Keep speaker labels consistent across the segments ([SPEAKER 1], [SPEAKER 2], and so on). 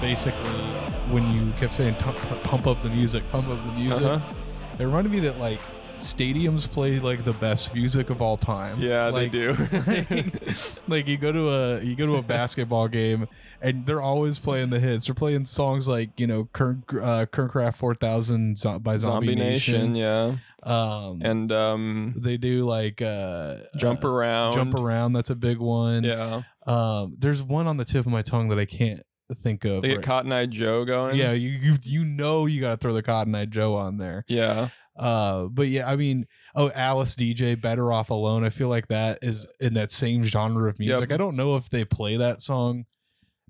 [SPEAKER 1] basically when you kept saying "Tum- pump up the music, pump up the music.
[SPEAKER 2] Uh-huh.
[SPEAKER 1] It reminded me that like stadiums play like the best music of all time.
[SPEAKER 2] Yeah,
[SPEAKER 1] like,
[SPEAKER 2] they do.
[SPEAKER 1] like you go to a you go to a basketball game and they're always playing the hits. They're playing songs like you know Kern uh, Kerncraft Four Thousand zo- by Zombie,
[SPEAKER 2] Zombie
[SPEAKER 1] Nation.
[SPEAKER 2] Nation, yeah,
[SPEAKER 1] Um,
[SPEAKER 2] and um,
[SPEAKER 1] they do like uh,
[SPEAKER 2] jump
[SPEAKER 1] uh,
[SPEAKER 2] around,
[SPEAKER 1] jump around. That's a big one.
[SPEAKER 2] Yeah,
[SPEAKER 1] Um, there's one on the tip of my tongue that I can't think of.
[SPEAKER 2] they get
[SPEAKER 1] right-
[SPEAKER 2] Cotton Eye Joe going.
[SPEAKER 1] Yeah, you you, you know you got to throw the Cotton Eye Joe on there.
[SPEAKER 2] yeah.
[SPEAKER 1] Uh, but yeah, I mean, oh, Alice DJ, Better Off Alone. I feel like that is in that same genre of music.
[SPEAKER 2] Yep.
[SPEAKER 1] I don't know if they play that song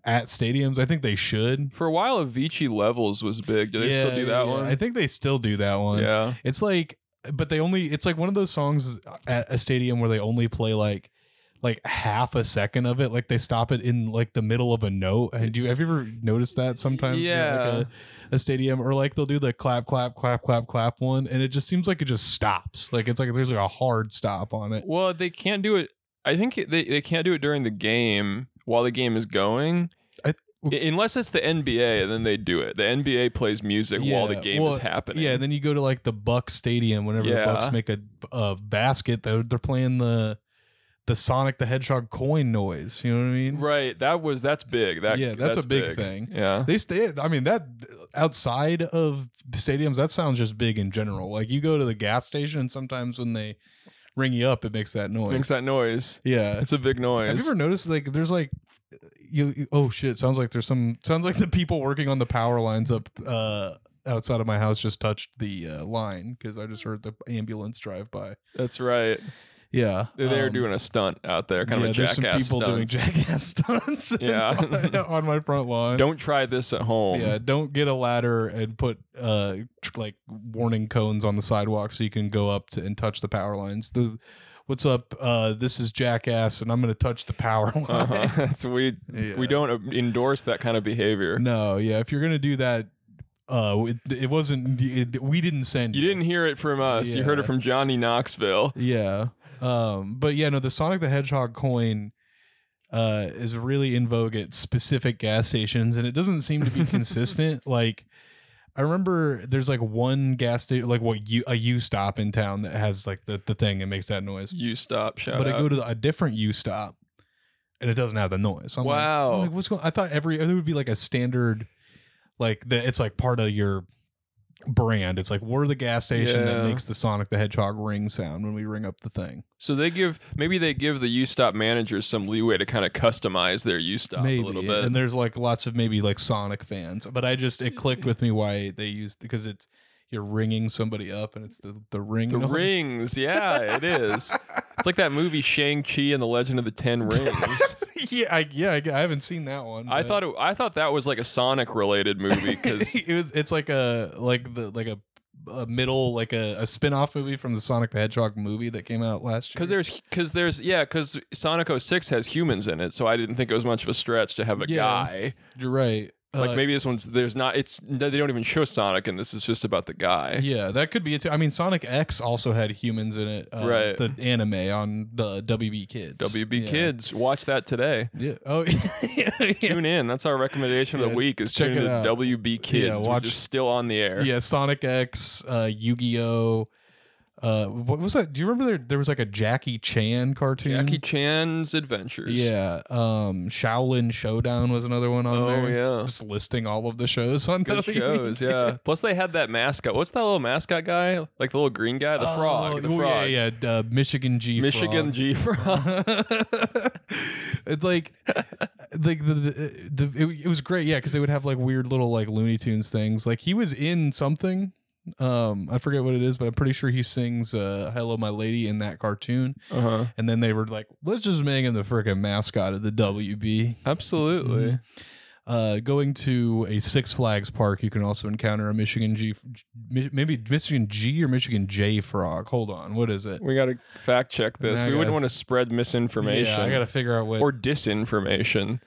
[SPEAKER 1] at stadiums. I think they should.
[SPEAKER 2] For a while, Avicii Levels was big. Do they still
[SPEAKER 1] Yeah,
[SPEAKER 2] do that
[SPEAKER 1] yeah,
[SPEAKER 2] one?
[SPEAKER 1] I think they still do that one.
[SPEAKER 2] Yeah,
[SPEAKER 1] It's like, but they only. It's like one of those songs at a stadium where they only play like. Like half a second of it, like they stop it in like the middle of a note. And do you have you ever noticed that sometimes? you're at, like, uh,
[SPEAKER 2] Yeah.
[SPEAKER 1] a, a stadium, or like they'll do the clap, clap, clap, clap, clap one, and it just seems like it just stops. Like it's like there's like a hard stop on it.
[SPEAKER 2] Well, they can't do it. I think it- they, they can't do it during the game while the game is going.
[SPEAKER 1] I-
[SPEAKER 2] I- Unless it's the NBA, then they do it. The NBA plays music while the
[SPEAKER 1] Yeah,
[SPEAKER 2] game
[SPEAKER 1] well,
[SPEAKER 2] is happening.
[SPEAKER 1] Yeah, and then you go to like the Buck Stadium whenever the
[SPEAKER 2] Yeah.
[SPEAKER 1] Bucks make a, a basket, they're, they're playing the the Sonic the Hedgehog coin noise. You know what I mean?
[SPEAKER 2] right. That was that's big. That
[SPEAKER 1] yeah, that's, a big, thing.
[SPEAKER 2] Yeah.
[SPEAKER 1] They stay. I mean, that outside of stadiums, that sounds just big in general. Like you go to the gas station, and sometimes when they ring you up, it makes that noise.
[SPEAKER 2] Makes that noise.
[SPEAKER 1] Yeah.
[SPEAKER 2] It's a big noise.
[SPEAKER 1] Have you ever noticed like there's like you, you- oh shit sounds like there's some sounds like the people working on the power lines up uh outside of my house just touched the uh, line because I just heard the ambulance drive by.
[SPEAKER 2] that's right.
[SPEAKER 1] Yeah,
[SPEAKER 2] They're there
[SPEAKER 1] um,
[SPEAKER 2] doing a stunt out there, kind
[SPEAKER 1] yeah,
[SPEAKER 2] of a
[SPEAKER 1] there's
[SPEAKER 2] jackass
[SPEAKER 1] some people
[SPEAKER 2] stunt.
[SPEAKER 1] doing jackass stunts.
[SPEAKER 2] Yeah.
[SPEAKER 1] on, on my front lawn.
[SPEAKER 2] Don't try this at home.
[SPEAKER 1] yeah, don't get a ladder and put uh tr- like warning cones on the sidewalk so you can go up to and touch the power lines. The what's up? Uh, this is jackass, and I'm gonna touch the power line.
[SPEAKER 2] Uh-huh. That's- we
[SPEAKER 1] Yeah.
[SPEAKER 2] we don't uh, endorse that kind of behavior.
[SPEAKER 1] No, yeah. If you're gonna do that, uh, it, it wasn't. It, we didn't send
[SPEAKER 2] You didn't hear it from us. You heard
[SPEAKER 1] Yeah.
[SPEAKER 2] it from Johnny Knoxville.
[SPEAKER 1] Yeah. Um. But yeah, no. The Sonic the Hedgehog coin, uh, is really in vogue at specific gas stations, and it doesn't seem to be consistent. like. I remember there's like one gas station, like what you a U stop in town that has like the, the thing that makes that noise.
[SPEAKER 2] You stop. Shout
[SPEAKER 1] but
[SPEAKER 2] out.
[SPEAKER 1] I go to the, a different U stop, and it doesn't have the noise. So I'm like- I'm
[SPEAKER 2] Wow.
[SPEAKER 1] Like, what's going? I thought every it would be like a standard, like the it's like part of your brand. It's like we're the gas station that
[SPEAKER 2] Yeah.
[SPEAKER 1] makes the Sonic the Hedgehog ring sound when we ring up the thing.
[SPEAKER 2] So they give maybe they give the U stop managers some leeway to kind of customize their U stop a
[SPEAKER 1] maybe
[SPEAKER 2] little bit.
[SPEAKER 1] and there's like lots of maybe like Sonic fans, but I just it clicked with me why they used because it's you're ringing somebody up and it's the the ring
[SPEAKER 2] the
[SPEAKER 1] noise.
[SPEAKER 2] rings, yeah, it is. It's like that movie Shang Chi and the Legend of the Ten Rings.
[SPEAKER 1] yeah, I, yeah, I, I haven't seen that one.
[SPEAKER 2] I
[SPEAKER 1] but-
[SPEAKER 2] thought it, I thought that was like a Sonic related movie because
[SPEAKER 1] it was, it's like a like the like a, a middle like a, a spin-off movie from the Sonic the Hedgehog movie that came out last year.
[SPEAKER 2] Because there's, because there's, yeah, because Sonic 06 has humans in it, so I didn't think it was much of a stretch to have a
[SPEAKER 1] Yeah.
[SPEAKER 2] guy.
[SPEAKER 1] You're right.
[SPEAKER 2] Like
[SPEAKER 1] Uh,
[SPEAKER 2] maybe this one's there's not. It's they don't even show Sonic, and this is just about the guy.
[SPEAKER 1] Yeah, that could be it too. I mean, Sonic X also had humans in it. Uh,
[SPEAKER 2] Right.
[SPEAKER 1] The anime on the WB Kids.
[SPEAKER 2] WB
[SPEAKER 1] Yeah.
[SPEAKER 2] Kids, watch that today.
[SPEAKER 1] Yeah. Oh, yeah. yeah.
[SPEAKER 2] Tune in. That's our recommendation of
[SPEAKER 1] Yeah,
[SPEAKER 2] the week. Is
[SPEAKER 1] check
[SPEAKER 2] tune
[SPEAKER 1] it
[SPEAKER 2] into
[SPEAKER 1] out.
[SPEAKER 2] WB Kids.
[SPEAKER 1] watch-
[SPEAKER 2] We're just still on the air.
[SPEAKER 1] Yeah, Sonic X, uh, Yu Gi Oh! Uh, what was that? Do you remember there, there was like a Jackie Chan cartoon?
[SPEAKER 2] Jackie Chan's Adventures.
[SPEAKER 1] Yeah. Um, Shaolin Showdown was another one on
[SPEAKER 2] Oh
[SPEAKER 1] there.
[SPEAKER 2] yeah.
[SPEAKER 1] Just listing all of the shows on
[SPEAKER 2] Good
[SPEAKER 1] WB
[SPEAKER 2] shows. Yeah. Plus they had that mascot. What's that little mascot guy? Like the little green guy, the
[SPEAKER 1] Oh,
[SPEAKER 2] frog. The
[SPEAKER 1] oh,
[SPEAKER 2] frog.
[SPEAKER 1] Yeah, yeah. Uh, Michigan G.
[SPEAKER 2] Michigan
[SPEAKER 1] Frog.
[SPEAKER 2] G Frog.
[SPEAKER 1] it's like like the, the, the it, it was great yeah because they would have like weird little like looney tunes things like he was in something um i forget what it is but i'm pretty sure he sings uh hello my lady in that cartoon
[SPEAKER 2] Uh huh.
[SPEAKER 1] and then they were like let's just make him the freaking mascot of the wb
[SPEAKER 2] Absolutely.
[SPEAKER 1] uh going to a six flags park you can also encounter a michigan g Mi- maybe michigan g or michigan j frog hold on what is it
[SPEAKER 2] We got to fact check this.
[SPEAKER 1] Now I
[SPEAKER 2] we
[SPEAKER 1] gotta-
[SPEAKER 2] wouldn't want to spread misinformation
[SPEAKER 1] yeah, i gotta figure out what
[SPEAKER 2] or disinformation.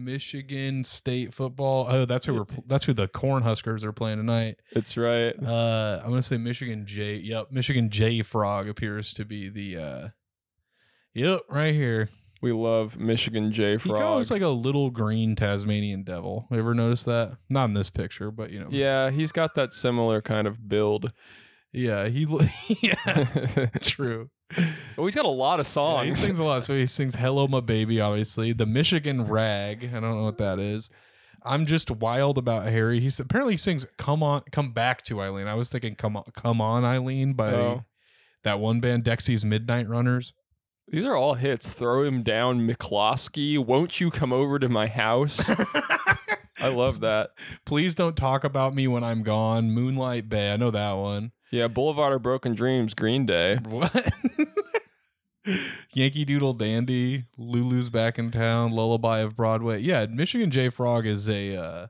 [SPEAKER 1] Michigan State football. Oh, that's who we're. pl- That's who the Cornhuskers are playing tonight.
[SPEAKER 2] It's right.
[SPEAKER 1] Uh, I'm gonna say Michigan J. Yep, Michigan J. Frog appears to be the. uh Yep, right here.
[SPEAKER 2] We love Michigan J
[SPEAKER 1] He
[SPEAKER 2] Frog.
[SPEAKER 1] kind of looks like a little green Tasmanian devil. Ever notice that? Not in this picture, but you know.
[SPEAKER 2] yeah, he's got that similar kind of build.
[SPEAKER 1] Yeah. He. lo- yeah.
[SPEAKER 2] oh,
[SPEAKER 1] True.
[SPEAKER 2] he's got a lot of
[SPEAKER 1] Yeah, he
[SPEAKER 2] songs.
[SPEAKER 1] sings a lot. So he sings "Hello, My Baby," obviously. The Michigan Rag. I don't know what that is. I'm just wild about Harry. He's apparently he sings "Come on, Come Back to Eileen." I was thinking "Come on, Come on, Eileen" by
[SPEAKER 2] Oh.
[SPEAKER 1] that one band Dexy's Midnight Runners.
[SPEAKER 2] These are all hits. Throw him down, McCloskey. Won't you come over to my house? I love that.
[SPEAKER 1] Please don't talk about me when I'm gone. Moonlight Bay. I know that one.
[SPEAKER 2] Yeah, Boulevard of Broken Dreams, Green Day.
[SPEAKER 1] What? Yankee Doodle Dandy, Lulu's back in town, Lullaby of Broadway. Yeah, Michigan J Frog is a uh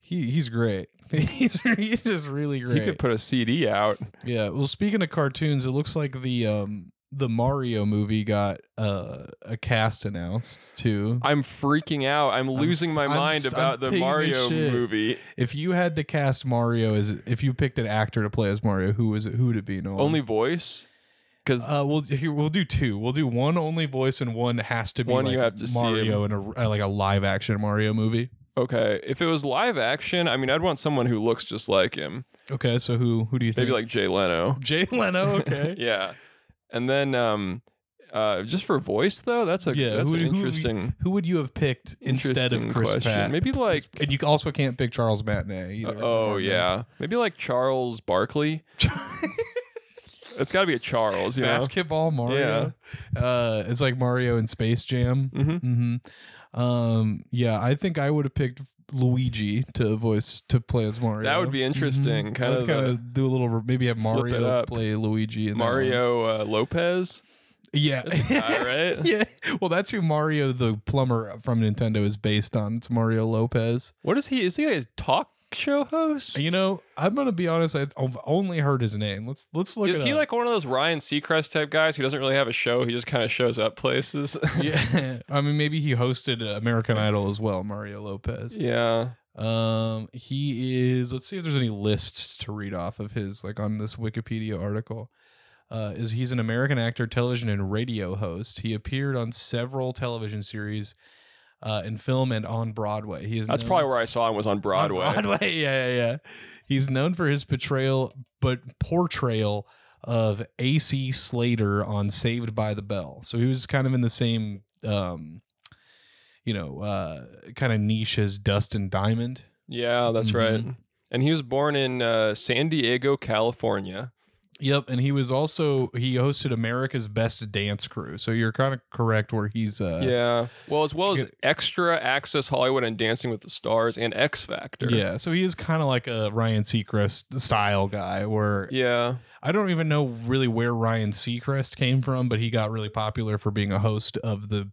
[SPEAKER 1] he he's great. he's he's just really
[SPEAKER 2] He
[SPEAKER 1] great.
[SPEAKER 2] could put a CD out.
[SPEAKER 1] yeah. Well, speaking of cartoons, it looks like the um the Mario movie got uh a cast announced too.
[SPEAKER 2] I'm freaking out. I'm losing my
[SPEAKER 1] I'm
[SPEAKER 2] mind
[SPEAKER 1] s- I'm
[SPEAKER 2] about the
[SPEAKER 1] taking a
[SPEAKER 2] Mario
[SPEAKER 1] shit.
[SPEAKER 2] movie.
[SPEAKER 1] If you had to cast Mario as if you picked an actor to play as Mario, who was it? Who would it be? Nolan?
[SPEAKER 2] Only voice? Because
[SPEAKER 1] Oh. Uh, we'll here, we'll do two. We'll do one only voice and one has to be
[SPEAKER 2] One
[SPEAKER 1] like
[SPEAKER 2] you have to see
[SPEAKER 1] Mario in a uh, like a live action Mario movie.
[SPEAKER 2] Okay, if it was live action, I mean, I'd want someone who looks just like him.
[SPEAKER 1] Okay, so who who do you think?
[SPEAKER 2] Maybe like Jay Leno.
[SPEAKER 1] Jay Leno. Okay,
[SPEAKER 2] Yeah, and then um, uh, just for voice though, that's a
[SPEAKER 1] Yeah,
[SPEAKER 2] that's
[SPEAKER 1] who-
[SPEAKER 2] an
[SPEAKER 1] who-
[SPEAKER 2] interesting
[SPEAKER 1] who would you have picked instead of
[SPEAKER 2] interesting
[SPEAKER 1] Chris
[SPEAKER 2] question.
[SPEAKER 1] Pratt?
[SPEAKER 2] Maybe like
[SPEAKER 1] and you also can't pick Charles Matinee either.
[SPEAKER 2] oh yeah, maybe like Charles Barkley. It's got to be a Charles, you
[SPEAKER 1] basketball Mario. Uh, it's like Mario in Space Jam.
[SPEAKER 2] know. hmm
[SPEAKER 1] hmm Um, yeah, I think I would have picked Luigi to voice to play as Mario.
[SPEAKER 2] That would be interesting.
[SPEAKER 1] Mhm.
[SPEAKER 2] Kind
[SPEAKER 1] I would
[SPEAKER 2] of
[SPEAKER 1] kind
[SPEAKER 2] a-
[SPEAKER 1] of do a little re- maybe have
[SPEAKER 2] Flip it
[SPEAKER 1] Mario
[SPEAKER 2] up.
[SPEAKER 1] play Luigi. In that one.
[SPEAKER 2] Mario uh, Lopez.
[SPEAKER 1] Yeah.
[SPEAKER 2] That's a guy, right?
[SPEAKER 1] yeah. Well, that's who Mario the plumber from Nintendo is based on. It's Mario Lopez.
[SPEAKER 2] What is he? Is he a talk show host?
[SPEAKER 1] You know, I'm gonna be honest. I've only heard his name. Let's let's look.
[SPEAKER 2] Is
[SPEAKER 1] it
[SPEAKER 2] he
[SPEAKER 1] up.
[SPEAKER 2] like one of those Ryan Seacrest type guys who doesn't really have a show? He just kind of shows up places.
[SPEAKER 1] yeah. I mean, maybe he hosted uh, American Idol as well. Mario Lopez.
[SPEAKER 2] yeah.
[SPEAKER 1] Um, he is. Let's see if there's any lists to read off of his like on this Wikipedia article. Uh, is he's an American actor, television and radio host. He appeared on several television series, uh, in film and on Broadway. He is
[SPEAKER 2] That's
[SPEAKER 1] known-
[SPEAKER 2] probably where I saw him was
[SPEAKER 1] on
[SPEAKER 2] on Broadway.
[SPEAKER 1] Broadway, yeah, yeah, yeah. He's known for his portrayal, but portrayal of AC Slater on Saved by the Bell. So he was kind of in the same, um, you know, uh, kind of niche as Dustin Diamond.
[SPEAKER 2] Yeah, that's
[SPEAKER 1] Mm-hmm.
[SPEAKER 2] right. And he was born in uh, San Diego, California.
[SPEAKER 1] Yep, and he was also he hosted America's Best Dance Crew. So you're kind of correct where he's uh,
[SPEAKER 2] yeah. Well, as well as
[SPEAKER 1] good.
[SPEAKER 2] Extra, Access Hollywood, and Dancing with the Stars, and X Factor.
[SPEAKER 1] yeah. So he is kind of like a Ryan Seacrest style guy, where
[SPEAKER 2] Yeah.
[SPEAKER 1] I don't even know really where Ryan Seacrest came from, but he got really popular for being a host of the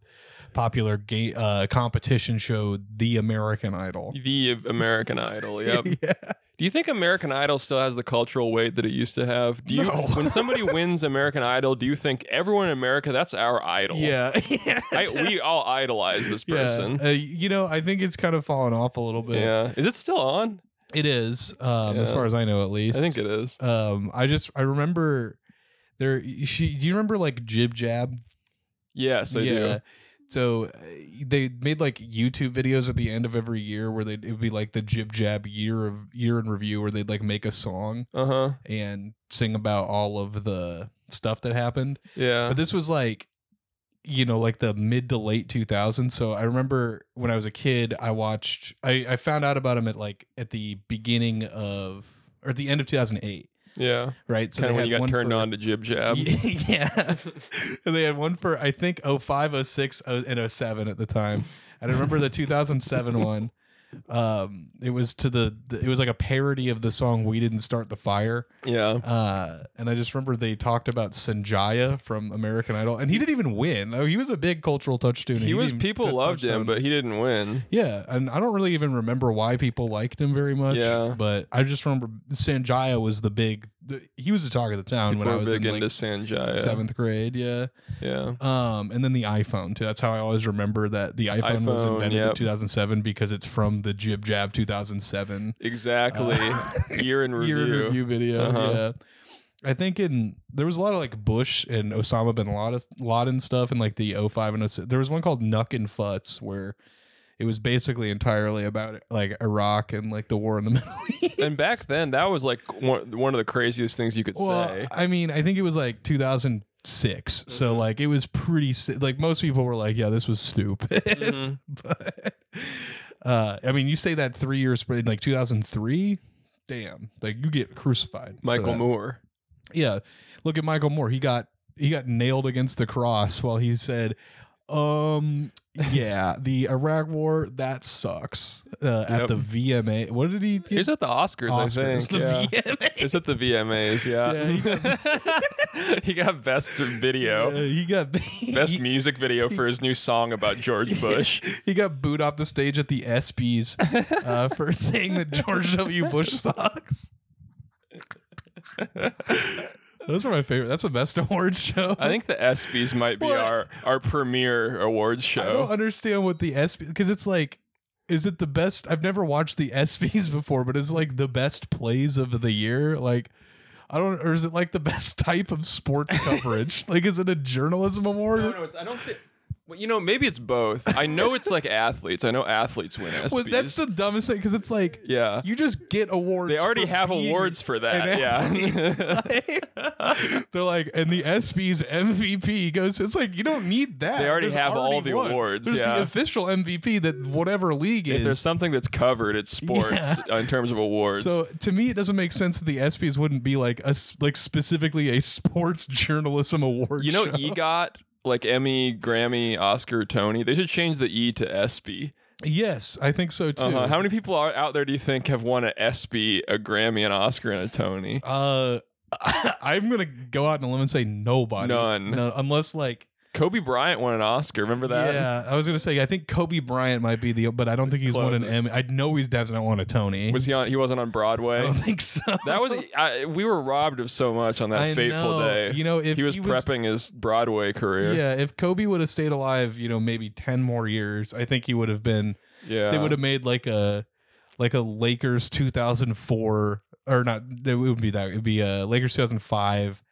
[SPEAKER 1] popular ga- uh, competition show The American Idol.
[SPEAKER 2] The American Idol. Yep.
[SPEAKER 1] yeah.
[SPEAKER 2] Do you think American Idol still has the cultural weight that it used to have? Do you,
[SPEAKER 1] No.
[SPEAKER 2] when somebody wins American Idol, do you think everyone in America that's our idol?
[SPEAKER 1] Yeah.
[SPEAKER 2] I, we all idolize this
[SPEAKER 1] Yeah.
[SPEAKER 2] person.
[SPEAKER 1] Uh, you know, I think it's kind of fallen off a little bit.
[SPEAKER 2] Yeah. Is it still on?
[SPEAKER 1] It is, um, as
[SPEAKER 2] Yeah.
[SPEAKER 1] far as I know, at
[SPEAKER 2] I
[SPEAKER 1] least.
[SPEAKER 2] think it is.
[SPEAKER 1] Um, I just I remember there. She, do you remember like Jib Jab?
[SPEAKER 2] Yes, I do.
[SPEAKER 1] So uh, they made like YouTube videos at the end of every year where they it would be like the jib jab year of year in review where they'd like make a song
[SPEAKER 2] Uh huh.
[SPEAKER 1] and sing about all of the stuff that happened.
[SPEAKER 2] Yeah.
[SPEAKER 1] But this was like you know like the mid to late 2000s so i remember when i was a kid i watched i, I found out about him at like at the beginning of or at the end of 2008
[SPEAKER 2] Yeah.
[SPEAKER 1] right
[SPEAKER 2] kind
[SPEAKER 1] they
[SPEAKER 2] of when
[SPEAKER 1] had
[SPEAKER 2] you got
[SPEAKER 1] one
[SPEAKER 2] turned
[SPEAKER 1] for-
[SPEAKER 2] on to jib jab.
[SPEAKER 1] yeah. and they had one for, I think, 05, 06, oh- and 07 at the time. And I remember the 2007 one. Um, it was to the, it was like a parody of the song We Didn't Start the Fire.
[SPEAKER 2] Yeah.
[SPEAKER 1] Uh, and I just remember they talked about Sanjaya from American Idol. And he didn't even win. Oh, he was a big cultural touchstone.
[SPEAKER 2] He was
[SPEAKER 1] didn't even
[SPEAKER 2] people
[SPEAKER 1] t-
[SPEAKER 2] loved him,
[SPEAKER 1] touchstone.
[SPEAKER 2] but he didn't win.
[SPEAKER 1] Yeah, and I don't really even remember why people liked him very much.
[SPEAKER 2] Yeah.
[SPEAKER 1] But I just remember Sanjaya was the big, the, he was the talk of the town
[SPEAKER 2] People
[SPEAKER 1] when I
[SPEAKER 2] were
[SPEAKER 1] was
[SPEAKER 2] big
[SPEAKER 1] in
[SPEAKER 2] into
[SPEAKER 1] like,
[SPEAKER 2] Sanjaya.
[SPEAKER 1] seventh grade. Yeah.
[SPEAKER 2] Yeah.
[SPEAKER 1] Um, and then the iPhone too. That's how I always remember that the iPhone, was
[SPEAKER 2] iPhone,
[SPEAKER 1] invented in
[SPEAKER 2] yep.
[SPEAKER 1] 2007 because it's from the Jib Jab 2007
[SPEAKER 2] Exactly.
[SPEAKER 1] Uh,
[SPEAKER 2] year in review.
[SPEAKER 1] year in uh, review video.
[SPEAKER 2] Uh-huh.
[SPEAKER 1] Yeah. I think in there was a lot of like Bush and Osama bin Laden, Laden stuff in like the 05 and 06. There was one called Nuck and Futz where it was basically entirely about like Iraq and like the war in the Middle East.
[SPEAKER 2] And back then, that was like one, one of the craziest things you could
[SPEAKER 1] Well,
[SPEAKER 2] say.
[SPEAKER 1] I mean, I think it was like 2006. So
[SPEAKER 2] Mhm.
[SPEAKER 1] like it was pretty si- like most people were like, yeah, this was stupid.
[SPEAKER 2] Mhm.
[SPEAKER 1] but uh, I mean, you say that three years spread like 2003. Damn, like you get crucified. for
[SPEAKER 2] Michael
[SPEAKER 1] that.
[SPEAKER 2] Moore.
[SPEAKER 1] Yeah, look at Michael Moore. He got he got nailed against the cross while he said, "Um, yeah, the Iraq War that sucks." Uh, At
[SPEAKER 2] Yep.
[SPEAKER 1] the VMA, what did he?
[SPEAKER 2] He
[SPEAKER 1] Get?
[SPEAKER 2] was at the Oscars, I
[SPEAKER 1] Oscars,
[SPEAKER 2] think. yeah.
[SPEAKER 1] the VMA.
[SPEAKER 2] It was at the VMAs, yeah.
[SPEAKER 1] Yeah,
[SPEAKER 2] he, got- best video,
[SPEAKER 1] Yeah, he got
[SPEAKER 2] best
[SPEAKER 1] he-
[SPEAKER 2] music video for his new song about George Bush.
[SPEAKER 1] He got booed off the stage at the ESPYS uh, for saying that George W. Bush sucks. Those are my favorite. That's the best awards show.
[SPEAKER 2] I think the ESPYS might be
[SPEAKER 1] What?
[SPEAKER 2] our, our premier awards
[SPEAKER 1] I don't
[SPEAKER 2] show.
[SPEAKER 1] understand what the ESPYS because it's like, is it the best? I've never watched the ESPYS before, but is it like the best plays of the year? Like, I don't, or is it like the best type of sports coverage? like, is it a journalism award?
[SPEAKER 2] No, no, it's, I don't think. Well, you know, maybe it's both. I know it's like athletes. I know athletes win ESPYS.
[SPEAKER 1] Well, that's the dumbest thing because it's like
[SPEAKER 2] yeah.
[SPEAKER 1] you just get awards.
[SPEAKER 2] They already
[SPEAKER 1] for
[SPEAKER 2] have
[SPEAKER 1] being-
[SPEAKER 2] awards for
[SPEAKER 1] an
[SPEAKER 2] that. Yeah.
[SPEAKER 1] They're like, and the SB's MVP goes. It's like you don't need that.
[SPEAKER 2] They already have all the
[SPEAKER 1] one.
[SPEAKER 2] awards,
[SPEAKER 1] There's
[SPEAKER 2] yeah.
[SPEAKER 1] the official MVP that whatever league
[SPEAKER 2] if there's
[SPEAKER 1] is.
[SPEAKER 2] something that's covered, it's sports uh, in terms of awards.
[SPEAKER 1] So to me, it doesn't make sense that the SBs wouldn't be like a s- like specifically a sports journalism award.
[SPEAKER 2] you know, E?
[SPEAKER 1] show.
[SPEAKER 2] EGOT, like Emmy, Grammy, Oscar, Tony, they should change the E to ESPY.
[SPEAKER 1] yes, I think so too.
[SPEAKER 2] Uh-huh. How many people are out there do you think have won an ESPY, a Grammy, an Oscar, and a Tony?
[SPEAKER 1] Uh, I'm gonna go out on a limb and say nobody.
[SPEAKER 2] None.
[SPEAKER 1] No, unless like
[SPEAKER 2] Kobe Bryant won an Oscar. Remember that?
[SPEAKER 1] Yeah, I was gonna say I think Kobe Bryant might be the, but I don't think he's won an
[SPEAKER 2] Closer.
[SPEAKER 1] Emmy. I know he's definitely not won a Tony.
[SPEAKER 2] Was he on? He wasn't on
[SPEAKER 1] I
[SPEAKER 2] Broadway.
[SPEAKER 1] don't think so.
[SPEAKER 2] That was. I, we were robbed of so much on that
[SPEAKER 1] I
[SPEAKER 2] fateful
[SPEAKER 1] know.
[SPEAKER 2] day.
[SPEAKER 1] You know, if
[SPEAKER 2] he was prepping his Broadway career.
[SPEAKER 1] yeah, if Kobe would have stayed alive, you know, maybe ten more years, I think he would have been.
[SPEAKER 2] yeah.
[SPEAKER 1] They would have made like a, like a Lakers 2004 or not. It would be that. It would be a Lakers 2005,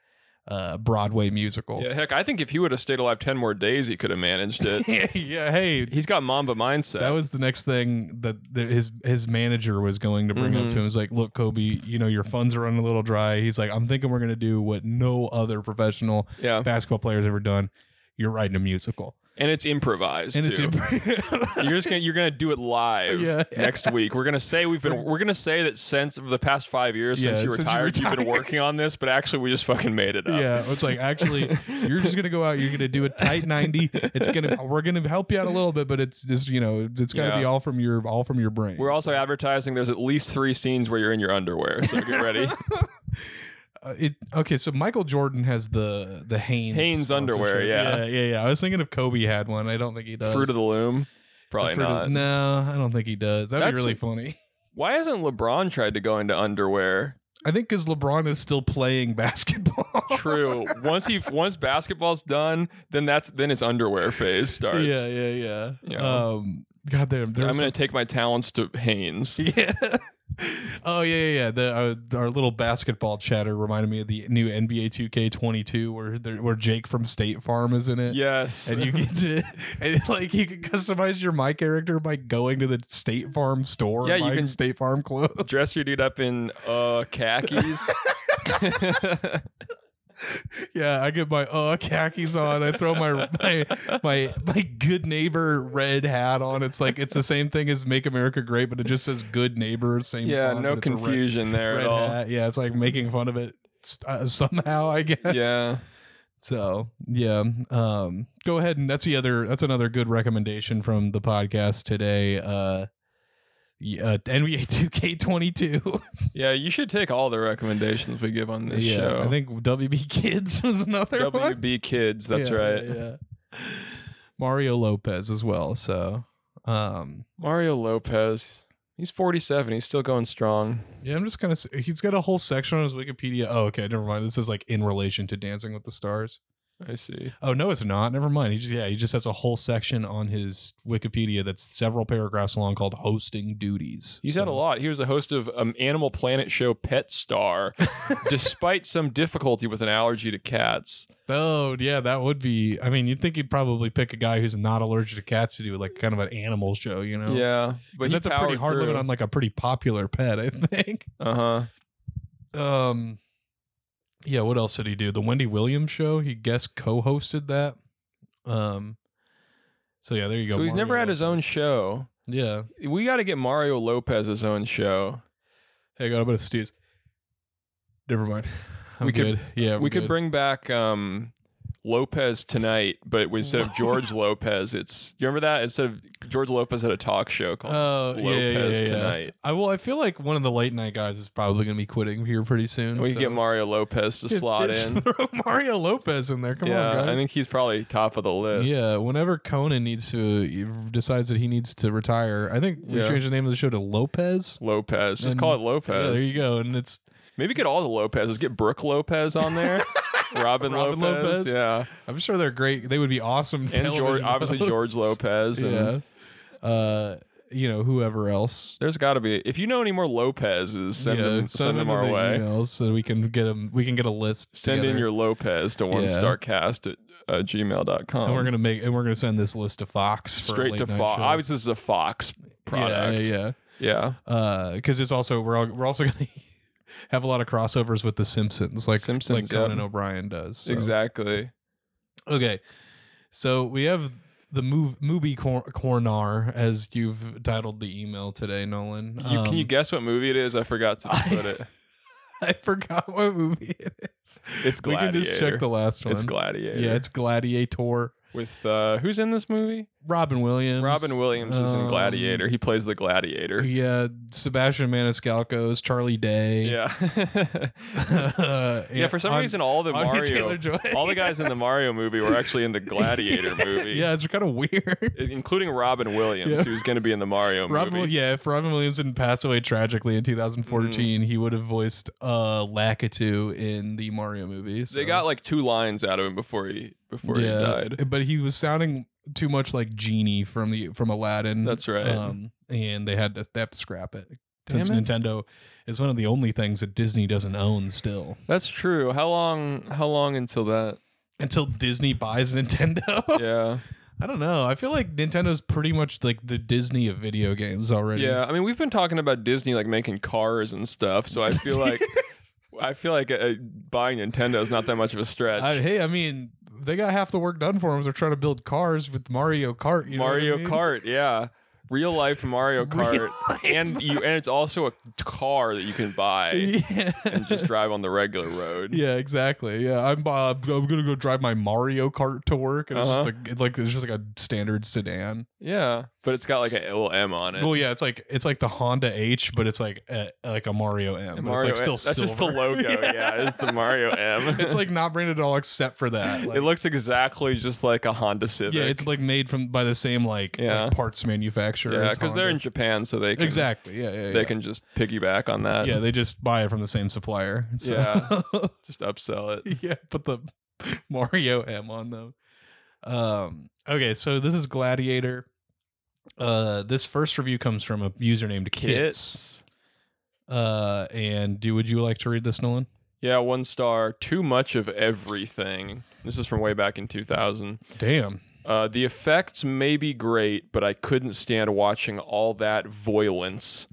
[SPEAKER 1] uh, Broadway musical.
[SPEAKER 2] Yeah, heck, I think if he would have stayed alive 10 more days, he could have managed it.
[SPEAKER 1] yeah. Hey,
[SPEAKER 2] He's got Mamba mindset.
[SPEAKER 1] That was the next thing that the, his his manager was going to bring up
[SPEAKER 2] Mhm.
[SPEAKER 1] to him. He's like, "Look, Kobe, you know your funds are running a little dry." He's like, "I'm thinking we're gonna do what no other professional
[SPEAKER 2] yeah.
[SPEAKER 1] basketball player's ever done. You're writing a musical,
[SPEAKER 2] And it's improvised.
[SPEAKER 1] and
[SPEAKER 2] too.
[SPEAKER 1] it's imp-
[SPEAKER 2] you're just gonna you're gonna do it live
[SPEAKER 1] Yeah.
[SPEAKER 2] next week. We're gonna say we've been we're gonna say that since the past five years
[SPEAKER 1] Yeah,
[SPEAKER 2] since, you
[SPEAKER 1] since you
[SPEAKER 2] retired, you've been
[SPEAKER 1] retired.
[SPEAKER 2] working on this, but actually we just fucking made it up.
[SPEAKER 1] yeah." It's like actually, you're just gonna go out. You're gonna do a tight ninety. It's gonna we're gonna help you out a little bit, but it's just you know it's gotta
[SPEAKER 2] Yeah.
[SPEAKER 1] be all from your all from your brain.
[SPEAKER 2] We're also advertising there's at least three scenes where you're in your underwear, so get ready.
[SPEAKER 1] Uh, it okay. So Michael Jordan has the the Hanes
[SPEAKER 2] Hanes underwear, yeah.
[SPEAKER 1] yeah, yeah, yeah. I was thinking if Kobe had one. I don't think he does.
[SPEAKER 2] Fruit of the Loom. Probably
[SPEAKER 1] Fruit
[SPEAKER 2] not.
[SPEAKER 1] of- no, I don't think he does. That'd
[SPEAKER 2] That's-
[SPEAKER 1] be really funny.
[SPEAKER 2] Why hasn't LeBron tried to go into underwear?
[SPEAKER 1] I think because LeBron is still playing basketball.
[SPEAKER 2] True. once he once basketball's done, then that's then his underwear phase starts.
[SPEAKER 1] yeah, yeah, yeah,
[SPEAKER 2] Yeah.
[SPEAKER 1] Um, God damn,
[SPEAKER 2] I'm
[SPEAKER 1] there's
[SPEAKER 2] gonna take my talents to Haynes.
[SPEAKER 1] some- yeah. Oh yeah, yeah, yeah. The, uh, our little basketball chatter reminded me of the new NBA 2K22 where there, where Jake from State Farm is in it.
[SPEAKER 2] Yes.
[SPEAKER 1] and you get to and like you can customize your my character by going to the State Farm store.
[SPEAKER 2] Yeah,
[SPEAKER 1] and
[SPEAKER 2] you
[SPEAKER 1] buying
[SPEAKER 2] can
[SPEAKER 1] State Farm clothes.
[SPEAKER 2] dress your dude up in uh khakis.
[SPEAKER 1] Yeah, I get my uh khakis on. I throw my my my my good neighbor red hat on. It's like it's the same thing as Make America Great, but it just says good neighbor. Same.
[SPEAKER 2] yeah,
[SPEAKER 1] font,
[SPEAKER 2] no
[SPEAKER 1] but it's a red-
[SPEAKER 2] confusion there
[SPEAKER 1] red
[SPEAKER 2] at all.
[SPEAKER 1] hat. Yeah, it's like making fun of it uh, somehow. I guess.
[SPEAKER 2] Yeah.
[SPEAKER 1] So yeah, um, go ahead and that's the other that's another good recommendation from the podcast today. Uh, y- uh NBA 2K22.
[SPEAKER 2] Yeah, you should take all the recommendations we give on this
[SPEAKER 1] yeah,
[SPEAKER 2] show.
[SPEAKER 1] I think WB Kids was another one.
[SPEAKER 2] WB Kids, that's
[SPEAKER 1] Yeah,
[SPEAKER 2] right.
[SPEAKER 1] yeah, yeah. Mario Lopez as well. So, um,
[SPEAKER 2] Mario Lopez. He's 47. He's still going strong.
[SPEAKER 1] yeah, I'm just gonna. Say, he's got a whole section on his Wikipedia. Oh, okay, never mind. This is like in relation to Dancing with the Stars.
[SPEAKER 2] I see.
[SPEAKER 1] Oh no, it's not. Never mind. He just yeah, he just has a whole section on his Wikipedia that's several paragraphs long called hosting duties.
[SPEAKER 2] He's had a
[SPEAKER 1] So-
[SPEAKER 2] lot. He was a host of um, Animal Planet show Pet Star, despite some difficulty with an allergy to cats.
[SPEAKER 1] Oh yeah, that would be. I mean, you'd think he'd probably pick a guy who's not allergic to cats to do like kind of an animal show, you know?
[SPEAKER 2] Yeah, but
[SPEAKER 1] because that's a pretty hard limit on like a pretty popular pet, I think.
[SPEAKER 2] Uh huh.
[SPEAKER 1] Um, yeah. What else did he do? The Wendy Williams show. He guest co-hosted that. Um. So yeah, there you go.
[SPEAKER 2] So he's
[SPEAKER 1] Mario
[SPEAKER 2] never had his own
[SPEAKER 1] Lopez.
[SPEAKER 2] show.
[SPEAKER 1] Yeah.
[SPEAKER 2] We got to get Mario Lopez his own show.
[SPEAKER 1] Hey, I'm gonna sneeze. Never mind. I'm
[SPEAKER 2] We could-
[SPEAKER 1] good. yeah,
[SPEAKER 2] we could
[SPEAKER 1] good.
[SPEAKER 2] bring back um, Lopez tonight, but instead of George Lopez, it's you remember that instead of George Lopez had a talk show called
[SPEAKER 1] Oh, yeah, yeah,
[SPEAKER 2] Lopez
[SPEAKER 1] yeah, yeah.
[SPEAKER 2] tonight.
[SPEAKER 1] I well, I feel like one of the late night guys is probably gonna be quitting here pretty soon.
[SPEAKER 2] We could get
[SPEAKER 1] so-
[SPEAKER 2] Mario Lopez to
[SPEAKER 1] Just-
[SPEAKER 2] slot
[SPEAKER 1] just
[SPEAKER 2] in.
[SPEAKER 1] Throw Mario Lopez in there. Come
[SPEAKER 2] yeah,
[SPEAKER 1] on, guys.
[SPEAKER 2] I think he's probably top of the list.
[SPEAKER 1] yeah, whenever Conan needs to decides that he needs to retire, I think we
[SPEAKER 2] Yeah.
[SPEAKER 1] change the name of the show to Lopez.
[SPEAKER 2] Lopez. Just call it
[SPEAKER 1] And- Yeah, there
[SPEAKER 2] Lopez.
[SPEAKER 1] you go. And it's
[SPEAKER 2] Maybe get all the Lopez's. Get Brooke Lopez on there. Robin,
[SPEAKER 1] Robin
[SPEAKER 2] Lopez.
[SPEAKER 1] Lopez.
[SPEAKER 2] Yeah.
[SPEAKER 1] I'm sure they're great. They would be awesome.
[SPEAKER 2] And George,
[SPEAKER 1] television
[SPEAKER 2] obviously
[SPEAKER 1] hosts.
[SPEAKER 2] George Lopez. And
[SPEAKER 1] Yeah. Uh, you know whoever else.
[SPEAKER 2] There's got to be. If you know any more Lopez's, send
[SPEAKER 1] Yeah,
[SPEAKER 2] them, send them our
[SPEAKER 1] the
[SPEAKER 2] way.
[SPEAKER 1] emails so that we can get them. We can get a list.
[SPEAKER 2] Send in
[SPEAKER 1] together.
[SPEAKER 2] your Lopez to one
[SPEAKER 1] Yeah.
[SPEAKER 2] starcast at uh, gmail.com.
[SPEAKER 1] And we're gonna make. And we're gonna send this list to Fox. for a
[SPEAKER 2] straight
[SPEAKER 1] late
[SPEAKER 2] to
[SPEAKER 1] night
[SPEAKER 2] Fox.
[SPEAKER 1] show.
[SPEAKER 2] Obviously, this is a Fox product.
[SPEAKER 1] Yeah, yeah. yeah.
[SPEAKER 2] Yeah.
[SPEAKER 1] because it's also we're all, we're also gonna have a lot of crossovers with the Simpsons, like like
[SPEAKER 2] Simpsons,
[SPEAKER 1] Conan
[SPEAKER 2] yeah.
[SPEAKER 1] O'Brien does. so.
[SPEAKER 2] Exactly.
[SPEAKER 1] Okay, so we have the move movie cor- cornar as you've titled the email today, Nolan.
[SPEAKER 2] You, can you
[SPEAKER 1] Um,
[SPEAKER 2] guess what movie it is? I forgot to
[SPEAKER 1] I-
[SPEAKER 2] put it.
[SPEAKER 1] I forgot what movie it is.
[SPEAKER 2] It's
[SPEAKER 1] We can
[SPEAKER 2] Gladiator.
[SPEAKER 1] just check the last one.
[SPEAKER 2] it's Gladiator.
[SPEAKER 1] yeah, it's Gladiator.
[SPEAKER 2] with uh, who's in this movie?
[SPEAKER 1] Robin Williams.
[SPEAKER 2] Robin Williams is in
[SPEAKER 1] um,
[SPEAKER 2] Gladiator. He plays the gladiator.
[SPEAKER 1] Yeah, Sebastian Maniscalco is Charlie Day.
[SPEAKER 2] yeah.
[SPEAKER 1] Uh,
[SPEAKER 2] yeah, for some
[SPEAKER 1] An-
[SPEAKER 2] reason all the
[SPEAKER 1] Anya
[SPEAKER 2] Mario
[SPEAKER 1] Taylor-Joy.
[SPEAKER 2] all the guys in the Mario movie were actually in the Gladiator movie.
[SPEAKER 1] Yeah, it's kind of weird.
[SPEAKER 2] i- Including Robin Williams,
[SPEAKER 1] Yeah.
[SPEAKER 2] who's going to be in the Mario
[SPEAKER 1] Robin, Wi-
[SPEAKER 2] movie. Mm.
[SPEAKER 1] yeah, if Robin Williams didn't pass away tragically in 2014, he would have voiced uh Lakitu in the Mario movie.
[SPEAKER 2] They
[SPEAKER 1] so-
[SPEAKER 2] got like two lines out of him before he before he died.
[SPEAKER 1] but he was sounding too much like Genie from the from Aladdin.
[SPEAKER 2] That's right.
[SPEAKER 1] Um, and they had to they have to scrap it since
[SPEAKER 2] Damn it.
[SPEAKER 1] Nintendo is one of the only things that Disney doesn't own still
[SPEAKER 2] That's true. How long? How long until that?
[SPEAKER 1] until Disney buys Nintendo.
[SPEAKER 2] Yeah,
[SPEAKER 1] I don't know. I feel like Nintendo's pretty much like the Disney of video games already.
[SPEAKER 2] yeah. I mean, we've been talking about Disney like making cars and stuff, so I feel like I feel like uh, buying Nintendo is not that much of a stretch.
[SPEAKER 1] I, hey, I mean, they got half the work done for them. They're trying to build cars with Mario Kart. You know what I
[SPEAKER 2] Mario
[SPEAKER 1] mean?
[SPEAKER 2] Kart, yeah. Real life Mario Kart. and you and it's also a car that you can buy
[SPEAKER 1] Yeah.
[SPEAKER 2] and just drive on the regular road.
[SPEAKER 1] yeah, exactly. Yeah, I'm uh, I'm gonna go drive my Mario Kart to work, and
[SPEAKER 2] Uh-huh.
[SPEAKER 1] it's just a, like it's just like a standard sedan.
[SPEAKER 2] Yeah. But it's got like a little M on it.
[SPEAKER 1] Well, yeah, it's like it's like the Honda H, but it's like a, like a Mario M.
[SPEAKER 2] And
[SPEAKER 1] but it's
[SPEAKER 2] Mario
[SPEAKER 1] like still
[SPEAKER 2] M- That's just the
[SPEAKER 1] silver.
[SPEAKER 2] logo, yeah. It's the Mario M.
[SPEAKER 1] it's like not branded at all except for that. Like,
[SPEAKER 2] it looks exactly just like a Honda Civic.
[SPEAKER 1] yeah, it's like made from by the same like, like,
[SPEAKER 2] Yeah.
[SPEAKER 1] parts manufacturer.
[SPEAKER 2] yeah,
[SPEAKER 1] as
[SPEAKER 2] because they're
[SPEAKER 1] Honda.
[SPEAKER 2] in Japan, so they can
[SPEAKER 1] exactly. Yeah, yeah, yeah.
[SPEAKER 2] they can just piggyback on that.
[SPEAKER 1] yeah, they just buy it from the same supplier. so-
[SPEAKER 2] Yeah. just upsell it.
[SPEAKER 1] yeah, put the Mario M on them. Um, okay, so this is Gladiator. Uh, this first review comes from a user named Kits.
[SPEAKER 2] Kits.
[SPEAKER 1] Uh, and do would you like to read this, Nolan?
[SPEAKER 2] Yeah, one star. Too much of everything. This is from way back in 2000.
[SPEAKER 1] Damn.
[SPEAKER 2] Uh, the effects may be great, but I couldn't stand watching all that violence.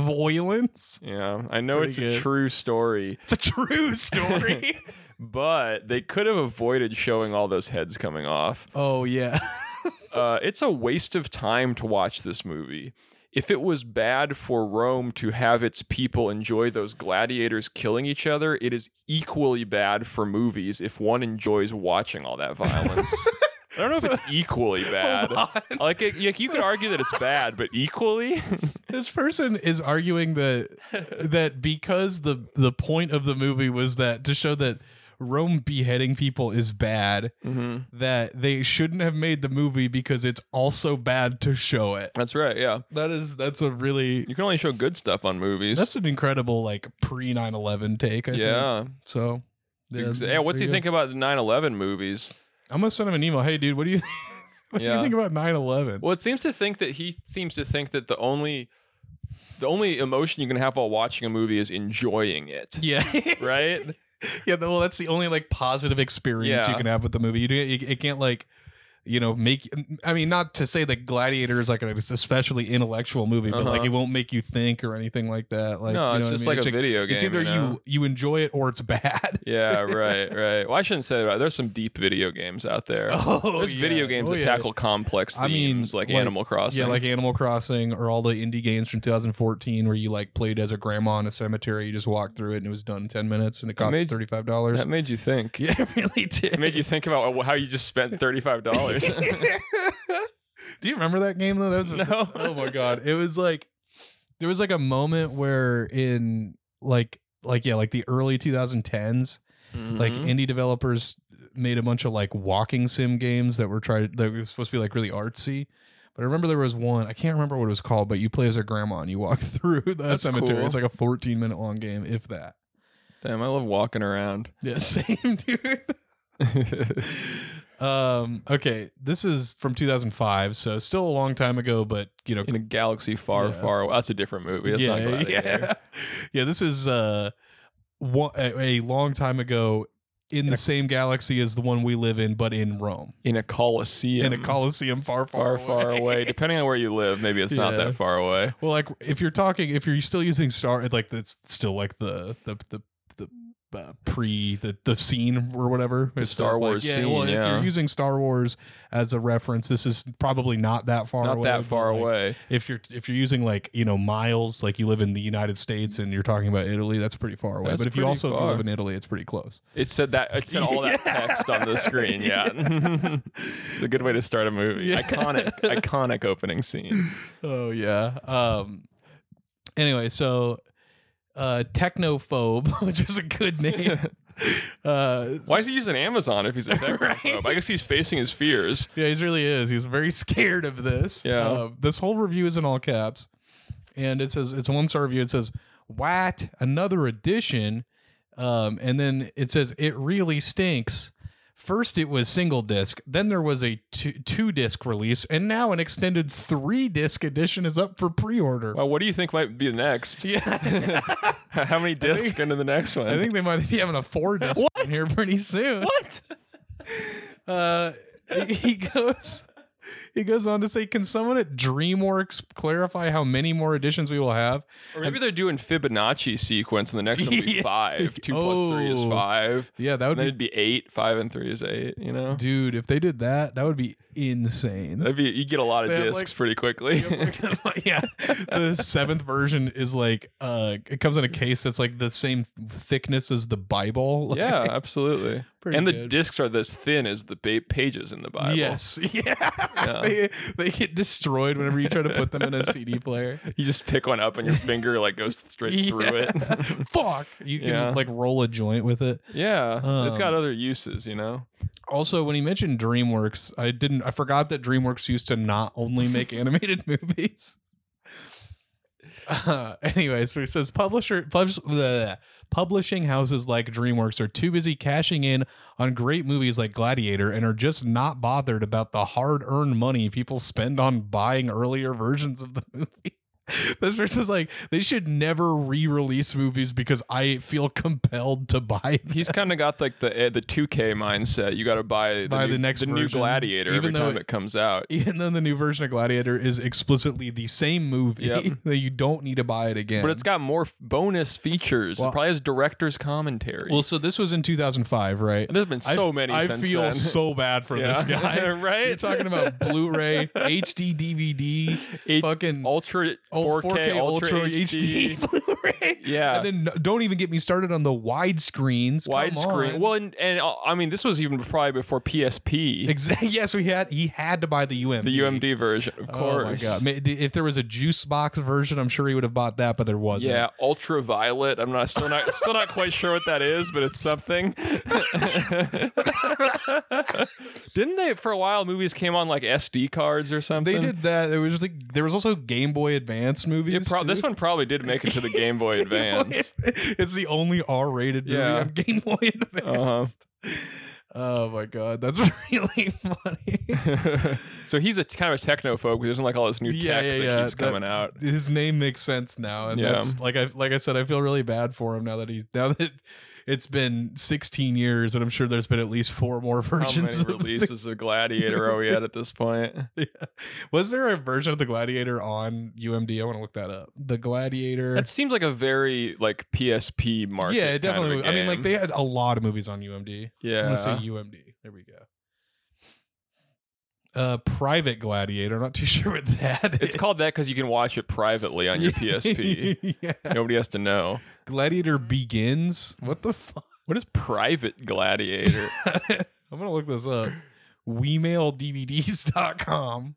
[SPEAKER 1] Violence?
[SPEAKER 2] Yeah, I know
[SPEAKER 1] Pretty
[SPEAKER 2] it's a
[SPEAKER 1] good.
[SPEAKER 2] true story,
[SPEAKER 1] It's a true story.
[SPEAKER 2] but they could have avoided showing all those heads coming off.
[SPEAKER 1] oh yeah.
[SPEAKER 2] Uh, it's a waste of time to watch this movie. If it was bad for Rome to have its people enjoy those gladiators killing each other, it is equally bad for movies if one enjoys watching all that violence. I don't know if it's equally bad.
[SPEAKER 1] Hold on.
[SPEAKER 2] Like, it, like you could argue that it's bad, but equally.
[SPEAKER 1] This person is arguing that that because the the point of the movie was that to show that Rome beheading people is bad,
[SPEAKER 2] Mhm.
[SPEAKER 1] that they shouldn't have made the movie because it's also bad to show it.
[SPEAKER 2] That's right. Yeah,
[SPEAKER 1] That is that's a really
[SPEAKER 2] you can only show good stuff on movies.
[SPEAKER 1] that's an incredible like pre 9/11 take. I think.
[SPEAKER 2] yeah.
[SPEAKER 1] So
[SPEAKER 2] Exa- yeah, what's he
[SPEAKER 1] there you go.
[SPEAKER 2] think about the 9/11 movies?
[SPEAKER 1] I'm gonna send him an email. Hey, dude, what do you what do
[SPEAKER 2] Yeah.
[SPEAKER 1] you think about 9/11?
[SPEAKER 2] Well, it seems to think that he seems to think that the only the only emotion you can have while watching a movie is enjoying it.
[SPEAKER 1] Yeah,
[SPEAKER 2] Right?
[SPEAKER 1] yeah. Well, that's the only like positive experience
[SPEAKER 2] Yeah.
[SPEAKER 1] you can have with the movie. You do it, it can't like you know make. I mean, not to say that Gladiator is like an especially intellectual movie, but like
[SPEAKER 2] Uh-huh.
[SPEAKER 1] it won't make you think or anything like that. Like
[SPEAKER 2] no,
[SPEAKER 1] you
[SPEAKER 2] it's
[SPEAKER 1] know what I
[SPEAKER 2] just
[SPEAKER 1] mean?
[SPEAKER 2] like a video game.
[SPEAKER 1] It's either you,
[SPEAKER 2] know?
[SPEAKER 1] you enjoy it or it's bad.
[SPEAKER 2] Yeah, right, right. Well, I shouldn't say that. There's some deep video games out there.
[SPEAKER 1] Oh,
[SPEAKER 2] There's
[SPEAKER 1] yeah.
[SPEAKER 2] video games
[SPEAKER 1] Oh,
[SPEAKER 2] that
[SPEAKER 1] yeah.
[SPEAKER 2] tackle complex
[SPEAKER 1] I mean,
[SPEAKER 2] themes like,
[SPEAKER 1] like-
[SPEAKER 2] Animal Crossing.
[SPEAKER 1] Yeah, like Animal Crossing or all the indie games from 2014 where you like played as a grandma in a cemetery. You just walked through it and it was done in 10 minutes and it cost
[SPEAKER 2] made-
[SPEAKER 1] $35.
[SPEAKER 2] that made you think.
[SPEAKER 1] yeah, it really did.
[SPEAKER 2] It made you think about how you just spent thirty-five dollars.
[SPEAKER 1] Do you remember that game though? That was a-
[SPEAKER 2] No.
[SPEAKER 1] oh my god, it was like there was like a moment where in like like yeah like the early 2010s like
[SPEAKER 2] Mm-hmm.
[SPEAKER 1] indie developers made a bunch of like walking sim games that were tried that were supposed to be like really artsy. But I remember there was one I can't remember what it was called, but you play as a grandma and you walk through the
[SPEAKER 2] That's
[SPEAKER 1] cemetery.
[SPEAKER 2] cool.
[SPEAKER 1] It's like a 14 minute long game, if that.
[SPEAKER 2] damn, I love walking around.
[SPEAKER 1] Yeah, same dude. um, okay, this is from 2005, so still a long time ago, but you know,
[SPEAKER 2] in a galaxy far,
[SPEAKER 1] Yeah.
[SPEAKER 2] far away. That's a different movie. That's not Gladiator.
[SPEAKER 1] yeah. Yeah, this is uh one, a, a long time ago in the same galaxy as the one we live in, but in Rome,
[SPEAKER 2] In a Colosseum.
[SPEAKER 1] in a Colosseum far,
[SPEAKER 2] far,
[SPEAKER 1] far,
[SPEAKER 2] far away. Depending on where you live, maybe it's not
[SPEAKER 1] Yeah.
[SPEAKER 2] that far away.
[SPEAKER 1] Well, like if you're talking, if you're still using star, like that's still like the the the the uh, pre the the scene or whatever.
[SPEAKER 2] The
[SPEAKER 1] It's
[SPEAKER 2] Star
[SPEAKER 1] just like-
[SPEAKER 2] Wars
[SPEAKER 1] yeah, Well,
[SPEAKER 2] scene,
[SPEAKER 1] if
[SPEAKER 2] yeah.
[SPEAKER 1] you're using Star Wars as a reference, this is probably not that far.
[SPEAKER 2] Not
[SPEAKER 1] away,
[SPEAKER 2] that
[SPEAKER 1] but,
[SPEAKER 2] far
[SPEAKER 1] like,
[SPEAKER 2] away.
[SPEAKER 1] If you're if you're using like you know miles, like you live in the United States and you're talking about Italy, that's pretty far away.
[SPEAKER 2] That's
[SPEAKER 1] but if you
[SPEAKER 2] pretty
[SPEAKER 1] also if you
[SPEAKER 2] far.
[SPEAKER 1] live in Italy, it's pretty close.
[SPEAKER 2] It said that. It said all that
[SPEAKER 1] Yeah.
[SPEAKER 2] text on the screen. Yeah, the good way to start a movie.
[SPEAKER 1] Yeah.
[SPEAKER 2] Iconic, iconic opening scene.
[SPEAKER 1] Oh yeah. Um. Anyway, so uh, technophobe, which is a good name. Uh,
[SPEAKER 2] Why is he using Amazon if he's a tech
[SPEAKER 1] Right.
[SPEAKER 2] I guess he's facing his fears.
[SPEAKER 1] Yeah, he really is. He's very scared of this.
[SPEAKER 2] Yeah.
[SPEAKER 1] Uh, this whole review is in all caps. And it says, it's a one star review. It says, What? Another edition. Um, and then it says, It really stinks. First, it was single disc. Then there was a two, two disc release. And now an extended three disc edition is up for pre order.
[SPEAKER 2] Well, what do you think might be the next?
[SPEAKER 1] Yeah.
[SPEAKER 2] How many discs
[SPEAKER 1] think-
[SPEAKER 2] into the next one?
[SPEAKER 1] I think they might be having a four disc
[SPEAKER 2] What?
[SPEAKER 1] in here pretty soon.
[SPEAKER 2] what?
[SPEAKER 1] Uh, he goes he goes on to say can someone at dreamworks clarify how many more editions we will have
[SPEAKER 2] Or maybe they're doing Fibonacci sequence, and the next one will be
[SPEAKER 1] Yeah.
[SPEAKER 2] five. Two plus three is
[SPEAKER 1] Oh.
[SPEAKER 2] five.
[SPEAKER 1] yeah that would
[SPEAKER 2] And then
[SPEAKER 1] be
[SPEAKER 2] it'd be eight. Five and three is eight. You know,
[SPEAKER 1] dude if they did that that would be insane
[SPEAKER 2] that'd be you get a lot of
[SPEAKER 1] They have,
[SPEAKER 2] discs
[SPEAKER 1] like-
[SPEAKER 2] pretty quickly.
[SPEAKER 1] yeah the seventh version is like uh it comes in a case that's like the same thickness as the bible Like,
[SPEAKER 2] yeah, absolutely.
[SPEAKER 1] pretty
[SPEAKER 2] and the
[SPEAKER 1] good.
[SPEAKER 2] discs are this thin as the ba- pages in the Bible.
[SPEAKER 1] Yes. Yeah.
[SPEAKER 2] Yeah.
[SPEAKER 1] They, they get destroyed whenever you try to put them in a CD player.
[SPEAKER 2] You just pick one up and your finger like goes straight through
[SPEAKER 1] Yeah.
[SPEAKER 2] it.
[SPEAKER 1] Fuck. You can
[SPEAKER 2] Yeah.
[SPEAKER 1] like roll a joint with it.
[SPEAKER 2] yeah. it's got
[SPEAKER 1] Um,
[SPEAKER 2] other uses, you know?
[SPEAKER 1] Also, when he mentioned DreamWorks, I didn't. I forgot that DreamWorks used to not only make animated movies. Uh, anyway, so he says publisher pubs- bleh. publishing houses like DreamWorks are too busy cashing in on great movies like Gladiator and are just not bothered about the hard-earned money people spend on buying earlier versions of the movie. This person's like they should never re-release movies because I feel compelled to buy them.
[SPEAKER 2] He's kind of got like the eh, the 2K mindset. You got to buy the,
[SPEAKER 1] Buy
[SPEAKER 2] new,
[SPEAKER 1] the next
[SPEAKER 2] new
[SPEAKER 1] version,
[SPEAKER 2] Gladiator
[SPEAKER 1] even
[SPEAKER 2] every
[SPEAKER 1] though
[SPEAKER 2] time
[SPEAKER 1] it-
[SPEAKER 2] it comes out.
[SPEAKER 1] even though the new version of Gladiator is explicitly the same movie
[SPEAKER 2] Yep.
[SPEAKER 1] that you don't need to buy it again.
[SPEAKER 2] But it's got more f- bonus features.
[SPEAKER 1] Well-
[SPEAKER 2] it probably has director's commentary.
[SPEAKER 1] well, so this was in 2005, right?
[SPEAKER 2] There's been so
[SPEAKER 1] I,
[SPEAKER 2] many
[SPEAKER 1] I
[SPEAKER 2] since
[SPEAKER 1] feel
[SPEAKER 2] then.
[SPEAKER 1] so bad for
[SPEAKER 2] Yeah.
[SPEAKER 1] this guy.
[SPEAKER 2] right?
[SPEAKER 1] You're talking about Blu-ray, HD, DVD,
[SPEAKER 2] H-
[SPEAKER 1] fucking
[SPEAKER 2] Ultra
[SPEAKER 1] oh,
[SPEAKER 2] 4K, Ultra,
[SPEAKER 1] HD, Blu-ray.
[SPEAKER 2] Yeah.
[SPEAKER 1] and then no- don't even get me started on the widescreens. Come
[SPEAKER 2] widescreen.
[SPEAKER 1] on.
[SPEAKER 2] Well, and, and uh, I mean, this was even probably before PSP,
[SPEAKER 1] exactly. Yes, we had. He had to buy the UMD.
[SPEAKER 2] the UMD version, of
[SPEAKER 1] Oh my
[SPEAKER 2] course.
[SPEAKER 1] god! Ma- If there was a juice box version, I'm sure he would have bought that, but there wasn't.
[SPEAKER 2] Yeah, ultraviolet. I'm not still not still not quite sure what that is, but it's something. Didn't they for a while movies came on like SD cards or something?
[SPEAKER 1] They did that. It was like there was also Game Boy Advance movies.
[SPEAKER 2] It pro-
[SPEAKER 1] too?
[SPEAKER 2] this one probably did make it to the Game Boy
[SPEAKER 1] Game Boy
[SPEAKER 2] Advance.
[SPEAKER 1] Ad- it's the only R-rated movie
[SPEAKER 2] Yeah. Uh-huh.
[SPEAKER 1] on Game Boy Advance. Oh my god, that's really funny.
[SPEAKER 2] so he's a t- kind of a technophobe. He doesn't like all this new
[SPEAKER 1] Yeah,
[SPEAKER 2] tech
[SPEAKER 1] yeah,
[SPEAKER 2] that
[SPEAKER 1] yeah,
[SPEAKER 2] keeps
[SPEAKER 1] that-
[SPEAKER 2] coming out.
[SPEAKER 1] His name makes sense now, and
[SPEAKER 2] Yeah.
[SPEAKER 1] that's like I like I said, I feel really bad for him now that he's now that it's been 16 years, and I'm sure there's been at least four more
[SPEAKER 2] How many
[SPEAKER 1] versions. of the-
[SPEAKER 2] releases of Gladiator are we at at this point?
[SPEAKER 1] Yeah. Was there a version of the Gladiator on UMD? I want to look that up. The Gladiator.
[SPEAKER 2] That seems like a very like PSP market.
[SPEAKER 1] yeah, it
[SPEAKER 2] kind of a
[SPEAKER 1] definitely. I mean, like
[SPEAKER 2] game.
[SPEAKER 1] they had a lot of movies on UMD. I
[SPEAKER 2] Yeah.
[SPEAKER 1] want to say UMD. There we go. Uh, Private Gladiator. Not too sure what that is.
[SPEAKER 2] It's called that because you can watch it privately on your PSP.
[SPEAKER 1] yeah.
[SPEAKER 2] Nobody has to know.
[SPEAKER 1] Gladiator Begins. What the fuck?
[SPEAKER 2] What is private gladiator?
[SPEAKER 1] I'm gonna look this up. WeMailDVDs.com.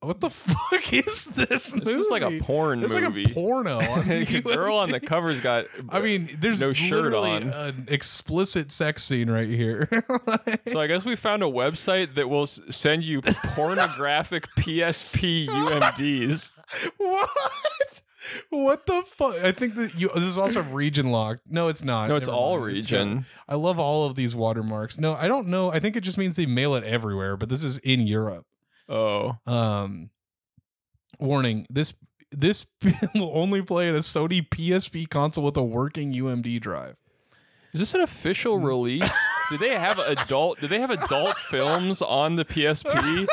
[SPEAKER 1] What the fuck is this?
[SPEAKER 2] This is like a
[SPEAKER 1] movie?
[SPEAKER 2] porn
[SPEAKER 1] There's
[SPEAKER 2] movie.
[SPEAKER 1] like a porno. On
[SPEAKER 2] the girl on the
[SPEAKER 1] UMD.
[SPEAKER 2] cover's got.
[SPEAKER 1] I mean, there's
[SPEAKER 2] No shirt
[SPEAKER 1] literally
[SPEAKER 2] on.
[SPEAKER 1] an explicit sex scene right here.
[SPEAKER 2] So I guess we found a website that will s- send you pornographic PSP UMDs.
[SPEAKER 1] what? What the fuck? I think that you. This is also region locked. No, it's not.
[SPEAKER 2] No, it's
[SPEAKER 1] Never
[SPEAKER 2] all
[SPEAKER 1] mind. It's got-
[SPEAKER 2] region.
[SPEAKER 1] I love all of these watermarks. No, I don't know. I think it just means they mail it everywhere, but this is in Europe.
[SPEAKER 2] Oh,
[SPEAKER 1] Um, warning: this this will only play in a Sony PSP console with a working UMD drive.
[SPEAKER 2] is this an official
[SPEAKER 1] Mm.
[SPEAKER 2] release? do they have adult? Do they have adult films on the PSP?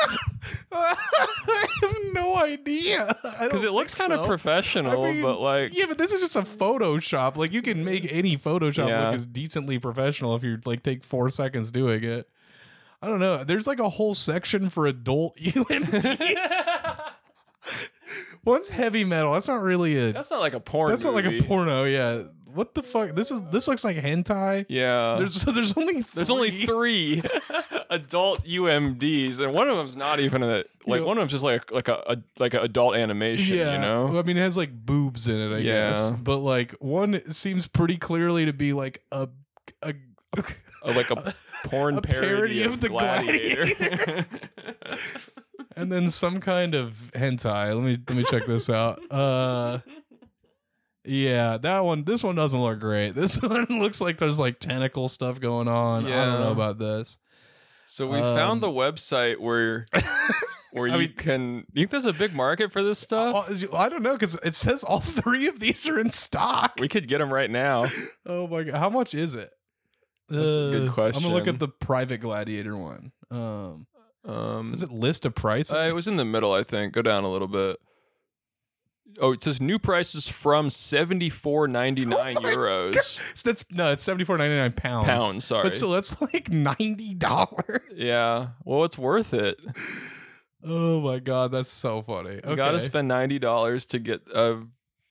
[SPEAKER 1] I have no idea
[SPEAKER 2] Because it looks kind of
[SPEAKER 1] professional.
[SPEAKER 2] professional,
[SPEAKER 1] I mean,
[SPEAKER 2] but like,
[SPEAKER 1] yeah, but this is just a Photoshop. Like, you can make any Photoshop
[SPEAKER 2] Yeah.
[SPEAKER 1] look as decently professional if you like take four seconds doing it. I don't know. There's like a whole section for adult UMDs. One's heavy metal. That's not really a. That's,
[SPEAKER 2] that's not like a porn.
[SPEAKER 1] not like a
[SPEAKER 2] movie.
[SPEAKER 1] porno. Yeah. What the fuck? This is this looks like hentai.
[SPEAKER 2] Yeah.
[SPEAKER 1] There's so there's only
[SPEAKER 2] There's only three adult UMDs, and one of them's not even a like.
[SPEAKER 1] know-
[SPEAKER 2] one of them's just like like a, a like a adult animation.
[SPEAKER 1] Yeah,
[SPEAKER 2] You know.
[SPEAKER 1] Well, I mean, it has like boobs in it, I
[SPEAKER 2] Yeah.
[SPEAKER 1] guess. But like one seems pretty clearly to be like a a
[SPEAKER 2] Uh, like a porn
[SPEAKER 1] a
[SPEAKER 2] parody,
[SPEAKER 1] parody
[SPEAKER 2] of,
[SPEAKER 1] of the
[SPEAKER 2] Gladiator.
[SPEAKER 1] and then some kind of hentai. Let me let me check this out. Uh yeah, that one this one doesn't look great. This one looks like there's like tentacle stuff going on. I
[SPEAKER 2] Yeah.
[SPEAKER 1] don't know about this.
[SPEAKER 2] so we found
[SPEAKER 1] Um,
[SPEAKER 2] the website where where
[SPEAKER 1] I
[SPEAKER 2] you
[SPEAKER 1] mean-
[SPEAKER 2] can. You think there's a big market for this stuff?
[SPEAKER 1] Oh, is- I don't know cuz it says all three of these are in stock.
[SPEAKER 2] we could get them right now.
[SPEAKER 1] Oh my god, how much is it? Uh,
[SPEAKER 2] That's a good
[SPEAKER 1] I'm gonna look
[SPEAKER 2] question.
[SPEAKER 1] at the private gladiator one. Um,
[SPEAKER 2] Um,
[SPEAKER 1] does it list a price?
[SPEAKER 2] Uh, it was in the middle, I think. Go down a little bit. Oh, it says new prices from seventy four ninety nine
[SPEAKER 1] Oh my
[SPEAKER 2] euros
[SPEAKER 1] So that's no, it's seventy four ninety nine pounds.
[SPEAKER 2] pounds. Sorry.
[SPEAKER 1] But so that's like ninety dollars.
[SPEAKER 2] yeah. Well, it's worth it.
[SPEAKER 1] Oh my god, that's so funny.
[SPEAKER 2] You got to
[SPEAKER 1] Okay.
[SPEAKER 2] spend ninety dollars to get uh,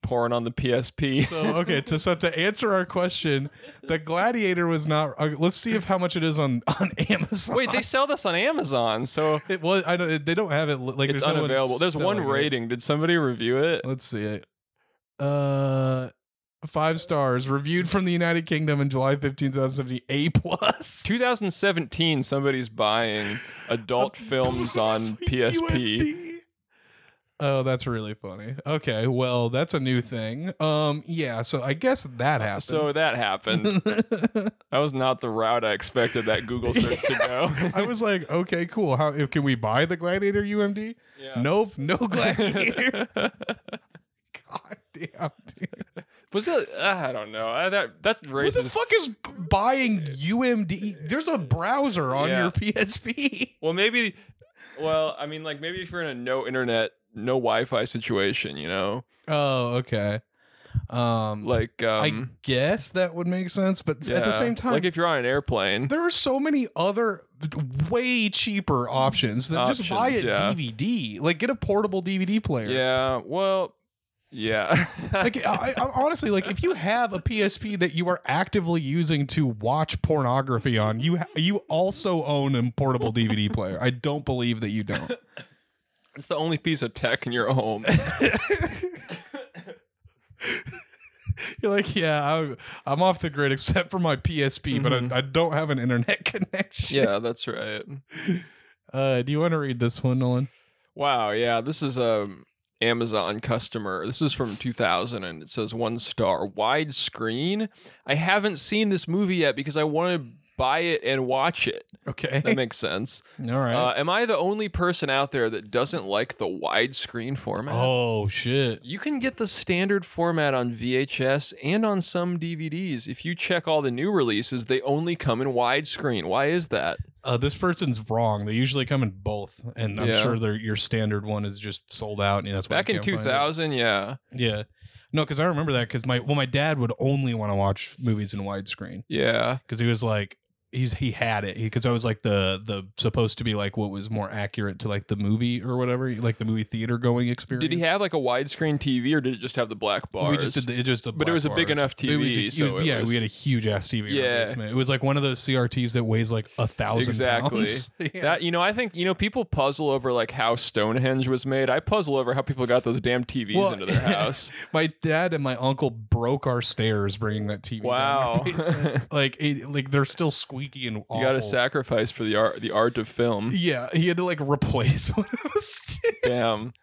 [SPEAKER 2] porn on the PSP.
[SPEAKER 1] So okay, to so to answer our question, the Gladiator was not. Uh, let's see if how much it is on on Amazon.
[SPEAKER 2] Wait, they sell this on Amazon, so
[SPEAKER 1] it was. I don't. They don't have it. li- Like
[SPEAKER 2] it's
[SPEAKER 1] there's no one
[SPEAKER 2] unavailable. There's one
[SPEAKER 1] selling it.
[SPEAKER 2] rating. Did somebody review it?
[SPEAKER 1] Let's see it. Uh, five stars. Reviewed from the United Kingdom in July 15, 2017. A plus.
[SPEAKER 2] 2017. Somebody's buying adult films on PSP.
[SPEAKER 1] UMD. Oh, that's really funny. Okay, well, that's a new thing. Um, yeah. So I guess that happened.
[SPEAKER 2] So that happened. That was not the route I expected that Google search to go.
[SPEAKER 1] I was like, okay, cool. How if, can we buy the Gladiator UMD?
[SPEAKER 2] Yeah.
[SPEAKER 1] Nope, no Gladiator. God damn, dude.
[SPEAKER 2] was it? uh, I don't know. I, that that
[SPEAKER 1] Who the
[SPEAKER 2] raises.
[SPEAKER 1] fuck is b- buying UMD? There's a browser on
[SPEAKER 2] Yeah.
[SPEAKER 1] your PSP.
[SPEAKER 2] well, maybe. Well, I mean, like maybe if you're in a no internet, no Wi-Fi situation, you know,
[SPEAKER 1] Oh, okay. Um,
[SPEAKER 2] like
[SPEAKER 1] I
[SPEAKER 2] um,
[SPEAKER 1] guess that would make sense, but at
[SPEAKER 2] yeah.
[SPEAKER 1] the same time,
[SPEAKER 2] like if you're on an airplane,
[SPEAKER 1] there are so many other way cheaper options than just buy a
[SPEAKER 2] Options, yeah.
[SPEAKER 1] DVD. Like, get a portable DVD player.
[SPEAKER 2] yeah. Well, yeah.
[SPEAKER 1] like I, I, honestly like if you have a psp that you are actively using to watch pornography on you ha- you also own a portable dvd player i don't believe that you don't
[SPEAKER 2] it's the only piece of tech in your home.
[SPEAKER 1] you're like yeah I, i'm off the grid except for my psp
[SPEAKER 2] Mhm.
[SPEAKER 1] but I, I don't have an internet connection
[SPEAKER 2] yeah, that's right.
[SPEAKER 1] uh do you want to read this one nolan
[SPEAKER 2] Wow, yeah, this is um Amazon customer. This is from 2000 and it says one star widescreen. I haven't seen this movie yet because I want to buy it and watch it.
[SPEAKER 1] Okay.
[SPEAKER 2] That makes sense.
[SPEAKER 1] All right.
[SPEAKER 2] Uh, am I the only person out there that doesn't like the widescreen format?
[SPEAKER 1] oh shit.
[SPEAKER 2] You can get the standard format on VHS and on some DVDs. If you check all the new releases, they only come in widescreen. Why is that?
[SPEAKER 1] Uh, this person's wrong. They usually come in both, and I'm
[SPEAKER 2] Yeah.
[SPEAKER 1] sure their your standard one is just sold out. And that's why you
[SPEAKER 2] Back in
[SPEAKER 1] can't find it.
[SPEAKER 2] 2000, yeah.
[SPEAKER 1] Yeah. No, because I remember that because my well, my dad would only want to watch movies in widescreen
[SPEAKER 2] Yeah.
[SPEAKER 1] because he was like he's he had it because I was like the the supposed to be like what was more accurate to like the movie or whatever like the movie theater going experience.
[SPEAKER 2] Did he have like a widescreen TV or did it just have the black bars?
[SPEAKER 1] We just did the, it just the
[SPEAKER 2] But it
[SPEAKER 1] black
[SPEAKER 2] was a
[SPEAKER 1] bars.
[SPEAKER 2] big enough
[SPEAKER 1] It was-
[SPEAKER 2] TV,
[SPEAKER 1] it was-
[SPEAKER 2] so it
[SPEAKER 1] yeah,
[SPEAKER 2] was-
[SPEAKER 1] we had a huge ass TV. in our
[SPEAKER 2] Yeah.
[SPEAKER 1] basement. it was like one of those CRTs that weighs like a thousand.
[SPEAKER 2] Exactly.
[SPEAKER 1] pounds. Yeah.
[SPEAKER 2] That you know, I think you know people puzzle over like how Stonehenge was made. I puzzle over how people got those damn TVs
[SPEAKER 1] Well,
[SPEAKER 2] into their house.
[SPEAKER 1] my dad and my uncle broke our stairs bringing that TV. down our
[SPEAKER 2] wow,
[SPEAKER 1] basement. like it, like they're still squeaky and awful.
[SPEAKER 2] you got to sacrifice for the art, the art of film.
[SPEAKER 1] Yeah, he had to like replace one of us.
[SPEAKER 2] Damn,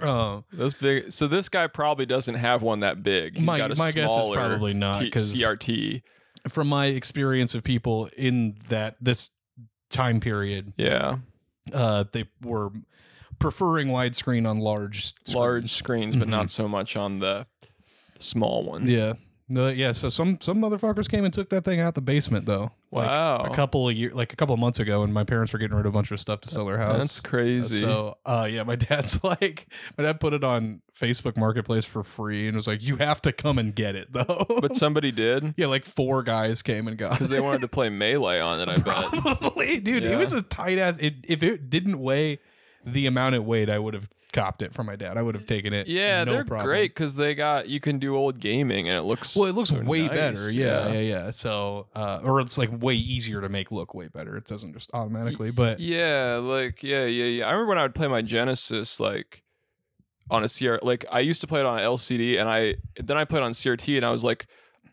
[SPEAKER 1] um,
[SPEAKER 2] those big. So this guy probably doesn't have one that big. He's
[SPEAKER 1] my
[SPEAKER 2] got a
[SPEAKER 1] my guess is
[SPEAKER 2] smaller
[SPEAKER 1] probably not
[SPEAKER 2] T-
[SPEAKER 1] because
[SPEAKER 2] CRT.
[SPEAKER 1] from my experience of people in that this time period,
[SPEAKER 2] Yeah,
[SPEAKER 1] uh, they were preferring widescreen on large screens.
[SPEAKER 2] large screens, but
[SPEAKER 1] Mhm.
[SPEAKER 2] not so much on the small one.
[SPEAKER 1] Yeah. No, yeah, so some some motherfuckers came and took that thing out the basement though. Like
[SPEAKER 2] Wow,
[SPEAKER 1] a couple of year like a couple of months ago and my parents were getting rid of a bunch of stuff to sell their house.
[SPEAKER 2] that's crazy.
[SPEAKER 1] So uh, yeah, my dad's like, my dad put it on Facebook Marketplace for free and was like, you have to come and get it though.
[SPEAKER 2] but somebody did
[SPEAKER 1] yeah, like four guys came and got
[SPEAKER 2] because
[SPEAKER 1] it.
[SPEAKER 2] they wanted to play melee on it. I bet.
[SPEAKER 1] Probably, dude.
[SPEAKER 2] Yeah.
[SPEAKER 1] It was a tight ass. It, if it didn't weigh the amount it weighed, I would have copped it from my dad. I would have taken it.
[SPEAKER 2] Yeah,
[SPEAKER 1] no
[SPEAKER 2] they're
[SPEAKER 1] problem.
[SPEAKER 2] great because they got you can do old gaming and it looks
[SPEAKER 1] Well, it looks
[SPEAKER 2] so
[SPEAKER 1] way
[SPEAKER 2] nice.
[SPEAKER 1] better. Yeah, yeah, yeah, So, uh, or it's like way easier to make look way better. It doesn't just automatically, but
[SPEAKER 2] Yeah, like yeah, yeah, yeah. I remember when I would play my Genesis like on a CR like I used to play it on LCD and I then I played on CRT and I was like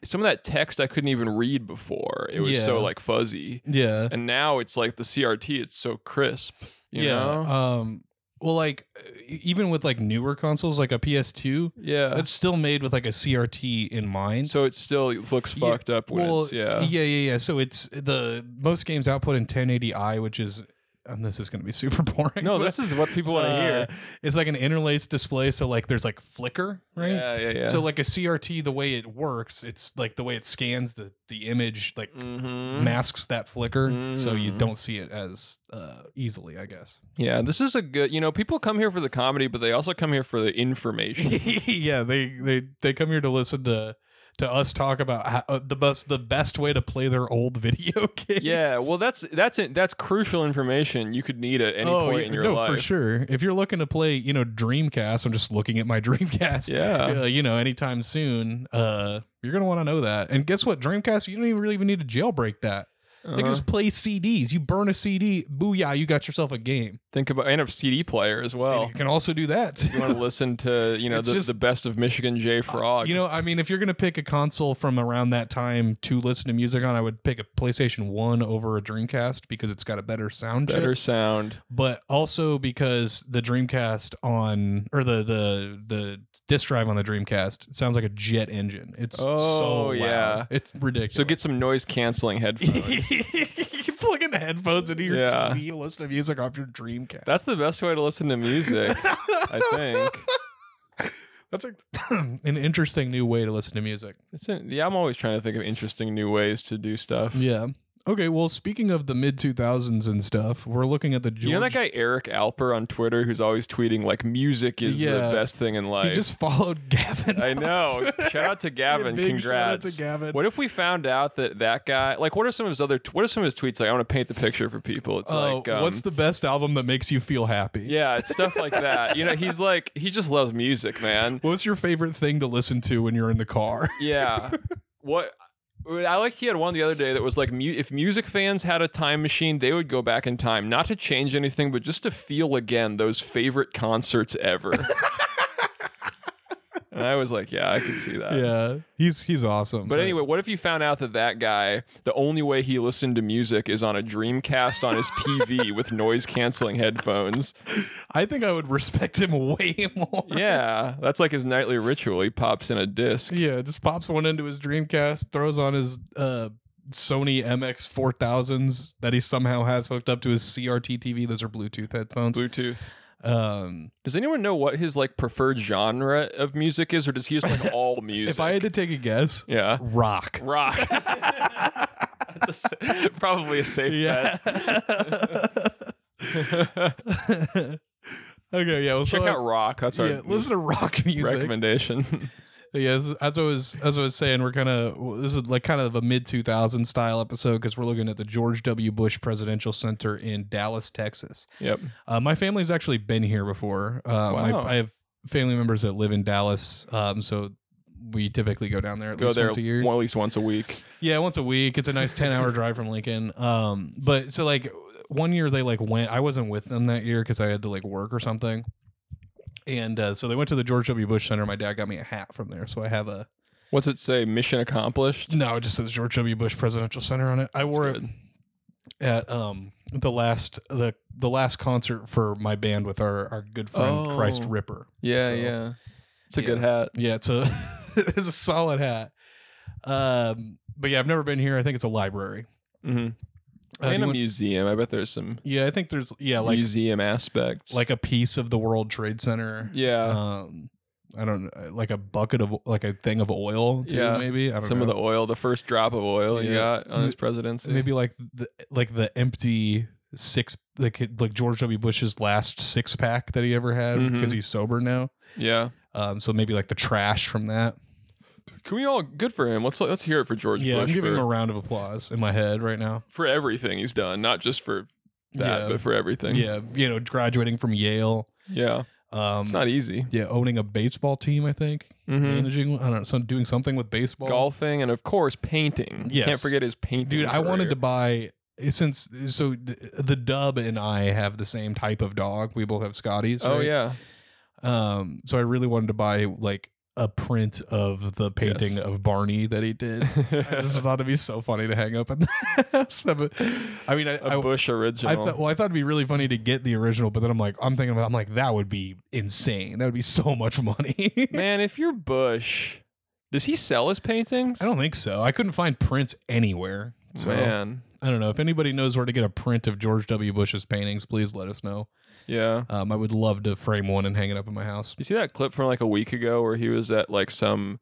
[SPEAKER 2] some of that text I couldn't even read before. It was so
[SPEAKER 1] Yeah.
[SPEAKER 2] like fuzzy.
[SPEAKER 1] yeah,
[SPEAKER 2] And now it's like the CRT, it's so crisp, you
[SPEAKER 1] yeah.
[SPEAKER 2] know?
[SPEAKER 1] Um, well, like e- even with like newer consoles, like a PS2,
[SPEAKER 2] yeah.
[SPEAKER 1] that's still made with like a CRT in mind.
[SPEAKER 2] Uh. so it still looks
[SPEAKER 1] Yeah,
[SPEAKER 2] fucked up when
[SPEAKER 1] well,
[SPEAKER 2] it's yeah.
[SPEAKER 1] yeah, yeah, yeah. So it's the most games output in 1080i, which is, and this is going to be super boring.
[SPEAKER 2] No,
[SPEAKER 1] but,
[SPEAKER 2] this is what people want to hear.
[SPEAKER 1] uh, It's like an interlaced display, so like there's like flicker, right?
[SPEAKER 2] Yeah, yeah, yeah.
[SPEAKER 1] So like a CRT, the way it works, it's like the way it scans the the image, like
[SPEAKER 2] Mhm.
[SPEAKER 1] masks that flicker, so you
[SPEAKER 2] Mhm.
[SPEAKER 1] don't see it as uh, easily, I guess.
[SPEAKER 2] Yeah, this is a good. You know, people come here for the comedy, but they also come here for the information.
[SPEAKER 1] yeah, they they they come here to listen to to us talk about how, uh, the best the best way to play their old video games.
[SPEAKER 2] yeah, well, that's that's it. That's crucial information you could need at any point
[SPEAKER 1] Oh, yeah,
[SPEAKER 2] in your
[SPEAKER 1] no,
[SPEAKER 2] life.
[SPEAKER 1] for sure. If you're looking to play, you know, Dreamcast, I'm just looking at my Dreamcast.
[SPEAKER 2] Yeah.
[SPEAKER 1] uh, you know, anytime soon, uh, you're gonna want to know that. And guess what, Dreamcast, you don't even really even need to jailbreak that. They
[SPEAKER 2] Uh-huh.
[SPEAKER 1] can just play CDs. You burn a CD, booyah, you got yourself a game.
[SPEAKER 2] Think about and a CD player as
[SPEAKER 1] And
[SPEAKER 2] well.
[SPEAKER 1] you can also do that.
[SPEAKER 2] You want to listen to you know
[SPEAKER 1] It's
[SPEAKER 2] the,
[SPEAKER 1] just- Uh,
[SPEAKER 2] the best of Michigan J Frog.
[SPEAKER 1] You know, I mean, if you're gonna pick a console from around that time to listen to music on, I would pick a PlayStation One over a Dreamcast because it's got a better sound. chip.
[SPEAKER 2] better sound.
[SPEAKER 1] but also because the Dreamcast on or the the the disk drive on the Dreamcast sounds like a jet engine. It's so
[SPEAKER 2] Oh,
[SPEAKER 1] loud.
[SPEAKER 2] yeah.
[SPEAKER 1] it's ridiculous.
[SPEAKER 2] So get some noise canceling headphones.
[SPEAKER 1] you plug in headphones into your
[SPEAKER 2] Yeah.
[SPEAKER 1] TV, listen to music off your Dreamcast.
[SPEAKER 2] that's the best way to listen to music, I think.
[SPEAKER 1] That's like an interesting new way to listen to music.
[SPEAKER 2] It's in, yeah, I'm always trying to think of interesting new ways to do stuff.
[SPEAKER 1] Yeah. Okay. Well, speaking of the mid two thousands and stuff, we're looking at the George.
[SPEAKER 2] You know that guy Eric Alper on Twitter who's always tweeting like music is
[SPEAKER 1] Yeah.
[SPEAKER 2] the best thing in life.
[SPEAKER 1] He just followed Gavin.
[SPEAKER 2] I
[SPEAKER 1] on
[SPEAKER 2] know.
[SPEAKER 1] Twitter.
[SPEAKER 2] Shout out to Gavin.
[SPEAKER 1] Big
[SPEAKER 2] Congrats.
[SPEAKER 1] shout out to Gavin.
[SPEAKER 2] What if we found out that that guy, like, what are some of his other, what are some of his tweets? Like, I want to paint the picture for people. It's
[SPEAKER 1] Oh,
[SPEAKER 2] like, um,
[SPEAKER 1] what's the best album that makes you feel happy?
[SPEAKER 2] yeah, it's stuff like that. You know, he's like, he just loves music, man.
[SPEAKER 1] What's your favorite thing to listen to when you're in the car?
[SPEAKER 2] Yeah. What? I like he had one the other day that was like mu- if music fans had a time machine they would go back in time not to change anything but just to feel again those favorite concerts ever. And And I was like, yeah, I could see that.
[SPEAKER 1] yeah, he's he's awesome.
[SPEAKER 2] Uh, But anyway, what if you found out that that guy, the only way he listened to music is on a Dreamcast on his TV with noise canceling headphones?
[SPEAKER 1] I think I would respect him way more.
[SPEAKER 2] Yeah, that's like his nightly ritual. He pops in a disc.
[SPEAKER 1] Yeah, just pops one into his Dreamcast, throws on his uh, Sony MX 4000s that he somehow has hooked up to his CRT TV. Those are Bluetooth headphones.
[SPEAKER 2] Bluetooth.
[SPEAKER 1] Um,
[SPEAKER 2] Does anyone know what his like preferred genre of music is, or does he just like all music?
[SPEAKER 1] if I had to take a guess,
[SPEAKER 2] yeah,
[SPEAKER 1] rock.
[SPEAKER 2] rock. That's a sa- probably a safe
[SPEAKER 1] Yeah.
[SPEAKER 2] bet.
[SPEAKER 1] okay, yeah. Well,
[SPEAKER 2] Check
[SPEAKER 1] so I-
[SPEAKER 2] out rock. That's our
[SPEAKER 1] yeah, listen to rock music.
[SPEAKER 2] recommendation.
[SPEAKER 1] Yeah, this is- as I was as I was saying, we're kind of this is like kind of a mid 2000 style episode because we're looking at the George W. Bush Presidential Center in Dallas, Texas.
[SPEAKER 2] yep.
[SPEAKER 1] Uh, my family's actually been here before. Uh, my-
[SPEAKER 2] Wow.
[SPEAKER 1] I have family members that live in Dallas, um, so we typically go down there at
[SPEAKER 2] Go
[SPEAKER 1] least
[SPEAKER 2] there
[SPEAKER 1] once a year.
[SPEAKER 2] well, at least once a week.
[SPEAKER 1] Yeah, once a week. It's a nice 10 hour drive from Lincoln. Um, but so like one year they like went, I wasn't with them that year because I had to like work or something. And uh, so they went to the George W. Bush Center. My dad got me a hat from there. So I have a,
[SPEAKER 2] What's it say? Mission accomplished.
[SPEAKER 1] no, it just says George W. Bush Presidential Center on it. I wore
[SPEAKER 2] good.
[SPEAKER 1] it at um the last, the, the last concert for my band with our, our good friend
[SPEAKER 2] Oh.
[SPEAKER 1] Christ Ripper.
[SPEAKER 2] Yeah,
[SPEAKER 1] So-
[SPEAKER 2] yeah. It's a
[SPEAKER 1] Yeah.
[SPEAKER 2] good hat.
[SPEAKER 1] Yeah, it's a, it's a solid hat. Um, but yeah, I've never been here. I think it's a library.
[SPEAKER 2] Mm-hmm.
[SPEAKER 1] Uh,
[SPEAKER 2] and
[SPEAKER 1] you
[SPEAKER 2] a
[SPEAKER 1] want-
[SPEAKER 2] museum. I bet there's some
[SPEAKER 1] yeah, I think there's, yeah, like,
[SPEAKER 2] museum aspects.
[SPEAKER 1] like a piece of the World Trade Center.
[SPEAKER 2] yeah,
[SPEAKER 1] Um, I don't know, like a bucket of like a thing of oil. Too,
[SPEAKER 2] Yeah.
[SPEAKER 1] maybe I don't
[SPEAKER 2] some
[SPEAKER 1] know.
[SPEAKER 2] of the oil, the first drop of oil he
[SPEAKER 1] Yeah.
[SPEAKER 2] got on
[SPEAKER 1] M-
[SPEAKER 2] his presidency.
[SPEAKER 1] maybe like the like the empty six like like George W. Bush's last six pack that he ever had
[SPEAKER 2] Mhm.
[SPEAKER 1] because he's sober now.
[SPEAKER 2] Yeah.
[SPEAKER 1] Um, so maybe like the trash from that.
[SPEAKER 2] Can we all? Good for him. Let's let's hear it for George
[SPEAKER 1] yeah,
[SPEAKER 2] Bush
[SPEAKER 1] I'm giving
[SPEAKER 2] for,
[SPEAKER 1] him a round of applause in my head right now.
[SPEAKER 2] for everything he's done, not just for that,
[SPEAKER 1] yeah,
[SPEAKER 2] but for everything.
[SPEAKER 1] yeah, you know, graduating from Yale.
[SPEAKER 2] Yeah.
[SPEAKER 1] Um,
[SPEAKER 2] It's not easy.
[SPEAKER 1] yeah, owning a baseball team. I think
[SPEAKER 2] Mhm.
[SPEAKER 1] managing. I don't know, some, doing something with baseball.
[SPEAKER 2] Golfing and of course painting. You Can't
[SPEAKER 1] Yes.
[SPEAKER 2] forget his painting.
[SPEAKER 1] dude i wanted to
[SPEAKER 2] career.
[SPEAKER 1] buy eh, since so th- the dub and i have the same type of dog we both have scotties
[SPEAKER 2] Oh
[SPEAKER 1] right?
[SPEAKER 2] yeah.
[SPEAKER 1] um so i really wanted to buy like a print of the painting
[SPEAKER 2] Yes.
[SPEAKER 1] of barney that he did i just thought it'd be so funny to hang up in the house but, i mean i,
[SPEAKER 2] a
[SPEAKER 1] I
[SPEAKER 2] Bush
[SPEAKER 1] I
[SPEAKER 2] original.
[SPEAKER 1] thought, well, I thought it'd be really funny to get the original, but then I'm like, I'm thinking, about, I'm like, that would be insane. That would be so much money. I
[SPEAKER 2] Man, if you're Bush, does he sell his paintings?
[SPEAKER 1] don't think so. I couldn't find prints anywhere. So
[SPEAKER 2] Man.
[SPEAKER 1] I don't know. If anybody knows where to get a print of George W. Bush's paintings, please let us know.
[SPEAKER 2] Yeah.
[SPEAKER 1] Um, I would love to frame one and hang it up in my house.
[SPEAKER 2] You see that clip from like a week ago where he was at like some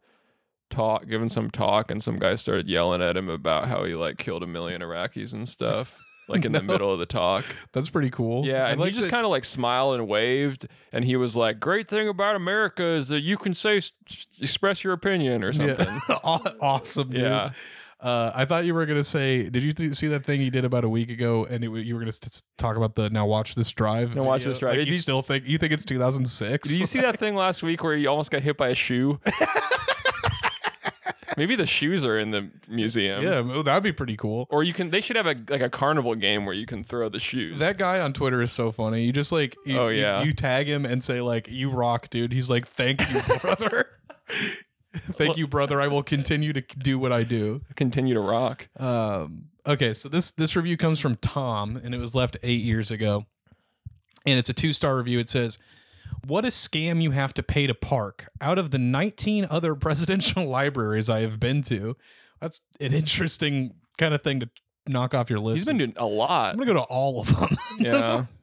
[SPEAKER 2] talk, giving some talk, and some guy started yelling at him about how he like killed a million Iraqis and stuff, like in the
[SPEAKER 1] No.
[SPEAKER 2] middle of the talk.
[SPEAKER 1] That's pretty cool.
[SPEAKER 2] Yeah,
[SPEAKER 1] I
[SPEAKER 2] and
[SPEAKER 1] like
[SPEAKER 2] he just
[SPEAKER 1] that-
[SPEAKER 2] kind of like smiled and waved, and he was like, "Great thing about America is that you can say s- express your opinion or something."
[SPEAKER 1] Yeah. Aw- awesome. Dude.
[SPEAKER 2] Yeah.
[SPEAKER 1] Uh, I thought you were gonna say. Did you th- see that thing he did about a week ago? And it, w- you were gonna st- talk about the now watch this drive.
[SPEAKER 2] Now watch this drive.
[SPEAKER 1] Like,
[SPEAKER 2] Did
[SPEAKER 1] you
[SPEAKER 2] you-
[SPEAKER 1] still think you think it's 2006?
[SPEAKER 2] Did you see that thing last week where he almost got hit by a shoe? Maybe the shoes are in the museum.
[SPEAKER 1] yeah, well, that'd be pretty cool.
[SPEAKER 2] Or you can. They should have a like a carnival game where you can throw the shoes.
[SPEAKER 1] That guy on Twitter is so funny. You just like, you,
[SPEAKER 2] Oh,
[SPEAKER 1] you-
[SPEAKER 2] yeah.
[SPEAKER 1] you, tag him and say like, "You rock, dude." He's like, "Thank you, brother. Thank you, brother. I will continue to do what I do."
[SPEAKER 2] continue to rock.
[SPEAKER 1] Um, okay, so this this review comes from Tom, and it was left eight years ago, and it's a two star review. It says, "What a scam you have to pay to park! Out of the nineteen other presidential libraries I have been to, that's an interesting kind of thing to knock off your list."
[SPEAKER 2] He's been doing a lot.
[SPEAKER 1] I'm gonna go to all of them.
[SPEAKER 2] Yeah.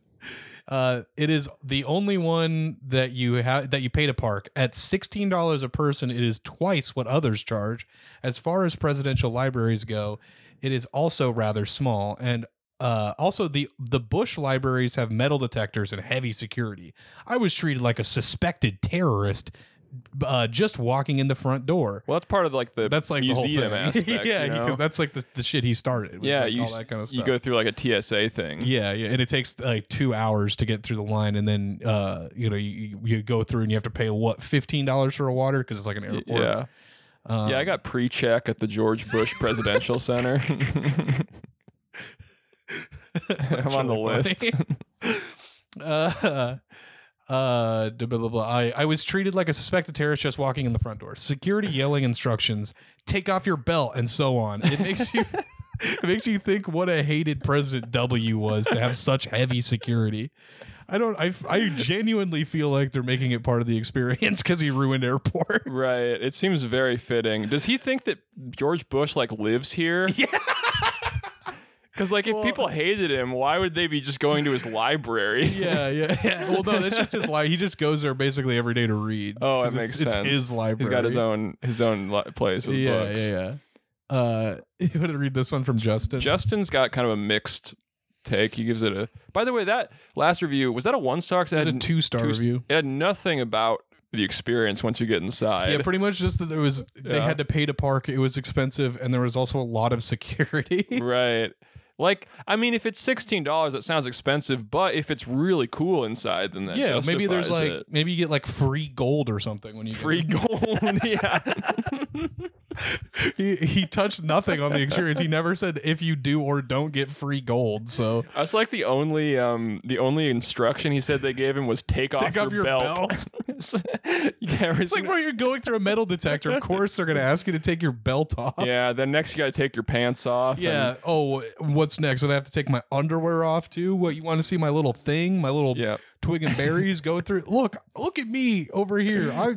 [SPEAKER 1] Uh, it is the only one that you have that you pay to park at sixteen dollars a person. It is twice what others charge. As far as presidential libraries go, it is also rather small. And uh, also the the Bush libraries have metal detectors and heavy security. I was treated like a suspected terrorist uh, just walking in the front door.
[SPEAKER 2] Well, that's part of like the
[SPEAKER 1] That's like
[SPEAKER 2] museum
[SPEAKER 1] the whole thing.
[SPEAKER 2] aspect.
[SPEAKER 1] yeah,
[SPEAKER 2] you know?
[SPEAKER 1] because that's like the, the shit he started. was,
[SPEAKER 2] yeah.
[SPEAKER 1] like,
[SPEAKER 2] you
[SPEAKER 1] all
[SPEAKER 2] s-
[SPEAKER 1] that kind of stuff.
[SPEAKER 2] you go through like a TSA thing.
[SPEAKER 1] Yeah, yeah, and it takes like two hours to get through the line, and then uh, you know, you, you go through and you have to pay what fifteen dollars for a water because it's like an
[SPEAKER 2] Y-
[SPEAKER 1] airport.
[SPEAKER 2] Yeah,
[SPEAKER 1] um,
[SPEAKER 2] yeah. I got pre-check at the George Bush Presidential Center. I'm
[SPEAKER 1] that's
[SPEAKER 2] on the
[SPEAKER 1] really
[SPEAKER 2] list.
[SPEAKER 1] funny. uh, uh, da- blah, blah, blah. I, I was treated like a suspected terrorist just walking in the front door. Security yelling instructions, take off your belt, and so on. It makes you. It makes you think what a hated President W was to have such heavy security. I don't. I, I genuinely feel like they're making it part of the experience because he ruined airports.
[SPEAKER 2] Right. It seems very fitting. Does he think that George Bush like lives here? Yeah. Because like if
[SPEAKER 1] Well-
[SPEAKER 2] people hated him, why would they be just going to his library?
[SPEAKER 1] Yeah, yeah, yeah. Well, no, that's just his life. He just goes there basically every day to read. 'cause
[SPEAKER 2] Oh, that
[SPEAKER 1] it's-
[SPEAKER 2] makes
[SPEAKER 1] it's
[SPEAKER 2] sense.
[SPEAKER 1] his library.
[SPEAKER 2] He's got his own his own li- place with
[SPEAKER 1] yeah,
[SPEAKER 2] books.
[SPEAKER 1] yeah, yeah. Uh, you want to read this one from Justin?
[SPEAKER 2] Justin's got kind of a mixed take. He gives it a. By the way, that last review was that a one star? It
[SPEAKER 1] It's
[SPEAKER 2] had
[SPEAKER 1] a two star
[SPEAKER 2] two-
[SPEAKER 1] review.
[SPEAKER 2] It had nothing about the experience once you get inside.
[SPEAKER 1] Yeah, pretty much just that there was they
[SPEAKER 2] Yeah.
[SPEAKER 1] had to pay to park. It was expensive, and there was also a lot of security.
[SPEAKER 2] right. Like, I mean, if it's sixteen dollars, that sounds expensive. But if it's really cool inside, then that
[SPEAKER 1] yeah, maybe there's
[SPEAKER 2] justifies
[SPEAKER 1] like
[SPEAKER 2] it.
[SPEAKER 1] maybe you get like free gold or something when you
[SPEAKER 2] free
[SPEAKER 1] Get
[SPEAKER 2] gold. yeah,
[SPEAKER 1] it. he, he touched nothing on the experience. he never said if you do or don't get free gold. So
[SPEAKER 2] that's like the only um the only instruction he said they gave him was take off
[SPEAKER 1] take off your belt.
[SPEAKER 2] you can't
[SPEAKER 1] It's like
[SPEAKER 2] resist-
[SPEAKER 1] bro, you're going through a metal detector. Of course, they're gonna ask you to take your belt off.
[SPEAKER 2] yeah, then next you got to take your pants off. and-
[SPEAKER 1] Yeah. Oh, what's next? And I have to take my underwear off too. What you want to see my little thing, my little
[SPEAKER 2] yeah.
[SPEAKER 1] twig and berries go through? Look, look at me over here. I,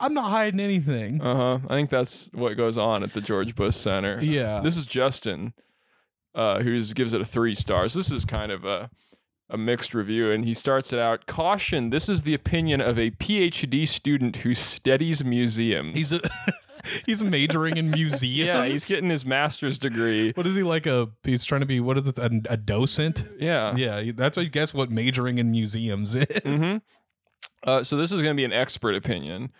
[SPEAKER 1] I'm not hiding anything.
[SPEAKER 2] Uh huh. I think that's what goes on at the George Bush Center.
[SPEAKER 1] yeah.
[SPEAKER 2] This is Justin, uh, who gives it a three stars. This is kind of a a mixed review, and he starts it out. Caution: This is the opinion of a PhD student who studies museums.
[SPEAKER 1] he's a, he's majoring in museums.
[SPEAKER 2] yeah, he's getting his master's degree.
[SPEAKER 1] What is he like? A he's trying to be what is it? A, a docent?
[SPEAKER 2] Yeah.
[SPEAKER 1] Yeah. That's I guess what majoring in museums is.
[SPEAKER 2] Mhm. Uh, so this is going to be an expert opinion.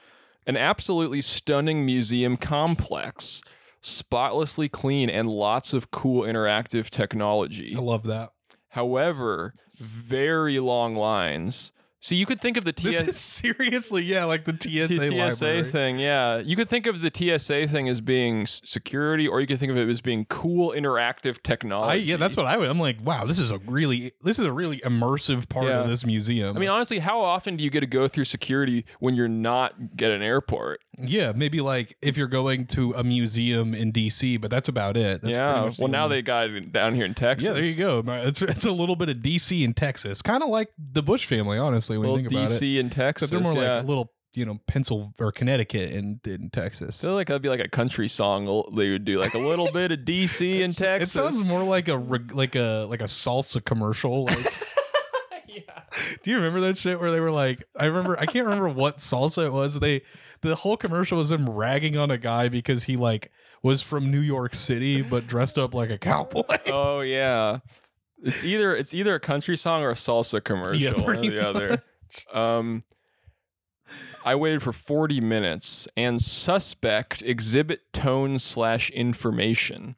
[SPEAKER 2] An absolutely stunning museum complex, spotlessly clean, and lots of cool interactive technology.
[SPEAKER 1] I love that.
[SPEAKER 2] However, very long lines. See, you could think of the
[SPEAKER 1] This
[SPEAKER 2] TS-
[SPEAKER 1] is seriously yeah, like the TSA,
[SPEAKER 2] TSA
[SPEAKER 1] library.
[SPEAKER 2] thing. Yeah, you could think of the TSA thing as being s- security, or you could think of it as being cool interactive technology.
[SPEAKER 1] I, yeah, that's what I would. I'm like, wow, this is a really, this is a really immersive part
[SPEAKER 2] Yeah.
[SPEAKER 1] of this museum.
[SPEAKER 2] I mean, honestly, how often do you get to go through security when you're not at an airport?
[SPEAKER 1] yeah, maybe like if you're going to a museum in DC, but that's about it. That's pretty
[SPEAKER 2] yeah.
[SPEAKER 1] much the
[SPEAKER 2] Well, now
[SPEAKER 1] only-
[SPEAKER 2] they got it down here in Texas.
[SPEAKER 1] Yeah, there you go. My- It's it's a little bit of DC and Texas, kind of like the Bush family, honestly. When
[SPEAKER 2] Little
[SPEAKER 1] you think about it,
[SPEAKER 2] DC and Texas.
[SPEAKER 1] except they're more
[SPEAKER 2] yeah.
[SPEAKER 1] like a little, you know, Pencil or Connecticut and in Texas.
[SPEAKER 2] I feel like that'd be like a country song l- they would do, like a little bit of DC in
[SPEAKER 1] it
[SPEAKER 2] Texas.
[SPEAKER 1] sounds more like a reg- like a like a salsa commercial. Like,
[SPEAKER 2] yeah.
[SPEAKER 1] Do you remember that shit where they were like, I remember, I can't remember what salsa it was. They, the whole commercial was them ragging on a guy because he like was from New York City but dressed up like a cowboy.
[SPEAKER 2] Oh yeah. It's either it's either a country song or a salsa commercial, one or
[SPEAKER 1] pretty
[SPEAKER 2] the other. Um I waited for 40 minutes and suspect exhibit tone slash information.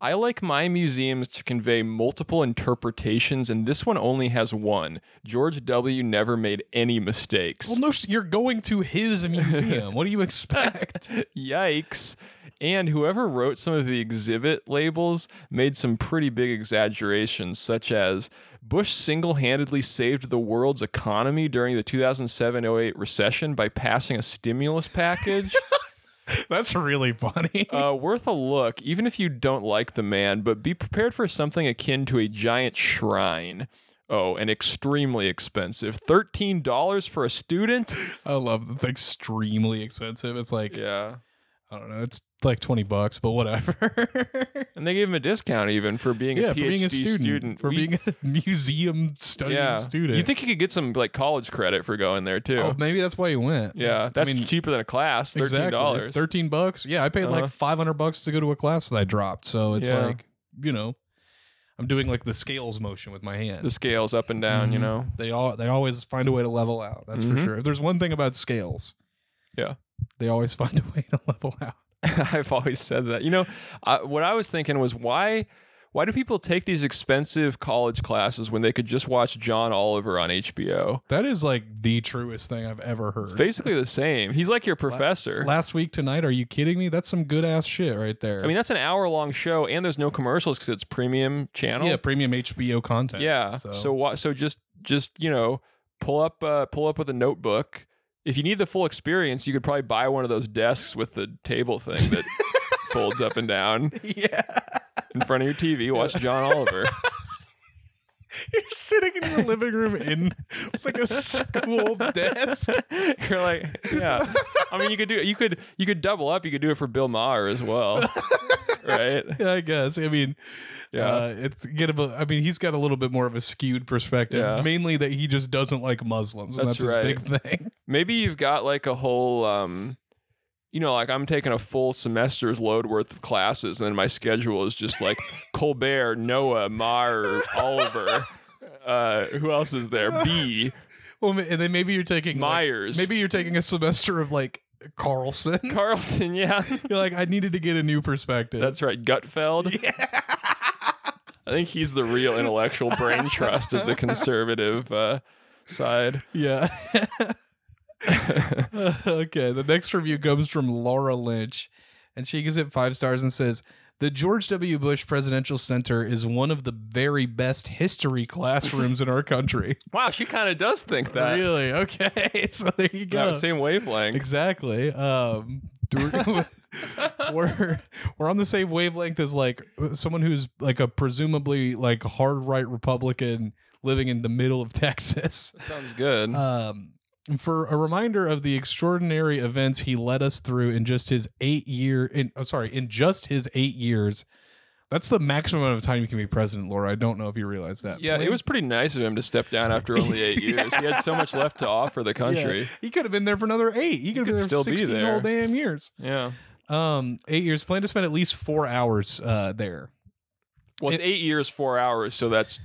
[SPEAKER 2] I like my museums to convey multiple interpretations, and this one only has one. George W. never made any mistakes.
[SPEAKER 1] Well, no, sh- you're going to his museum. What do you expect?
[SPEAKER 2] Yikes. And whoever wrote some of the exhibit labels made some pretty big exaggerations, such as Bush single handedly saved the world's economy during the 2007 08 recession by passing a stimulus package.
[SPEAKER 1] That's really funny.
[SPEAKER 2] uh, worth a look, even if you don't like the man, but be prepared for something akin to a giant shrine. Oh, and extremely expensive. $13 for a student?
[SPEAKER 1] I love that. It's extremely expensive. It's like,
[SPEAKER 2] Yeah.
[SPEAKER 1] I don't know, it's like 20 bucks, but whatever.
[SPEAKER 2] And they gave him a discount even for being
[SPEAKER 1] yeah,
[SPEAKER 2] a PhD
[SPEAKER 1] for being a student, for
[SPEAKER 2] We-
[SPEAKER 1] being a museum studying student.
[SPEAKER 2] You think you could get some like college credit for going there too?
[SPEAKER 1] Oh, maybe that's why you went.
[SPEAKER 2] yeah, that's
[SPEAKER 1] mean,
[SPEAKER 2] cheaper than a class. Thirteen dollars.
[SPEAKER 1] Exactly. 13 bucks. Yeah, I paid
[SPEAKER 2] Uh-huh.
[SPEAKER 1] like 500 bucks to go to a class that I dropped. So it's
[SPEAKER 2] Yeah.
[SPEAKER 1] like, you know, I'm doing like the scales motion with my hand.
[SPEAKER 2] The scales up and down. You
[SPEAKER 1] Mhm.
[SPEAKER 2] know.
[SPEAKER 1] They all they always find a way to level out. That's for
[SPEAKER 2] Mhm.
[SPEAKER 1] sure. If there's one thing about scales,
[SPEAKER 2] Yeah.
[SPEAKER 1] They always find a way to level out.
[SPEAKER 2] I've always said that. You know, I, what I was thinking was why. Why do people take these expensive college classes when they could just watch John Oliver on HBO?
[SPEAKER 1] That is like the truest thing I've ever heard.
[SPEAKER 2] It's basically the same. He's like your professor.
[SPEAKER 1] Last week tonight, are you kidding me? That's some good ass shit right there.
[SPEAKER 2] I mean, that's an hour long show, and there's no commercials because it's premium channel.
[SPEAKER 1] yeah, premium HBO content.
[SPEAKER 2] Yeah. So
[SPEAKER 1] So,
[SPEAKER 2] so, why- so just just you know pull up uh, pull up with a notebook. If you need the full experience, you could probably buy one of those desks with the table thing that folds up and down
[SPEAKER 1] Yeah.
[SPEAKER 2] in front of your TV. Watch John Oliver.
[SPEAKER 1] You're sitting in your living room in like a school desk.
[SPEAKER 2] You're like, yeah. I mean, you could do you could you could double up. You could do it for Bill Maher as well, right?
[SPEAKER 1] I guess. I mean,
[SPEAKER 2] Yeah.
[SPEAKER 1] uh, it's get a. bu- I mean, he's got a little bit more of a skewed perspective,
[SPEAKER 2] Yeah.
[SPEAKER 1] mainly that he just doesn't like Muslims.
[SPEAKER 2] That's
[SPEAKER 1] and that's
[SPEAKER 2] right.
[SPEAKER 1] his big thing.
[SPEAKER 2] Maybe you've got like a whole, um, you know, like I'm taking a full semester's load worth of classes, and then my schedule is just like Colbert, Noah, Maher, Oliver. Uh, who else is there? B.
[SPEAKER 1] Well, ma- and then maybe you're taking like-
[SPEAKER 2] Myers.
[SPEAKER 1] maybe you're taking a semester of like Carlson.
[SPEAKER 2] Carlson. Yeah,
[SPEAKER 1] You're like, I needed to get a new perspective.
[SPEAKER 2] that's right. Gutfeld. I think he's the real intellectual brain trust of the conservative uh, side.
[SPEAKER 1] yeah. okay. The next review comes from Laura Lynch, and she gives it five stars and says. The George W. Bush Presidential Center is one of the very best history classrooms in our country.
[SPEAKER 2] Wow, she kind of does think that.
[SPEAKER 1] Really? Okay. So there you
[SPEAKER 2] Yeah,
[SPEAKER 1] go.
[SPEAKER 2] same wavelength.
[SPEAKER 1] exactly. Um, we're, we're we're on the same wavelength as like someone who's like a presumably like hard right Republican living in the middle of Texas.
[SPEAKER 2] Sounds good.
[SPEAKER 1] Um,
[SPEAKER 2] Mm-hmm.
[SPEAKER 1] for a reminder of the extraordinary events he led us through in just his eight year in oh, sorry in just his eight years. That's the maximum amount of time you can be president, Laura. I don't know if you realize that.
[SPEAKER 2] yeah, it
[SPEAKER 1] Blame-
[SPEAKER 2] was pretty nice of him to step down after only eight years. He had so much left to offer the country.
[SPEAKER 1] He could have been there for another eight. He could have
[SPEAKER 2] could
[SPEAKER 1] been there
[SPEAKER 2] still
[SPEAKER 1] for
[SPEAKER 2] be
[SPEAKER 1] 16
[SPEAKER 2] there.
[SPEAKER 1] whole damn years.
[SPEAKER 2] Yeah.
[SPEAKER 1] Um, eight years. Plan to spend at least four hours uh, there.
[SPEAKER 2] Well, it's eight years, four hours, so that's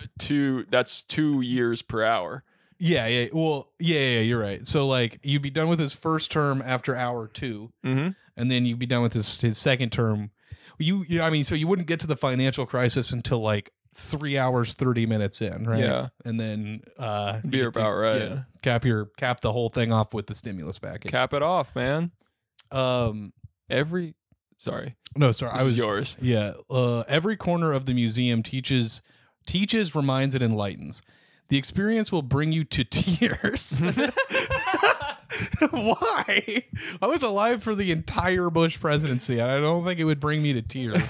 [SPEAKER 2] uh, two. That's two years per hour.
[SPEAKER 1] Yeah, yeah. Well, yeah, yeah, yeah, you're right. So like you'd be done with his first term after hour two,
[SPEAKER 2] Mm-hmm.
[SPEAKER 1] and then you'd be done with his his second term. You, you know, I mean, so you wouldn't get to the financial crisis until like three hours thirty minutes in, right?
[SPEAKER 2] Yeah.
[SPEAKER 1] and then uh,
[SPEAKER 2] Be
[SPEAKER 1] you get to-
[SPEAKER 2] about right.
[SPEAKER 1] cap your cap the whole thing off with the stimulus package.
[SPEAKER 2] Cap it off, man.
[SPEAKER 1] Um,
[SPEAKER 2] Every. Sorry,
[SPEAKER 1] no, sorry,
[SPEAKER 2] this
[SPEAKER 1] I
[SPEAKER 2] is
[SPEAKER 1] was
[SPEAKER 2] yours.
[SPEAKER 1] Yeah, uh, every corner of the museum teaches, teaches, reminds, and enlightens. The experience will bring you to tears. Why? I was alive for the entire Bush presidency, and I don't think it would bring me to tears,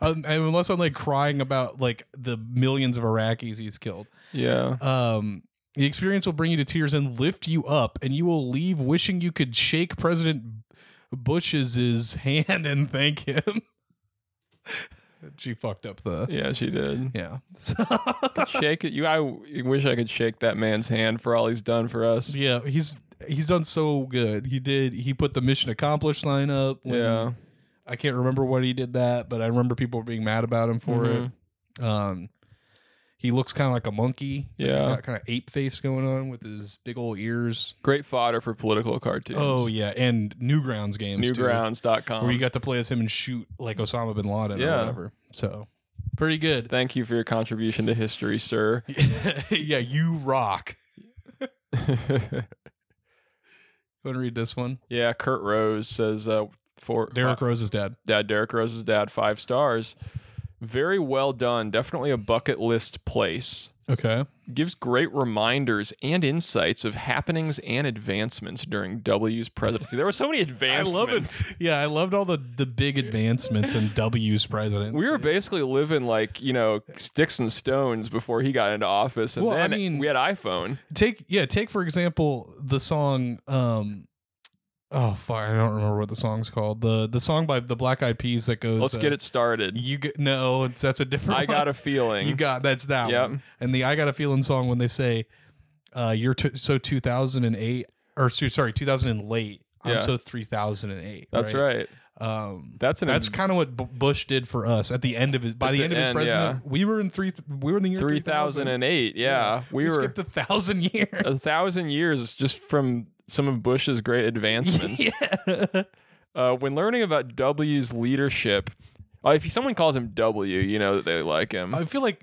[SPEAKER 1] um, unless I'm like crying about like the millions of Iraqis he's killed.
[SPEAKER 2] yeah.
[SPEAKER 1] Um, the experience will bring you to tears and lift you up, and you will leave wishing you could shake President Bush's hand and thank him. she fucked up the
[SPEAKER 2] Yeah, she did.
[SPEAKER 1] yeah. So,
[SPEAKER 2] Shake it. You. I w- wish I could shake that man's hand for all he's done for us.
[SPEAKER 1] yeah, he's he's done so good. He did. He put the mission accomplished sign up. when-
[SPEAKER 2] Yeah.
[SPEAKER 1] I can't remember what he did that, but I remember people being mad about him for it.
[SPEAKER 2] Mm-hmm.
[SPEAKER 1] Um, he looks kind of like a monkey.
[SPEAKER 2] Yeah.
[SPEAKER 1] he's got kind of ape face going on with his big old ears.
[SPEAKER 2] Great fodder for political cartoons.
[SPEAKER 1] Oh yeah, and Newgrounds games. too,
[SPEAKER 2] Newgrounds.com.
[SPEAKER 1] where you got to play as him and shoot like Osama bin Laden
[SPEAKER 2] um, Yeah.
[SPEAKER 1] or whatever. So pretty good.
[SPEAKER 2] Thank you for your contribution to history, sir.
[SPEAKER 1] yeah, you rock. Want to read this one?
[SPEAKER 2] yeah, Kurt Rose says uh four
[SPEAKER 1] Derek
[SPEAKER 2] fi-
[SPEAKER 1] Rose's dad.
[SPEAKER 2] dad Derek Rose's dad, five stars. Very well done. Definitely a bucket list place.
[SPEAKER 1] Okay.
[SPEAKER 2] Gives great reminders and insights of happenings and advancements during W's presidency. There were so many
[SPEAKER 1] I
[SPEAKER 2] advancements.
[SPEAKER 1] love it. Yeah, I loved all the the big advancements in W's president.
[SPEAKER 2] We were basically living like, you know, sticks and stones before he got into office. And
[SPEAKER 1] Well, I
[SPEAKER 2] then
[SPEAKER 1] mean-
[SPEAKER 2] we had iPhone.
[SPEAKER 1] take yeah, take for example the song um Oh fuck, I don't remember what the song's called. The the song by the Black Eyed Peas that goes
[SPEAKER 2] Let's
[SPEAKER 1] uh,
[SPEAKER 2] get it started.
[SPEAKER 1] You get no, it's, that's a different
[SPEAKER 2] I
[SPEAKER 1] one.
[SPEAKER 2] got a feeling.
[SPEAKER 1] You got that's that
[SPEAKER 2] Yep.
[SPEAKER 1] one. And the I got a feeling song when they say, uh, "You're t- so 2008 or so- sorry 2000 and late."
[SPEAKER 2] Yeah.
[SPEAKER 1] I'm so 3008.
[SPEAKER 2] That's right.
[SPEAKER 1] Um,
[SPEAKER 2] That's an
[SPEAKER 1] that's kind of what B- Bush did for us at the end of his. By
[SPEAKER 2] At
[SPEAKER 1] the,
[SPEAKER 2] the
[SPEAKER 1] end of his
[SPEAKER 2] end,
[SPEAKER 1] presidency, we were in three. We were in the year 3000.
[SPEAKER 2] 3008. Yeah, we,
[SPEAKER 1] we
[SPEAKER 2] were
[SPEAKER 1] skipped a thousand years.
[SPEAKER 2] a thousand years just from some of Bush's great advancements.
[SPEAKER 1] yeah.
[SPEAKER 2] uh, when learning about W's leadership, uh, if someone calls him W, you know that they like him.
[SPEAKER 1] I feel like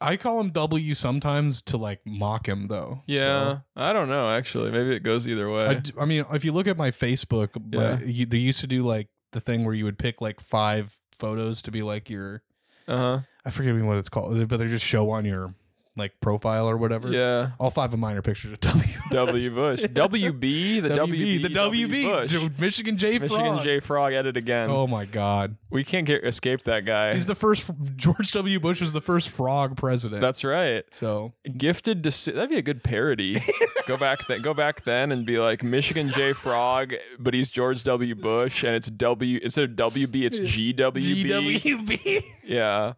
[SPEAKER 1] I call him W sometimes to like mock him though.
[SPEAKER 2] yeah,
[SPEAKER 1] So,
[SPEAKER 2] I don't know. Actually, maybe it goes either
[SPEAKER 1] I,
[SPEAKER 2] way.
[SPEAKER 1] d- I mean, if you look at my Facebook, my,
[SPEAKER 2] Yeah.
[SPEAKER 1] you, they used to do like the thing where you would pick like five photos to be like your
[SPEAKER 2] Uh huh.
[SPEAKER 1] I forget even what it's called, but they just show on your like profile or whatever.
[SPEAKER 2] Yeah.
[SPEAKER 1] All five of mine are pictures of W.
[SPEAKER 2] W. Bush. WB. The WB.
[SPEAKER 1] the WB,
[SPEAKER 2] Bush.
[SPEAKER 1] J- Michigan J.
[SPEAKER 2] Michigan
[SPEAKER 1] Frog.
[SPEAKER 2] J. Frog at it again.
[SPEAKER 1] Oh my God!
[SPEAKER 2] We can't get escape that guy.
[SPEAKER 1] He's the first. George W. Bush was the first frog president.
[SPEAKER 2] That's right.
[SPEAKER 1] so
[SPEAKER 2] Gifted to that'd be a good parody. go back then. Go back then and be like Michigan J. Frog, but he's George W. Bush, and it's W instead of WB, it's GWB.
[SPEAKER 1] GWB.
[SPEAKER 2] Yeah,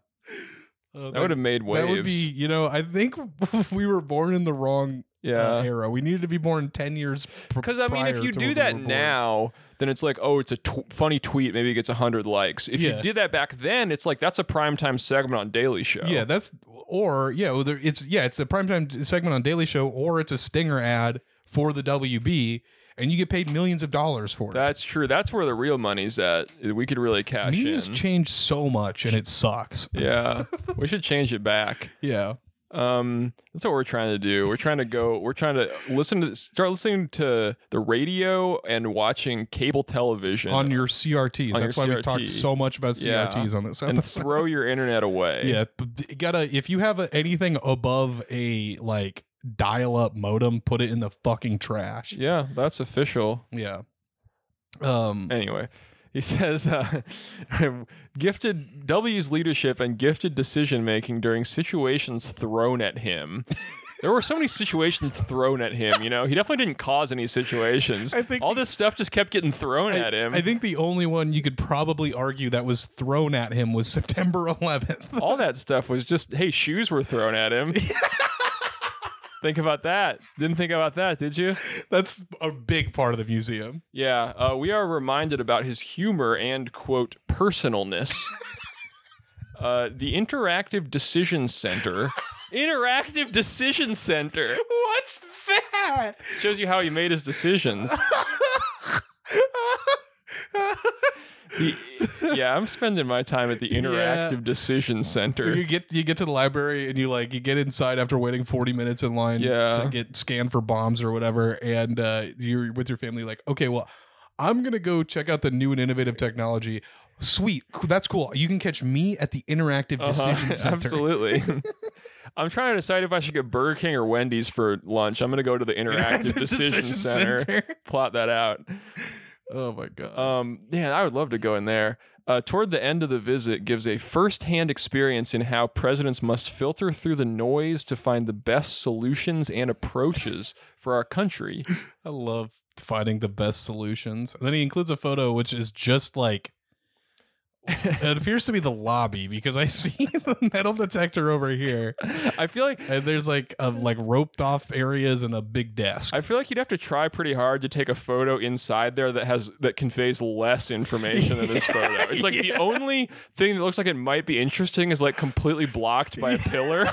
[SPEAKER 1] Oh,
[SPEAKER 2] that would have made waves.
[SPEAKER 1] That would be, you know, I think we were born in the wrong uh,
[SPEAKER 2] yeah,
[SPEAKER 1] era. We needed to be born ten years.
[SPEAKER 2] because I mean, if you do that now, then it's like, oh, it's a tw- funny tweet. Maybe it gets hundred likes. If
[SPEAKER 1] Yeah.
[SPEAKER 2] you did that back then, it's like that's a primetime segment on Daily Show.
[SPEAKER 1] yeah, that's or yeah, well, there- it's yeah, it's a primetime segment on Daily Show, or it's a stinger ad for the WB, and you get paid millions of dollars for it.
[SPEAKER 2] that's true. That's where the real money's at. We could really cash
[SPEAKER 1] Media's
[SPEAKER 2] in.
[SPEAKER 1] changed so much, and it sucks.
[SPEAKER 2] yeah, we should change it back.
[SPEAKER 1] Yeah,
[SPEAKER 2] Um, that's what we're trying to do. We're trying to go. We're trying to listen to start listening to the radio and watching cable television
[SPEAKER 1] on your CRTs.
[SPEAKER 2] On your
[SPEAKER 1] that's why we've talked
[SPEAKER 2] CRT.
[SPEAKER 1] so much about
[SPEAKER 2] Yeah.
[SPEAKER 1] CRTs on this
[SPEAKER 2] and
[SPEAKER 1] episode.
[SPEAKER 2] throw your internet away.
[SPEAKER 1] Yeah, but d- gotta if you have a, anything above a like dial-up modem, put it in the fucking trash.
[SPEAKER 2] yeah, that's official.
[SPEAKER 1] Yeah. Um.
[SPEAKER 2] Anyway, he says, uh, gifted W's leadership and gifted decision making during situations thrown at him. There were so many situations thrown at him, you know. He definitely didn't cause any situations.
[SPEAKER 1] I think-
[SPEAKER 2] all this stuff just kept getting thrown at him.
[SPEAKER 1] I think the only one you could probably argue that was thrown at him was September 11th.
[SPEAKER 2] all that stuff was just hey shoes were thrown at him think about that didn't think about that did you
[SPEAKER 1] That's a big part of the museum.
[SPEAKER 2] yeah uh, we are reminded about his humor and quote personalness uh, the interactive decision center interactive decision center
[SPEAKER 1] What's that?
[SPEAKER 2] shows you how he made his decisions The- yeah i'm spending my time at the interactive decision center
[SPEAKER 1] you get you get to the library and you like you get inside after waiting 40 minutes in line
[SPEAKER 2] Yeah.
[SPEAKER 1] to get scanned for bombs or whatever and uh, you're with your family like okay well i'm gonna go check out the new and innovative technology sweet c- that's cool you can catch me at the interactive
[SPEAKER 2] Uh-huh,
[SPEAKER 1] decision center
[SPEAKER 2] Absolutely. I'm trying to decide if I should get Burger King or Wendy's for lunch. I'm going to go to the Interactive, Decision, Center. Plot that out.
[SPEAKER 1] oh my god
[SPEAKER 2] Um, yeah, I would love to go in there. Uh, toward the end of the visit, gives a first-hand experience in how presidents must filter through the noise to find the best solutions and approaches for our country.
[SPEAKER 1] i love finding the best solutions and then he includes a photo which is just like it appears to be the lobby because i see the metal detector over here
[SPEAKER 2] I feel like
[SPEAKER 1] and there's like a like roped off areas and a big desk.
[SPEAKER 2] I feel like you'd have to try pretty hard to take a photo inside there that has that conveys less information than this photo. It's like the
[SPEAKER 1] Yeah.
[SPEAKER 2] only thing that looks like it might be interesting is like completely blocked by a pillar.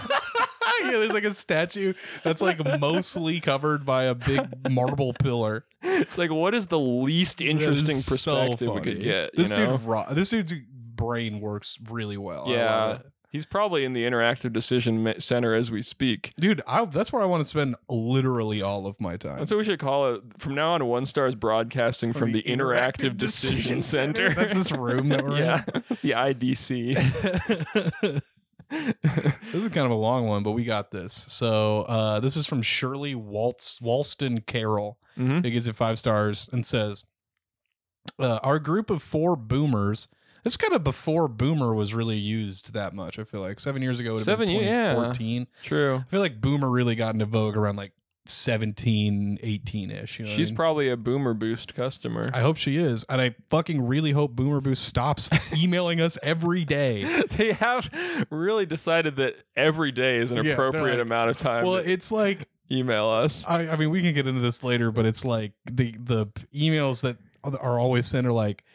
[SPEAKER 1] yeah, there's like a statue that's like mostly covered by a big marble pillar.
[SPEAKER 2] It's like what is the least
[SPEAKER 1] That is
[SPEAKER 2] interesting
[SPEAKER 1] so
[SPEAKER 2] perspective we could
[SPEAKER 1] funny.
[SPEAKER 2] get?
[SPEAKER 1] This
[SPEAKER 2] you know?
[SPEAKER 1] dude, raw, this dude's brain works really well. I
[SPEAKER 2] Yeah.
[SPEAKER 1] love it.
[SPEAKER 2] he's probably in the interactive decision ma- center as we speak.
[SPEAKER 1] dude, I, that's where I want to spend literally all of my time.
[SPEAKER 2] That's what we should call it from now on. One Star's broadcasting from, the, interactive, decision, center.
[SPEAKER 1] That's this room that we're
[SPEAKER 2] yeah,
[SPEAKER 1] in.
[SPEAKER 2] the IDC.
[SPEAKER 1] This is kind of a long one, but we got this. So uh, this is from Shirley Waltz Walston Carroll.
[SPEAKER 2] Mhm.
[SPEAKER 1] It gives it five stars and says, uh, "Our group of four boomers." This kind of before boomer was really used that much. I feel like seven years ago, it would have been
[SPEAKER 2] Seven ye- yeah.
[SPEAKER 1] 2014.
[SPEAKER 2] True.
[SPEAKER 1] I feel like boomer really got into vogue around like 17, 18 ish. You know what I
[SPEAKER 2] She's
[SPEAKER 1] mean?
[SPEAKER 2] probably a Boomer Boost customer.
[SPEAKER 1] I hope she is, and I fucking really hope Boomer Boost stops emailing us every day.
[SPEAKER 2] they have really decided that every day is an
[SPEAKER 1] Yeah, they're
[SPEAKER 2] appropriate
[SPEAKER 1] like-
[SPEAKER 2] amount of time
[SPEAKER 1] Well,
[SPEAKER 2] to
[SPEAKER 1] it's like
[SPEAKER 2] email us.
[SPEAKER 1] I, I mean, we can get into this later, but it's like the the emails that are always sent are like,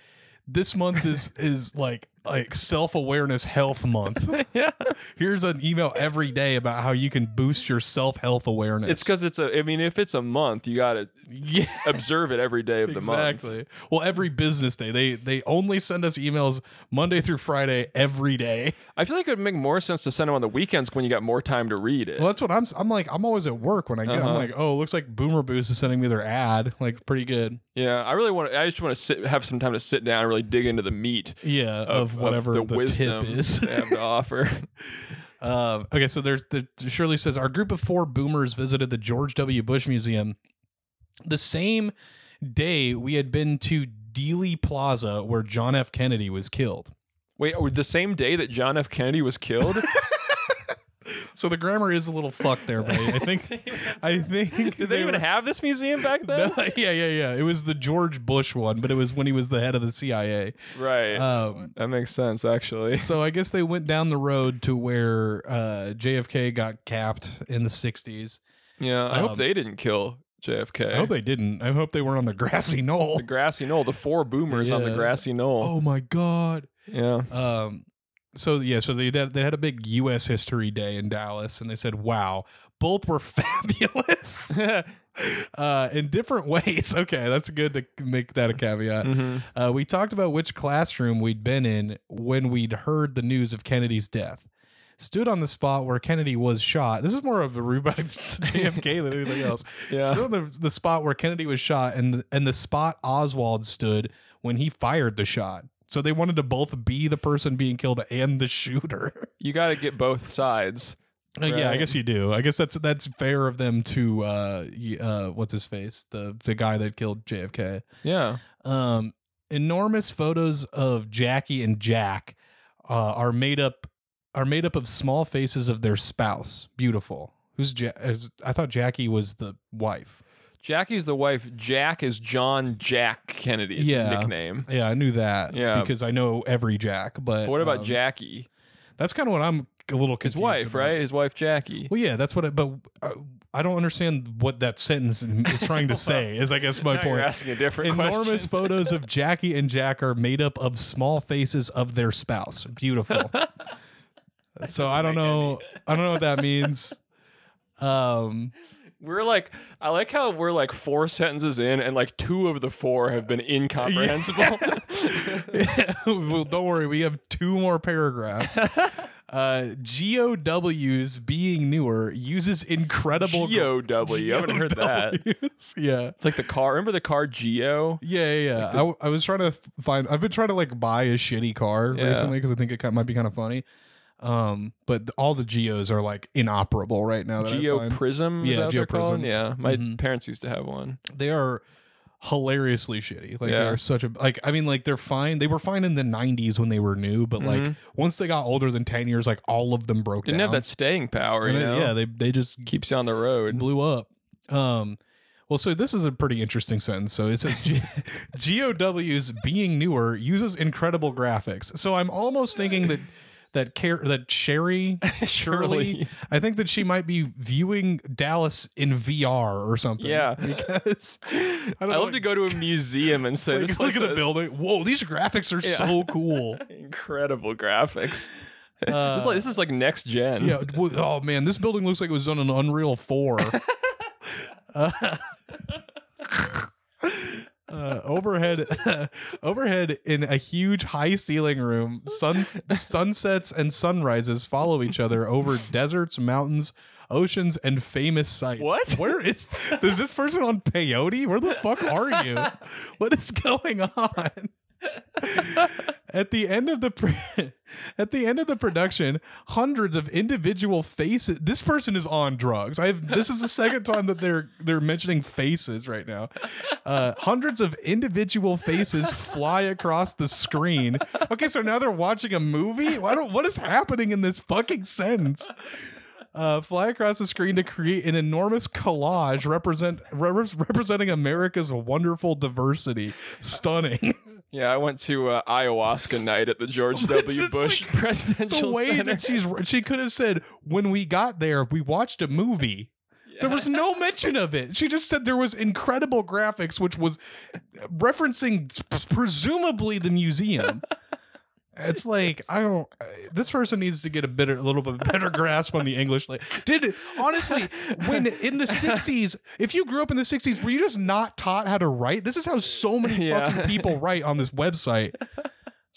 [SPEAKER 1] this month is is like like self awareness health month.
[SPEAKER 2] yeah.
[SPEAKER 1] Here's an email every day about how you can boost your self health awareness.
[SPEAKER 2] It's because it's a, I mean, if it's a month, you got to
[SPEAKER 1] yeah,
[SPEAKER 2] observe it every day of the month.
[SPEAKER 1] exactly. Well, every business day they they only send us emails Monday through Friday every day.
[SPEAKER 2] I feel like it would make more sense to send them on the weekends when you got more time to read it.
[SPEAKER 1] Well, that's what I'm. s- I'm like I'm always at work when I get.
[SPEAKER 2] Uh-huh.
[SPEAKER 1] I'm like, oh, looks like Boomer Boost is sending me their ad. Like pretty good.
[SPEAKER 2] Yeah. I really want to, I just want to sit, have some time to sit down and really dig into the meat
[SPEAKER 1] Yeah,
[SPEAKER 2] of,
[SPEAKER 1] of, whatever
[SPEAKER 2] of the,
[SPEAKER 1] the,
[SPEAKER 2] wisdom
[SPEAKER 1] tip is.
[SPEAKER 2] they have to offer.
[SPEAKER 1] Um, okay, so there's the Shirley says our group of four boomers visited the George W. Bush Museum the same day we had been to Dealey Plaza where John F. Kennedy was killed.
[SPEAKER 2] Wait, oh, the same day that John F. Kennedy was killed?
[SPEAKER 1] So the grammar is a little fucked there, buddy. I think I think
[SPEAKER 2] Did they, even
[SPEAKER 1] were-
[SPEAKER 2] have this museum back then?
[SPEAKER 1] No, yeah, yeah, yeah. It was the George Bush one, but it was when he was the head of the CIA.
[SPEAKER 2] Right.
[SPEAKER 1] Um,
[SPEAKER 2] that makes sense, actually.
[SPEAKER 1] so I guess they went down the road to where uh, JFK got capped in the '60s.
[SPEAKER 2] Yeah, I
[SPEAKER 1] Um,
[SPEAKER 2] hope they didn't kill JFK.
[SPEAKER 1] I hope they didn't. I hope they weren't on the grassy knoll.
[SPEAKER 2] the grassy knoll, the four boomers on the
[SPEAKER 1] Yeah.
[SPEAKER 2] grassy knoll.
[SPEAKER 1] Oh my god.
[SPEAKER 2] Yeah.
[SPEAKER 1] Um. So yeah, so they did, they had a big U.S. History Day in Dallas, and they said, "Wow, both were fabulous uh, in different ways." Okay, that's good to make that a caveat.
[SPEAKER 2] Mhm.
[SPEAKER 1] Uh, we talked about which classroom we'd been in when we'd heard the news of Kennedy's death. Stood on the spot where Kennedy was shot. This is more of a rebound to JFK than anything else.
[SPEAKER 2] Yeah.
[SPEAKER 1] Stood on the, the spot where Kennedy was shot and the, and the spot Oswald stood when he fired the shot. So they wanted to both be the person being killed and the shooter.
[SPEAKER 2] you got to get both sides.
[SPEAKER 1] Uh, Yeah, I
[SPEAKER 2] Right.
[SPEAKER 1] guess you do. I guess that's that's fair of them to uh, y- uh, what's his face, the the guy that killed JFK.
[SPEAKER 2] Yeah.
[SPEAKER 1] Um, enormous photos of Jackie and Jack uh, are made up are made up of small faces of their spouse. Beautiful. Who's ja- is, I thought Jackie was the wife.
[SPEAKER 2] Jackie's the wife. Jack is John Jack Kennedy. Is
[SPEAKER 1] Yeah.
[SPEAKER 2] his nickname.
[SPEAKER 1] Yeah, I knew that.
[SPEAKER 2] Yeah.
[SPEAKER 1] because I know every Jack. But
[SPEAKER 2] But what about
[SPEAKER 1] um,
[SPEAKER 2] Jackie?
[SPEAKER 1] That's kind of what I'm a little
[SPEAKER 2] His
[SPEAKER 1] confused.
[SPEAKER 2] wife,
[SPEAKER 1] about.
[SPEAKER 2] right? His wife Jackie.
[SPEAKER 1] Well, yeah, that's what. I, but uh, I don't understand what that sentence is trying to say. Is I guess my
[SPEAKER 2] Now
[SPEAKER 1] point.
[SPEAKER 2] You're asking a different
[SPEAKER 1] Enormous
[SPEAKER 2] question.
[SPEAKER 1] photos of Jackie and Jack are made up of small faces of their spouse. Beautiful. so I don't
[SPEAKER 2] make
[SPEAKER 1] know. I don't know what that means. Um,
[SPEAKER 2] We're like, I like how we're like four sentences in, and like two of the four have been incomprehensible.
[SPEAKER 1] well, don't worry. We have two more paragraphs. Uh, GOW's being newer uses incredible.
[SPEAKER 2] Geo W. I haven't heard that.
[SPEAKER 1] GOWs. Yeah.
[SPEAKER 2] It's like the car. Remember the car Geo?
[SPEAKER 1] Yeah, yeah, yeah. I, w- I was trying to find. I've been trying to like buy a shitty car
[SPEAKER 2] Yeah.
[SPEAKER 1] recently because I think it ki- might be kind of funny. Um, but th- all the geos are like inoperable right now. That I
[SPEAKER 2] Geo
[SPEAKER 1] find.
[SPEAKER 2] Prism? Is
[SPEAKER 1] Yeah,
[SPEAKER 2] that what they're called?
[SPEAKER 1] Geoprisms.
[SPEAKER 2] Yeah. My
[SPEAKER 1] Mhm.
[SPEAKER 2] parents used to have one.
[SPEAKER 1] they are hilariously shitty. Like they
[SPEAKER 2] Yeah.
[SPEAKER 1] are such a like. I mean, like they're fine. They were fine in the '90s when they were new, but like
[SPEAKER 2] Mhm.
[SPEAKER 1] once they got older than ten years, like all of them broke
[SPEAKER 2] Didn't
[SPEAKER 1] down.
[SPEAKER 2] have that staying power,
[SPEAKER 1] And
[SPEAKER 2] you
[SPEAKER 1] then-
[SPEAKER 2] know?
[SPEAKER 1] yeah, they they just
[SPEAKER 2] Keeps you on the road.
[SPEAKER 1] blew up. Um, well, so this is a pretty interesting sentence. So it says G- GOW's being newer uses incredible graphics. So I'm almost thinking that that care that Sherry Shirley,
[SPEAKER 2] Shirley.
[SPEAKER 1] I think that she might be viewing Dallas in VR or something.
[SPEAKER 2] Yeah.
[SPEAKER 1] because I
[SPEAKER 2] I,
[SPEAKER 1] don't know,
[SPEAKER 2] love to go to a museum and say,
[SPEAKER 1] like,
[SPEAKER 2] this
[SPEAKER 1] look at the
[SPEAKER 2] is
[SPEAKER 1] building. Whoa, these graphics are
[SPEAKER 2] Yeah.
[SPEAKER 1] so cool.
[SPEAKER 2] Incredible graphics.
[SPEAKER 1] Uh,
[SPEAKER 2] this, is like, this is like next gen.
[SPEAKER 1] Yeah. w- Oh man, this building looks like it was done in Unreal Four. uh, uh, overhead, overhead in a huge high ceiling room. Suns, sunsets and sunrises follow each other over deserts, mountains, oceans, and famous sites.
[SPEAKER 2] What?
[SPEAKER 1] Where is? Is this person on peyote? Where the fuck are you? What is going on? at the end of the pr- at the end of the production, hundreds of individual faces. This person is on drugs. I have this is the second time that they're they're mentioning faces right now. Uh, hundreds of individual faces fly across the screen. Okay, so now they're watching a movie. Why don't what is happening in this fucking sentence? Uh, fly across the screen to create an enormous collage represent re- representing America's wonderful diversity. Stunning.
[SPEAKER 2] Yeah, I went to uh, ayahuasca night at the George
[SPEAKER 1] This
[SPEAKER 2] W.
[SPEAKER 1] is
[SPEAKER 2] Bush
[SPEAKER 1] like the
[SPEAKER 2] Presidential
[SPEAKER 1] way
[SPEAKER 2] Center.
[SPEAKER 1] that she's she could have said when we got there we watched a movie there was no mention of it she just said there was incredible graphics which was referencing presumably the museum it's like i don't this person needs to get a better a little bit better grasp on the english like did honestly when in the 60s if you grew up in the 60s were you just not taught how to write this is how so many
[SPEAKER 2] Yeah.
[SPEAKER 1] fucking people write on this website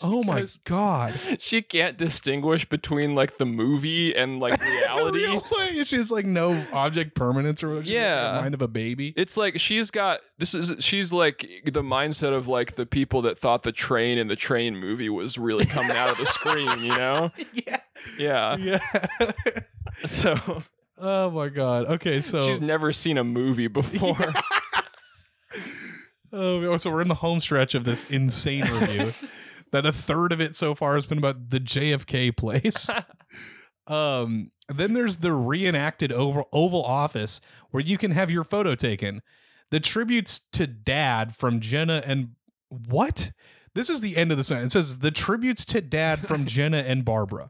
[SPEAKER 1] oh my
[SPEAKER 2] goes-
[SPEAKER 1] god
[SPEAKER 2] she can't distinguish between like the movie and like reality.
[SPEAKER 1] real way. She has like no object permanence or whatever. She's got
[SPEAKER 2] Yeah.
[SPEAKER 1] the mind of a baby.
[SPEAKER 2] It's like she's got this is she's like the mindset of like the people that thought the train and the train movie was really coming out of the screen, you know?
[SPEAKER 1] yeah,
[SPEAKER 2] yeah.
[SPEAKER 1] yeah.
[SPEAKER 2] So
[SPEAKER 1] oh my god. Okay, so
[SPEAKER 2] she's never seen a movie before.
[SPEAKER 1] Oh, so we're in the home stretch of this insane review that a third of it so far has been about the JFK place. um, then there's the reenacted Oval, Oval Office where you can have your photo taken. The tributes to Dad from Jenna and what? This is the end of the sentence. It says the tributes to Dad from Jenna and Barbara.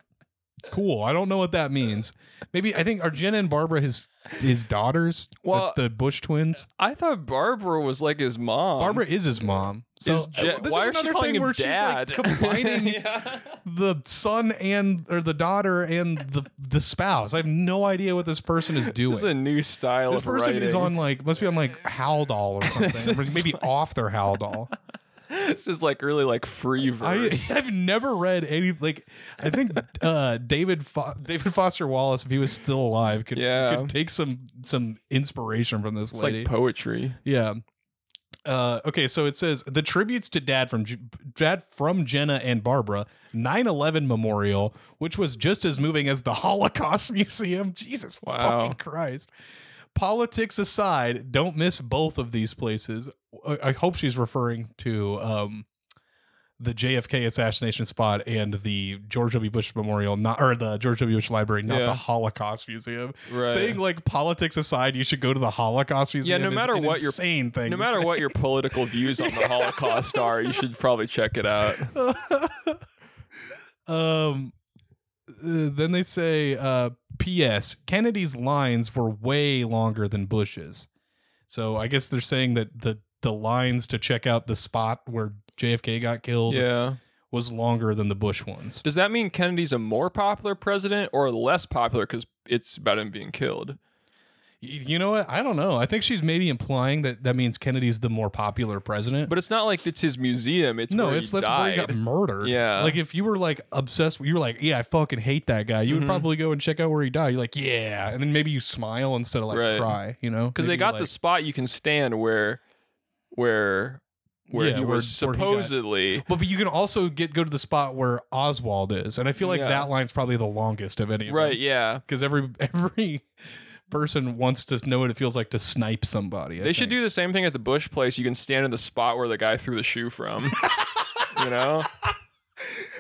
[SPEAKER 1] Cool. I don't know what that means. Maybe I think are Jenna and Barbara his his daughters? The-
[SPEAKER 2] Well-
[SPEAKER 1] the Bush twins.
[SPEAKER 2] I thought Barbara was like his mom.
[SPEAKER 1] Barbara is his mom. So
[SPEAKER 2] is Je-
[SPEAKER 1] uh, this
[SPEAKER 2] why
[SPEAKER 1] is
[SPEAKER 2] is she
[SPEAKER 1] another
[SPEAKER 2] calling
[SPEAKER 1] thing
[SPEAKER 2] him
[SPEAKER 1] where
[SPEAKER 2] dad?
[SPEAKER 1] she's like combining
[SPEAKER 2] Yeah.
[SPEAKER 1] the son and or the daughter and the the spouse. I have no idea what this person is doing.
[SPEAKER 2] This is a new style
[SPEAKER 1] This
[SPEAKER 2] of
[SPEAKER 1] person
[SPEAKER 2] writing.
[SPEAKER 1] is on like must be on like Haldol or
[SPEAKER 2] This
[SPEAKER 1] something, or
[SPEAKER 2] is
[SPEAKER 1] maybe off their Haldol.
[SPEAKER 2] this is like really like free
[SPEAKER 1] I,
[SPEAKER 2] verse.
[SPEAKER 1] I've never read any like. I think uh, David Fo- David Foster Wallace, if he was still alive, could,
[SPEAKER 2] Yeah.
[SPEAKER 1] could take some some inspiration from this
[SPEAKER 2] it's
[SPEAKER 1] lady.
[SPEAKER 2] like poetry.
[SPEAKER 1] Yeah. Uh, okay, so it says the tributes to Dad from J- Dad from Jenna and Barbara, 9/11 memorial, which was just as moving as the Holocaust Museum. Jesus
[SPEAKER 2] Wow.
[SPEAKER 1] fucking Christ! Politics aside, don't miss both of these places. I, I hope she's referring to um, the JFK assassination spot and the George W. Bush Memorial, not or the George W. Bush Library, not
[SPEAKER 2] Yeah.
[SPEAKER 1] the Holocaust Museum
[SPEAKER 2] Right.
[SPEAKER 1] saying like politics aside, you should go to the Holocaust Museum.
[SPEAKER 2] no
[SPEAKER 1] is
[SPEAKER 2] matter
[SPEAKER 1] an
[SPEAKER 2] what your-
[SPEAKER 1] insane thing. to
[SPEAKER 2] no matter
[SPEAKER 1] say.
[SPEAKER 2] what your political views on the Holocaust are, you should probably check it out.
[SPEAKER 1] um, uh, then they say, uh, "P.S. Kennedy's lines were way longer than Bush's." So I guess they're saying that the the lines to check out the spot where JFK got killed
[SPEAKER 2] Yeah.
[SPEAKER 1] was longer than the Bush ones.
[SPEAKER 2] Does that mean Kennedy's a more popular president or less popular because it's about him being killed?
[SPEAKER 1] Y- You know what? I don't know. I think she's maybe implying that that means Kennedy's the more popular president.
[SPEAKER 2] But it's not like it's his museum. It's
[SPEAKER 1] no,
[SPEAKER 2] where
[SPEAKER 1] it's
[SPEAKER 2] he
[SPEAKER 1] that's where
[SPEAKER 2] died.
[SPEAKER 1] he got murdered.
[SPEAKER 2] Yeah.
[SPEAKER 1] Like if you were like obsessed, you were like, yeah, I fucking hate that guy. You
[SPEAKER 2] Mhm.
[SPEAKER 1] would probably go and check out where he died. You're like, yeah, and then maybe you smile instead of like
[SPEAKER 2] Right.
[SPEAKER 1] cry. You know,
[SPEAKER 2] because
[SPEAKER 1] Maybe
[SPEAKER 2] they got
[SPEAKER 1] like-
[SPEAKER 2] the spot you can stand where where where
[SPEAKER 1] Yeah,
[SPEAKER 2] he
[SPEAKER 1] where- where
[SPEAKER 2] was
[SPEAKER 1] he got-
[SPEAKER 2] supposedly
[SPEAKER 1] But, but you can also get go to the spot where Oswald is, and I feel like
[SPEAKER 2] Yeah.
[SPEAKER 1] that line's probably the longest of any. Of
[SPEAKER 2] right yeah
[SPEAKER 1] Because every every person wants to know what it feels like to snipe somebody. I
[SPEAKER 2] they should
[SPEAKER 1] think.
[SPEAKER 2] do the same thing at the bush place you can stand in the spot where the guy threw the shoe from you know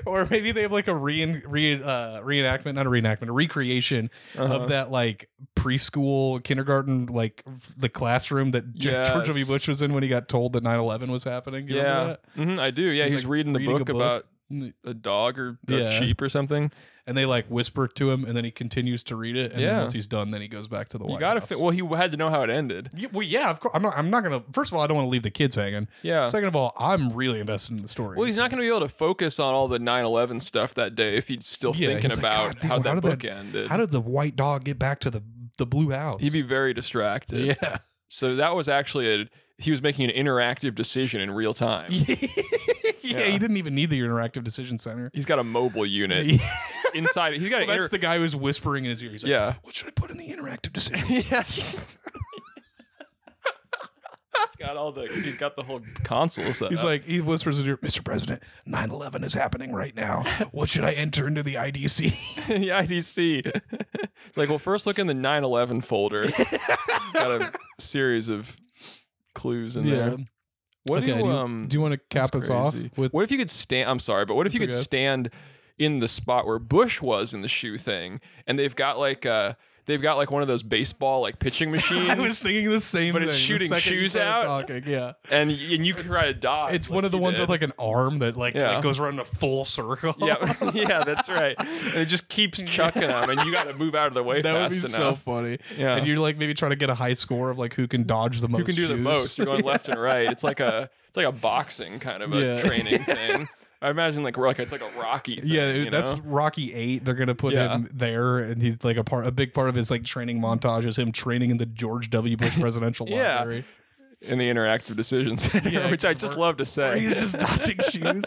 [SPEAKER 1] or maybe they have like a re, re uh, reenactment, not a reenactment, a recreation
[SPEAKER 2] Uh-huh.
[SPEAKER 1] of that like preschool kindergarten like f- the classroom that Ge- George W.
[SPEAKER 2] Yes.
[SPEAKER 1] Bush was in when he got told that 9/11 was happening. You remember
[SPEAKER 2] yeah
[SPEAKER 1] that?
[SPEAKER 2] hmm i do yeah
[SPEAKER 1] He's,
[SPEAKER 2] he's,
[SPEAKER 1] like,
[SPEAKER 2] reading the
[SPEAKER 1] reading a
[SPEAKER 2] book,
[SPEAKER 1] book.
[SPEAKER 2] about
[SPEAKER 1] N-
[SPEAKER 2] a dog or a
[SPEAKER 1] Yeah.
[SPEAKER 2] sheep or something
[SPEAKER 1] And they like whisper to him, and then he continues to read it. And then
[SPEAKER 2] Yeah.
[SPEAKER 1] once he's done, then he goes back to the
[SPEAKER 2] you
[SPEAKER 1] White
[SPEAKER 2] gotta
[SPEAKER 1] House.
[SPEAKER 2] fit well he had to know how it ended
[SPEAKER 1] Yeah, well, yeah, of course. I'm not. I'm not gonna. First of all, I don't want to leave the kids hanging.
[SPEAKER 2] yeah
[SPEAKER 1] Second of all, I'm really invested in the story.
[SPEAKER 2] well, he's not going to be able to focus on all the 9/11 stuff that day if he's still
[SPEAKER 1] Yeah,
[SPEAKER 2] thinking
[SPEAKER 1] he's like,
[SPEAKER 2] about
[SPEAKER 1] "God, dude,
[SPEAKER 2] how
[SPEAKER 1] how
[SPEAKER 2] that
[SPEAKER 1] did
[SPEAKER 2] book
[SPEAKER 1] that-
[SPEAKER 2] ended.
[SPEAKER 1] How did the white dog get back to the the blue house?
[SPEAKER 2] He'd be very distracted.
[SPEAKER 1] yeah.
[SPEAKER 2] So that was actually a he was making an interactive decision in real time.
[SPEAKER 1] yeah.
[SPEAKER 2] Yeah.
[SPEAKER 1] He didn't even need the interactive decision center.
[SPEAKER 2] He's got a mobile unit
[SPEAKER 1] Yeah.
[SPEAKER 2] inside. He's got
[SPEAKER 1] Well,
[SPEAKER 2] an inter-
[SPEAKER 1] that's the guy who's whispering in his ear. He's like,
[SPEAKER 2] yeah.
[SPEAKER 1] What should I put in the interactive decision?
[SPEAKER 2] Yes. he's got all the he's got the whole console set.
[SPEAKER 1] He's
[SPEAKER 2] up.
[SPEAKER 1] like, he whispers in your, Mr. President, 9 11 is happening right now. What should I enter into the IDC?
[SPEAKER 2] the IDC. it's like, well, first look in the 9/11 folder. got a series of clues in there. What do you, um
[SPEAKER 1] want to
[SPEAKER 2] that's crazy. What if you could stand? I'm sorry, but what if you
[SPEAKER 1] It's
[SPEAKER 2] could
[SPEAKER 1] okay.
[SPEAKER 2] stand in the spot where Bush was in the shoe thing, and they've got like uh they've got like one of those baseball like pitching machines,
[SPEAKER 1] I was thinking the same
[SPEAKER 2] But
[SPEAKER 1] thing.
[SPEAKER 2] it's
[SPEAKER 1] the
[SPEAKER 2] shooting
[SPEAKER 1] second you
[SPEAKER 2] shoes
[SPEAKER 1] started
[SPEAKER 2] out.
[SPEAKER 1] Talking. Yeah.
[SPEAKER 2] and y- and you can try to dodge.
[SPEAKER 1] It's one of the ones with like an arm that like,
[SPEAKER 2] Yeah.
[SPEAKER 1] like goes around in a full circle.
[SPEAKER 2] yeah, yeah, that's right. And it just keeps chucking them, and you got to move out of the way
[SPEAKER 1] That would be
[SPEAKER 2] fast
[SPEAKER 1] so
[SPEAKER 2] enough.
[SPEAKER 1] funny.
[SPEAKER 2] yeah,
[SPEAKER 1] And you're like maybe trying to get a high score of like who can dodge the most.
[SPEAKER 2] you can do the
[SPEAKER 1] shoes.
[SPEAKER 2] most. You're going left and right. It's like a it's like a boxing kind of a
[SPEAKER 1] Yeah.
[SPEAKER 2] training thing. I imagine like like it's like a Rocky. Thing,
[SPEAKER 1] Yeah,
[SPEAKER 2] you
[SPEAKER 1] that's
[SPEAKER 2] know?
[SPEAKER 1] Rocky Eight. They're gonna put
[SPEAKER 2] Yeah.
[SPEAKER 1] him there, and he's like a part, a big part of his like training montage is him training in the George W. Bush Presidential
[SPEAKER 2] Yeah.
[SPEAKER 1] Library.
[SPEAKER 2] in the interactive decision center,
[SPEAKER 1] Yeah,
[SPEAKER 2] which I just
[SPEAKER 1] we're-
[SPEAKER 2] love to
[SPEAKER 1] Where
[SPEAKER 2] say.
[SPEAKER 1] he's just dodging shoes.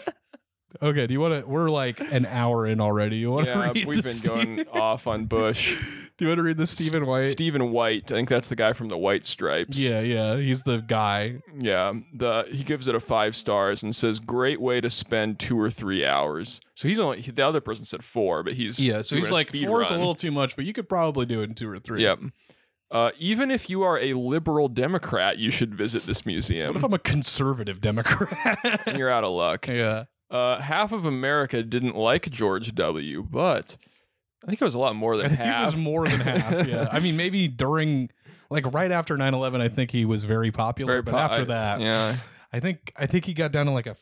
[SPEAKER 1] Okay, do you want to? We're like an hour in already. You want to
[SPEAKER 2] yeah,
[SPEAKER 1] read
[SPEAKER 2] we've
[SPEAKER 1] this
[SPEAKER 2] been going off on Bush.
[SPEAKER 1] Do you want to read the Stephen White?
[SPEAKER 2] Stephen White. I think that's the guy from the White Stripes.
[SPEAKER 1] yeah, yeah. He's the guy.
[SPEAKER 2] Yeah. The he gives it a five stars and says great way to spend two or three hours. So he's only the other person said four, but he's
[SPEAKER 1] Yeah, so
[SPEAKER 2] doing
[SPEAKER 1] he's like
[SPEAKER 2] speed
[SPEAKER 1] four is a
[SPEAKER 2] run."
[SPEAKER 1] little too much, but you could probably do it in two or three.
[SPEAKER 2] Yep. Uh, even if you are a liberal Democrat, you should visit this
[SPEAKER 1] What if
[SPEAKER 2] museum.
[SPEAKER 1] I'm a conservative Democrat?
[SPEAKER 2] You're out of luck.
[SPEAKER 1] yeah.
[SPEAKER 2] Uh, half of America didn't like George W. But I think it was a lot more than
[SPEAKER 1] I think
[SPEAKER 2] half.
[SPEAKER 1] He was more than half. Yeah. I mean, maybe during, like right after 9 11, I think he was very popular.
[SPEAKER 2] Very
[SPEAKER 1] but
[SPEAKER 2] po- I-
[SPEAKER 1] after that,
[SPEAKER 2] yeah.
[SPEAKER 1] I think I think he got down to like a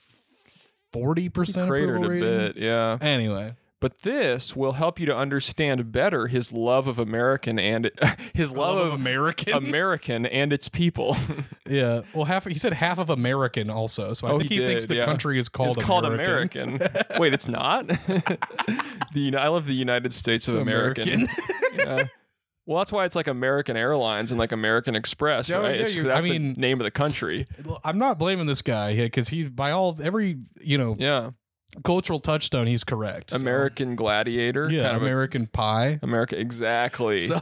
[SPEAKER 1] 40%
[SPEAKER 2] cratered
[SPEAKER 1] approval
[SPEAKER 2] a
[SPEAKER 1] rating.
[SPEAKER 2] bit. Yeah.
[SPEAKER 1] Anyway,
[SPEAKER 2] But this will help you to understand better his love of American and his love, of
[SPEAKER 1] American.
[SPEAKER 2] American and its people.
[SPEAKER 1] yeah. Well, half he said half of American also. So I
[SPEAKER 2] Oh,
[SPEAKER 1] think
[SPEAKER 2] he
[SPEAKER 1] he, thinks
[SPEAKER 2] did,
[SPEAKER 1] the
[SPEAKER 2] yeah.
[SPEAKER 1] country is called
[SPEAKER 2] it's called American. Wait, it's not. the Uni- I love the United States of American. Yeah. Well, that's why it's like American Airlines and like American Express,
[SPEAKER 1] Yeah,
[SPEAKER 2] right?
[SPEAKER 1] yeah,
[SPEAKER 2] It's-
[SPEAKER 1] you-
[SPEAKER 2] that's
[SPEAKER 1] I mean-
[SPEAKER 2] the name of the country.
[SPEAKER 1] I'm not blaming this guy because he's by all every, you know,
[SPEAKER 2] Yeah,
[SPEAKER 1] cultural touchstone he's correct. So,
[SPEAKER 2] American Gladiator.
[SPEAKER 1] yeah,
[SPEAKER 2] kind of a-
[SPEAKER 1] American pie.
[SPEAKER 2] America, exactly.
[SPEAKER 1] So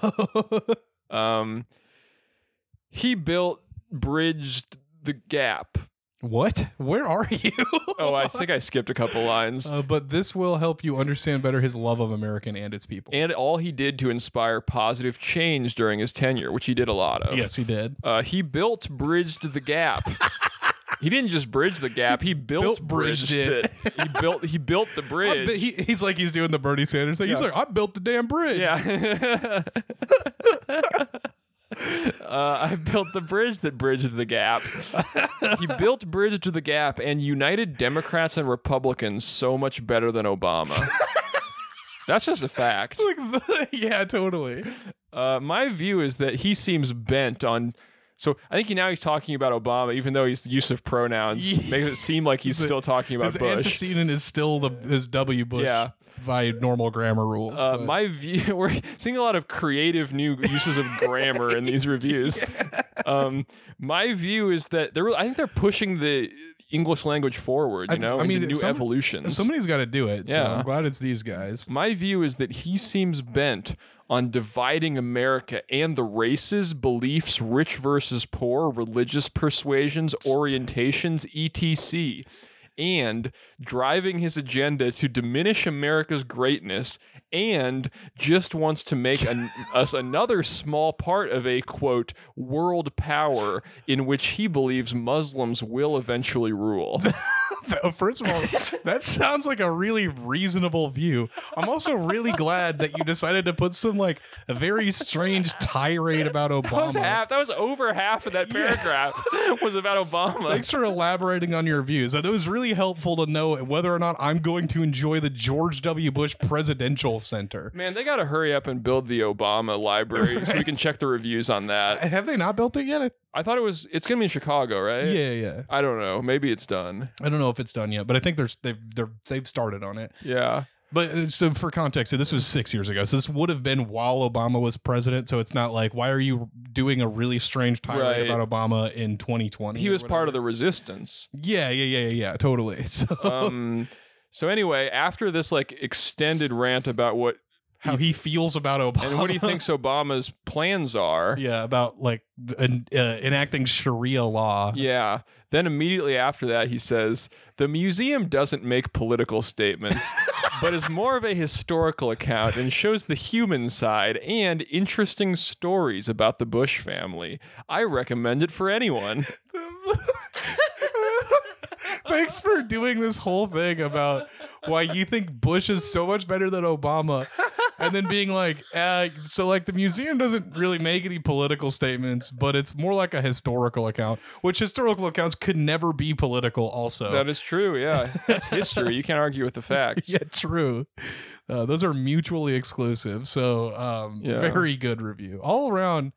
[SPEAKER 2] Um, he built bridged the gap.
[SPEAKER 1] what? Where are you?
[SPEAKER 2] Oh, I think I skipped a couple lines.
[SPEAKER 1] Uh, but this will help you understand better his love of American and its people.
[SPEAKER 2] And all he did to inspire positive change during his tenure, which he did a lot of.
[SPEAKER 1] yes, he did.
[SPEAKER 2] Uh, he built bridged the gap. he didn't just bridge the gap. He built,
[SPEAKER 1] Built bridged it.
[SPEAKER 2] he built he built the
[SPEAKER 1] I bet
[SPEAKER 2] bridge.
[SPEAKER 1] he, he's like he's doing the Bernie Sanders thing. He's
[SPEAKER 2] Yeah.
[SPEAKER 1] like, I built the damn bridge.
[SPEAKER 2] yeah. uh, I built the bridge that bridges the gap. he built bridge to the gap and united Democrats and Republicans so much better than Obama. That's just a fact.
[SPEAKER 1] Like the, yeah, totally.
[SPEAKER 2] Uh, my view is that he seems bent on. So I think he, now he's talking about Obama, even though his use of pronouns
[SPEAKER 1] Yeah.
[SPEAKER 2] makes it seem like he's
[SPEAKER 1] His-
[SPEAKER 2] still talking about
[SPEAKER 1] His
[SPEAKER 2] Bush.
[SPEAKER 1] antecedent is still the is W Bush
[SPEAKER 2] Yeah.
[SPEAKER 1] by normal grammar rules.
[SPEAKER 2] Uh,
[SPEAKER 1] but-
[SPEAKER 2] my view, we're seeing a lot of creative new uses of grammar in these reviews. Um, my view is that they're, I think they're pushing the English language forward. You
[SPEAKER 1] I-
[SPEAKER 2] know,
[SPEAKER 1] I
[SPEAKER 2] into
[SPEAKER 1] mean,
[SPEAKER 2] new
[SPEAKER 1] some-
[SPEAKER 2] evolutions.
[SPEAKER 1] somebody's got to do it. So
[SPEAKER 2] Yeah.
[SPEAKER 1] I'm glad it's these guys.
[SPEAKER 2] My view is that he seems bent on dividing America and the races, beliefs, rich versus poor, religious persuasions, orientations, etc., and driving his agenda to diminish America's greatness and just wants to make an, us another small part of a quote world power in which he believes Muslims will eventually rule.
[SPEAKER 1] First of all, that sounds like a really reasonable view. I'm also really glad that you decided to put some like a very strange tirade about
[SPEAKER 2] That was
[SPEAKER 1] Obama.
[SPEAKER 2] half. That was over half of that
[SPEAKER 1] Yeah.
[SPEAKER 2] paragraph was about Obama.
[SPEAKER 1] Thanks for elaborating on your views. It was really helpful to know whether or not I'm going to enjoy the George W. Bush Presidential Center.
[SPEAKER 2] Man, they got to hurry up and build the Obama library so we can check the reviews on that.
[SPEAKER 1] Uh, Have they not built it yet?
[SPEAKER 2] I thought it was. It's gonna be in Chicago, right?
[SPEAKER 1] Yeah, yeah.
[SPEAKER 2] I don't know. Maybe it's done.
[SPEAKER 1] I don't know if it's done yet, but I think there's they've they're, they've started on it.
[SPEAKER 2] Yeah.
[SPEAKER 1] But uh, so for context, so this was six years ago. So this would have been while Obama was president. So it's not like why are you doing a really strange tirade
[SPEAKER 2] Right.
[SPEAKER 1] about Obama in 2020?
[SPEAKER 2] He was part of the resistance.
[SPEAKER 1] Yeah, yeah, yeah, yeah, yeah. Totally. So
[SPEAKER 2] Um. so anyway, after this like extended rant about what
[SPEAKER 1] how he feels about Obama
[SPEAKER 2] and what he thinks Obama's plans are.
[SPEAKER 1] Yeah, about like en- uh, enacting Sharia law.
[SPEAKER 2] Yeah. Then immediately after that, he says the museum doesn't make political statements, but is more of a historical account and shows the human side and interesting stories about the Bush family. I recommend it for anyone.
[SPEAKER 1] Thanks for doing this whole thing about why you think Bush is so much better than Obama, and then being like, uh, so like the museum doesn't really make any political statements, but it's more like a historical account, which historical accounts could never be political. Also,
[SPEAKER 2] That is true. Yeah, that's history. You can't argue with the facts.
[SPEAKER 1] yeah, true. Uh, those are mutually exclusive. So, um,
[SPEAKER 2] Yeah.
[SPEAKER 1] very good review all around.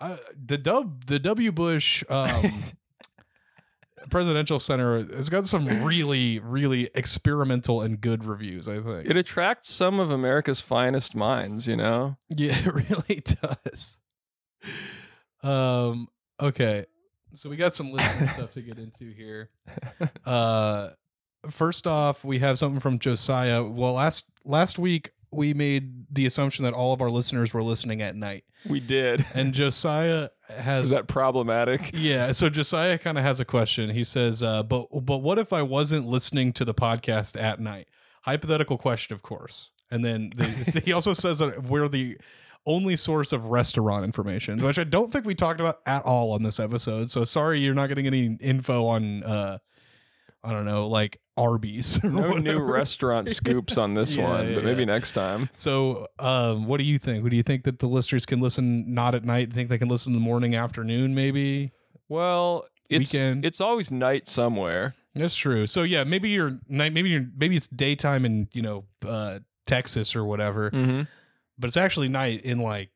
[SPEAKER 1] Uh, the dub, the W. Bush um, Presidential Center has got some really, really experimental and good reviews. I think
[SPEAKER 2] It attracts some of America's finest minds. You know.
[SPEAKER 1] Yeah, it really does. Um. Okay. So we got some listener stuff to get into here. Uh, first off, we have something from Josiah. Well, last last week we made the assumption that all of our listeners were listening at night,
[SPEAKER 2] We did.
[SPEAKER 1] and Josiah
[SPEAKER 2] Is
[SPEAKER 1] has
[SPEAKER 2] that problematic?
[SPEAKER 1] yeah. So Josiah kind of has a question. He says, uh, "But but what if I wasn't listening to the podcast at night?" Hypothetical question, of course. And then the, he also says that we're the only source of restaurant information, which I don't think we talked about at all on this episode. So sorry, you're not getting any info on. Uh, I don't know, like Arby's. or
[SPEAKER 2] No new
[SPEAKER 1] whatever.
[SPEAKER 2] restaurant scoops on this
[SPEAKER 1] Yeah,
[SPEAKER 2] one,
[SPEAKER 1] yeah,
[SPEAKER 2] but maybe
[SPEAKER 1] yeah.
[SPEAKER 2] next time.
[SPEAKER 1] So, um, what do you think? Do you think that the listeners can listen not at night? Think they can listen in the morning, afternoon, maybe?
[SPEAKER 2] Well, it's
[SPEAKER 1] Weekend.
[SPEAKER 2] it's always night somewhere.
[SPEAKER 1] That's true. So yeah, maybe you're night. Maybe you're maybe it's daytime in you know uh, Texas or whatever,
[SPEAKER 2] Mm-hmm.
[SPEAKER 1] but it's actually night in like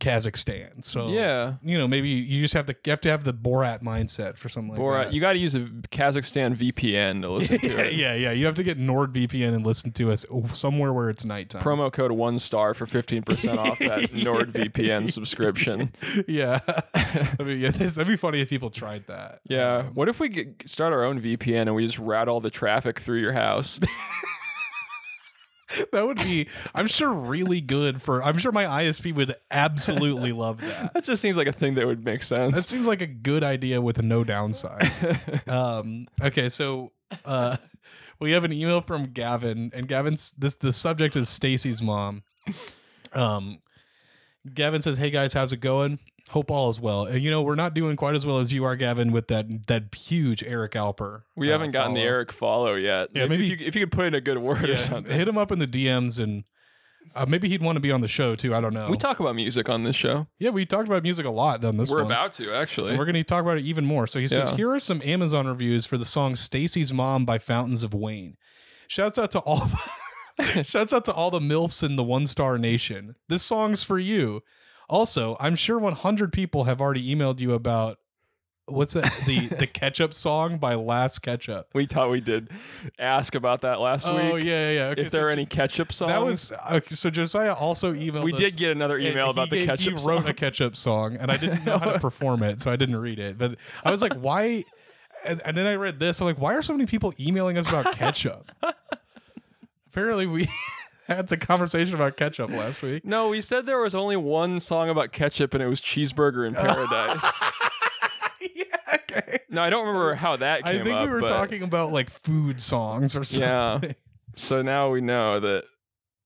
[SPEAKER 1] Kazakhstan. So
[SPEAKER 2] yeah,
[SPEAKER 1] you know maybe you just have to you have to have the Borat mindset for something like
[SPEAKER 2] Borat,
[SPEAKER 1] that.
[SPEAKER 2] you got to use a Kazakhstan VPN to listen to
[SPEAKER 1] yeah,
[SPEAKER 2] it.
[SPEAKER 1] yeah, yeah. You have to get NordVPN and listen to us somewhere where it's nighttime.
[SPEAKER 2] Promo code one star for fifteen percent off that
[SPEAKER 1] Yeah.
[SPEAKER 2] NordVPN subscription.
[SPEAKER 1] yeah, I mean, yeah, this- that'd be funny if people tried that.
[SPEAKER 2] Yeah.
[SPEAKER 1] Um,
[SPEAKER 2] What if we get, start our own VPN and we just route all the traffic through your house?
[SPEAKER 1] that would be. I'm sure really good for. I'm sure my ISP would absolutely love that.
[SPEAKER 2] that just seems like a thing that would make
[SPEAKER 1] That
[SPEAKER 2] sense.
[SPEAKER 1] seems like a good idea with no downside. um, okay, so uh, we have an email from Gavin, and Gavin's this the subject is Stacy's mom. Um, Gavin says, "Hey guys, how's it going? Hope all is well. And you know we're not doing quite as well as you are, Gavin, with that that huge Eric Alper.
[SPEAKER 2] we
[SPEAKER 1] uh,
[SPEAKER 2] haven't gotten the
[SPEAKER 1] follow.
[SPEAKER 2] Eric follow yet.
[SPEAKER 1] Yeah,
[SPEAKER 2] maybe, if,
[SPEAKER 1] maybe-
[SPEAKER 2] you, if you could put in a good word
[SPEAKER 1] Yeah,
[SPEAKER 2] or something.
[SPEAKER 1] Hit him up in the DMs, and uh, maybe he'd want to be on the show too. I don't know.
[SPEAKER 2] We talk about music on this show.
[SPEAKER 1] yeah, we talked about music a lot on this.
[SPEAKER 2] We're
[SPEAKER 1] one.
[SPEAKER 2] about to actually.
[SPEAKER 1] And we're going to talk about it even more. So he says,
[SPEAKER 2] Yeah.
[SPEAKER 1] here are some Amazon reviews for the song Stacy's Mom by Fountains of Wayne. Shouts out to all Shouts out to all the MILFs in the One Star Nation. This song's for you. Also, I'm sure 100 people have already emailed you about what's that the the ketchup song by Last Ketchup.
[SPEAKER 2] We thought we did ask about that last
[SPEAKER 1] Oh
[SPEAKER 2] week.
[SPEAKER 1] yeah, yeah, yeah. Okay,
[SPEAKER 2] if there
[SPEAKER 1] so
[SPEAKER 2] are any ketchup songs,
[SPEAKER 1] that was okay, so Josiah also emailed
[SPEAKER 2] we
[SPEAKER 1] us-
[SPEAKER 2] did get another
[SPEAKER 1] Yeah,
[SPEAKER 2] email
[SPEAKER 1] he
[SPEAKER 2] about the
[SPEAKER 1] gave-
[SPEAKER 2] ketchup
[SPEAKER 1] He wrote
[SPEAKER 2] song.
[SPEAKER 1] a ketchup song, and I didn't know how to perform it, so I didn't read it. But I was like, why? And, and then I read this. I'm like, why are so many people emailing us about ketchup? Apparently, we had the conversation about ketchup last week.
[SPEAKER 2] no, we said there was only one song about ketchup, and it was Cheeseburger in Paradise.
[SPEAKER 1] yeah, okay.
[SPEAKER 2] no, I don't remember how that
[SPEAKER 1] I
[SPEAKER 2] came
[SPEAKER 1] think
[SPEAKER 2] up.
[SPEAKER 1] we were
[SPEAKER 2] but-
[SPEAKER 1] talking about like food songs or something.
[SPEAKER 2] Yeah. So now we know that.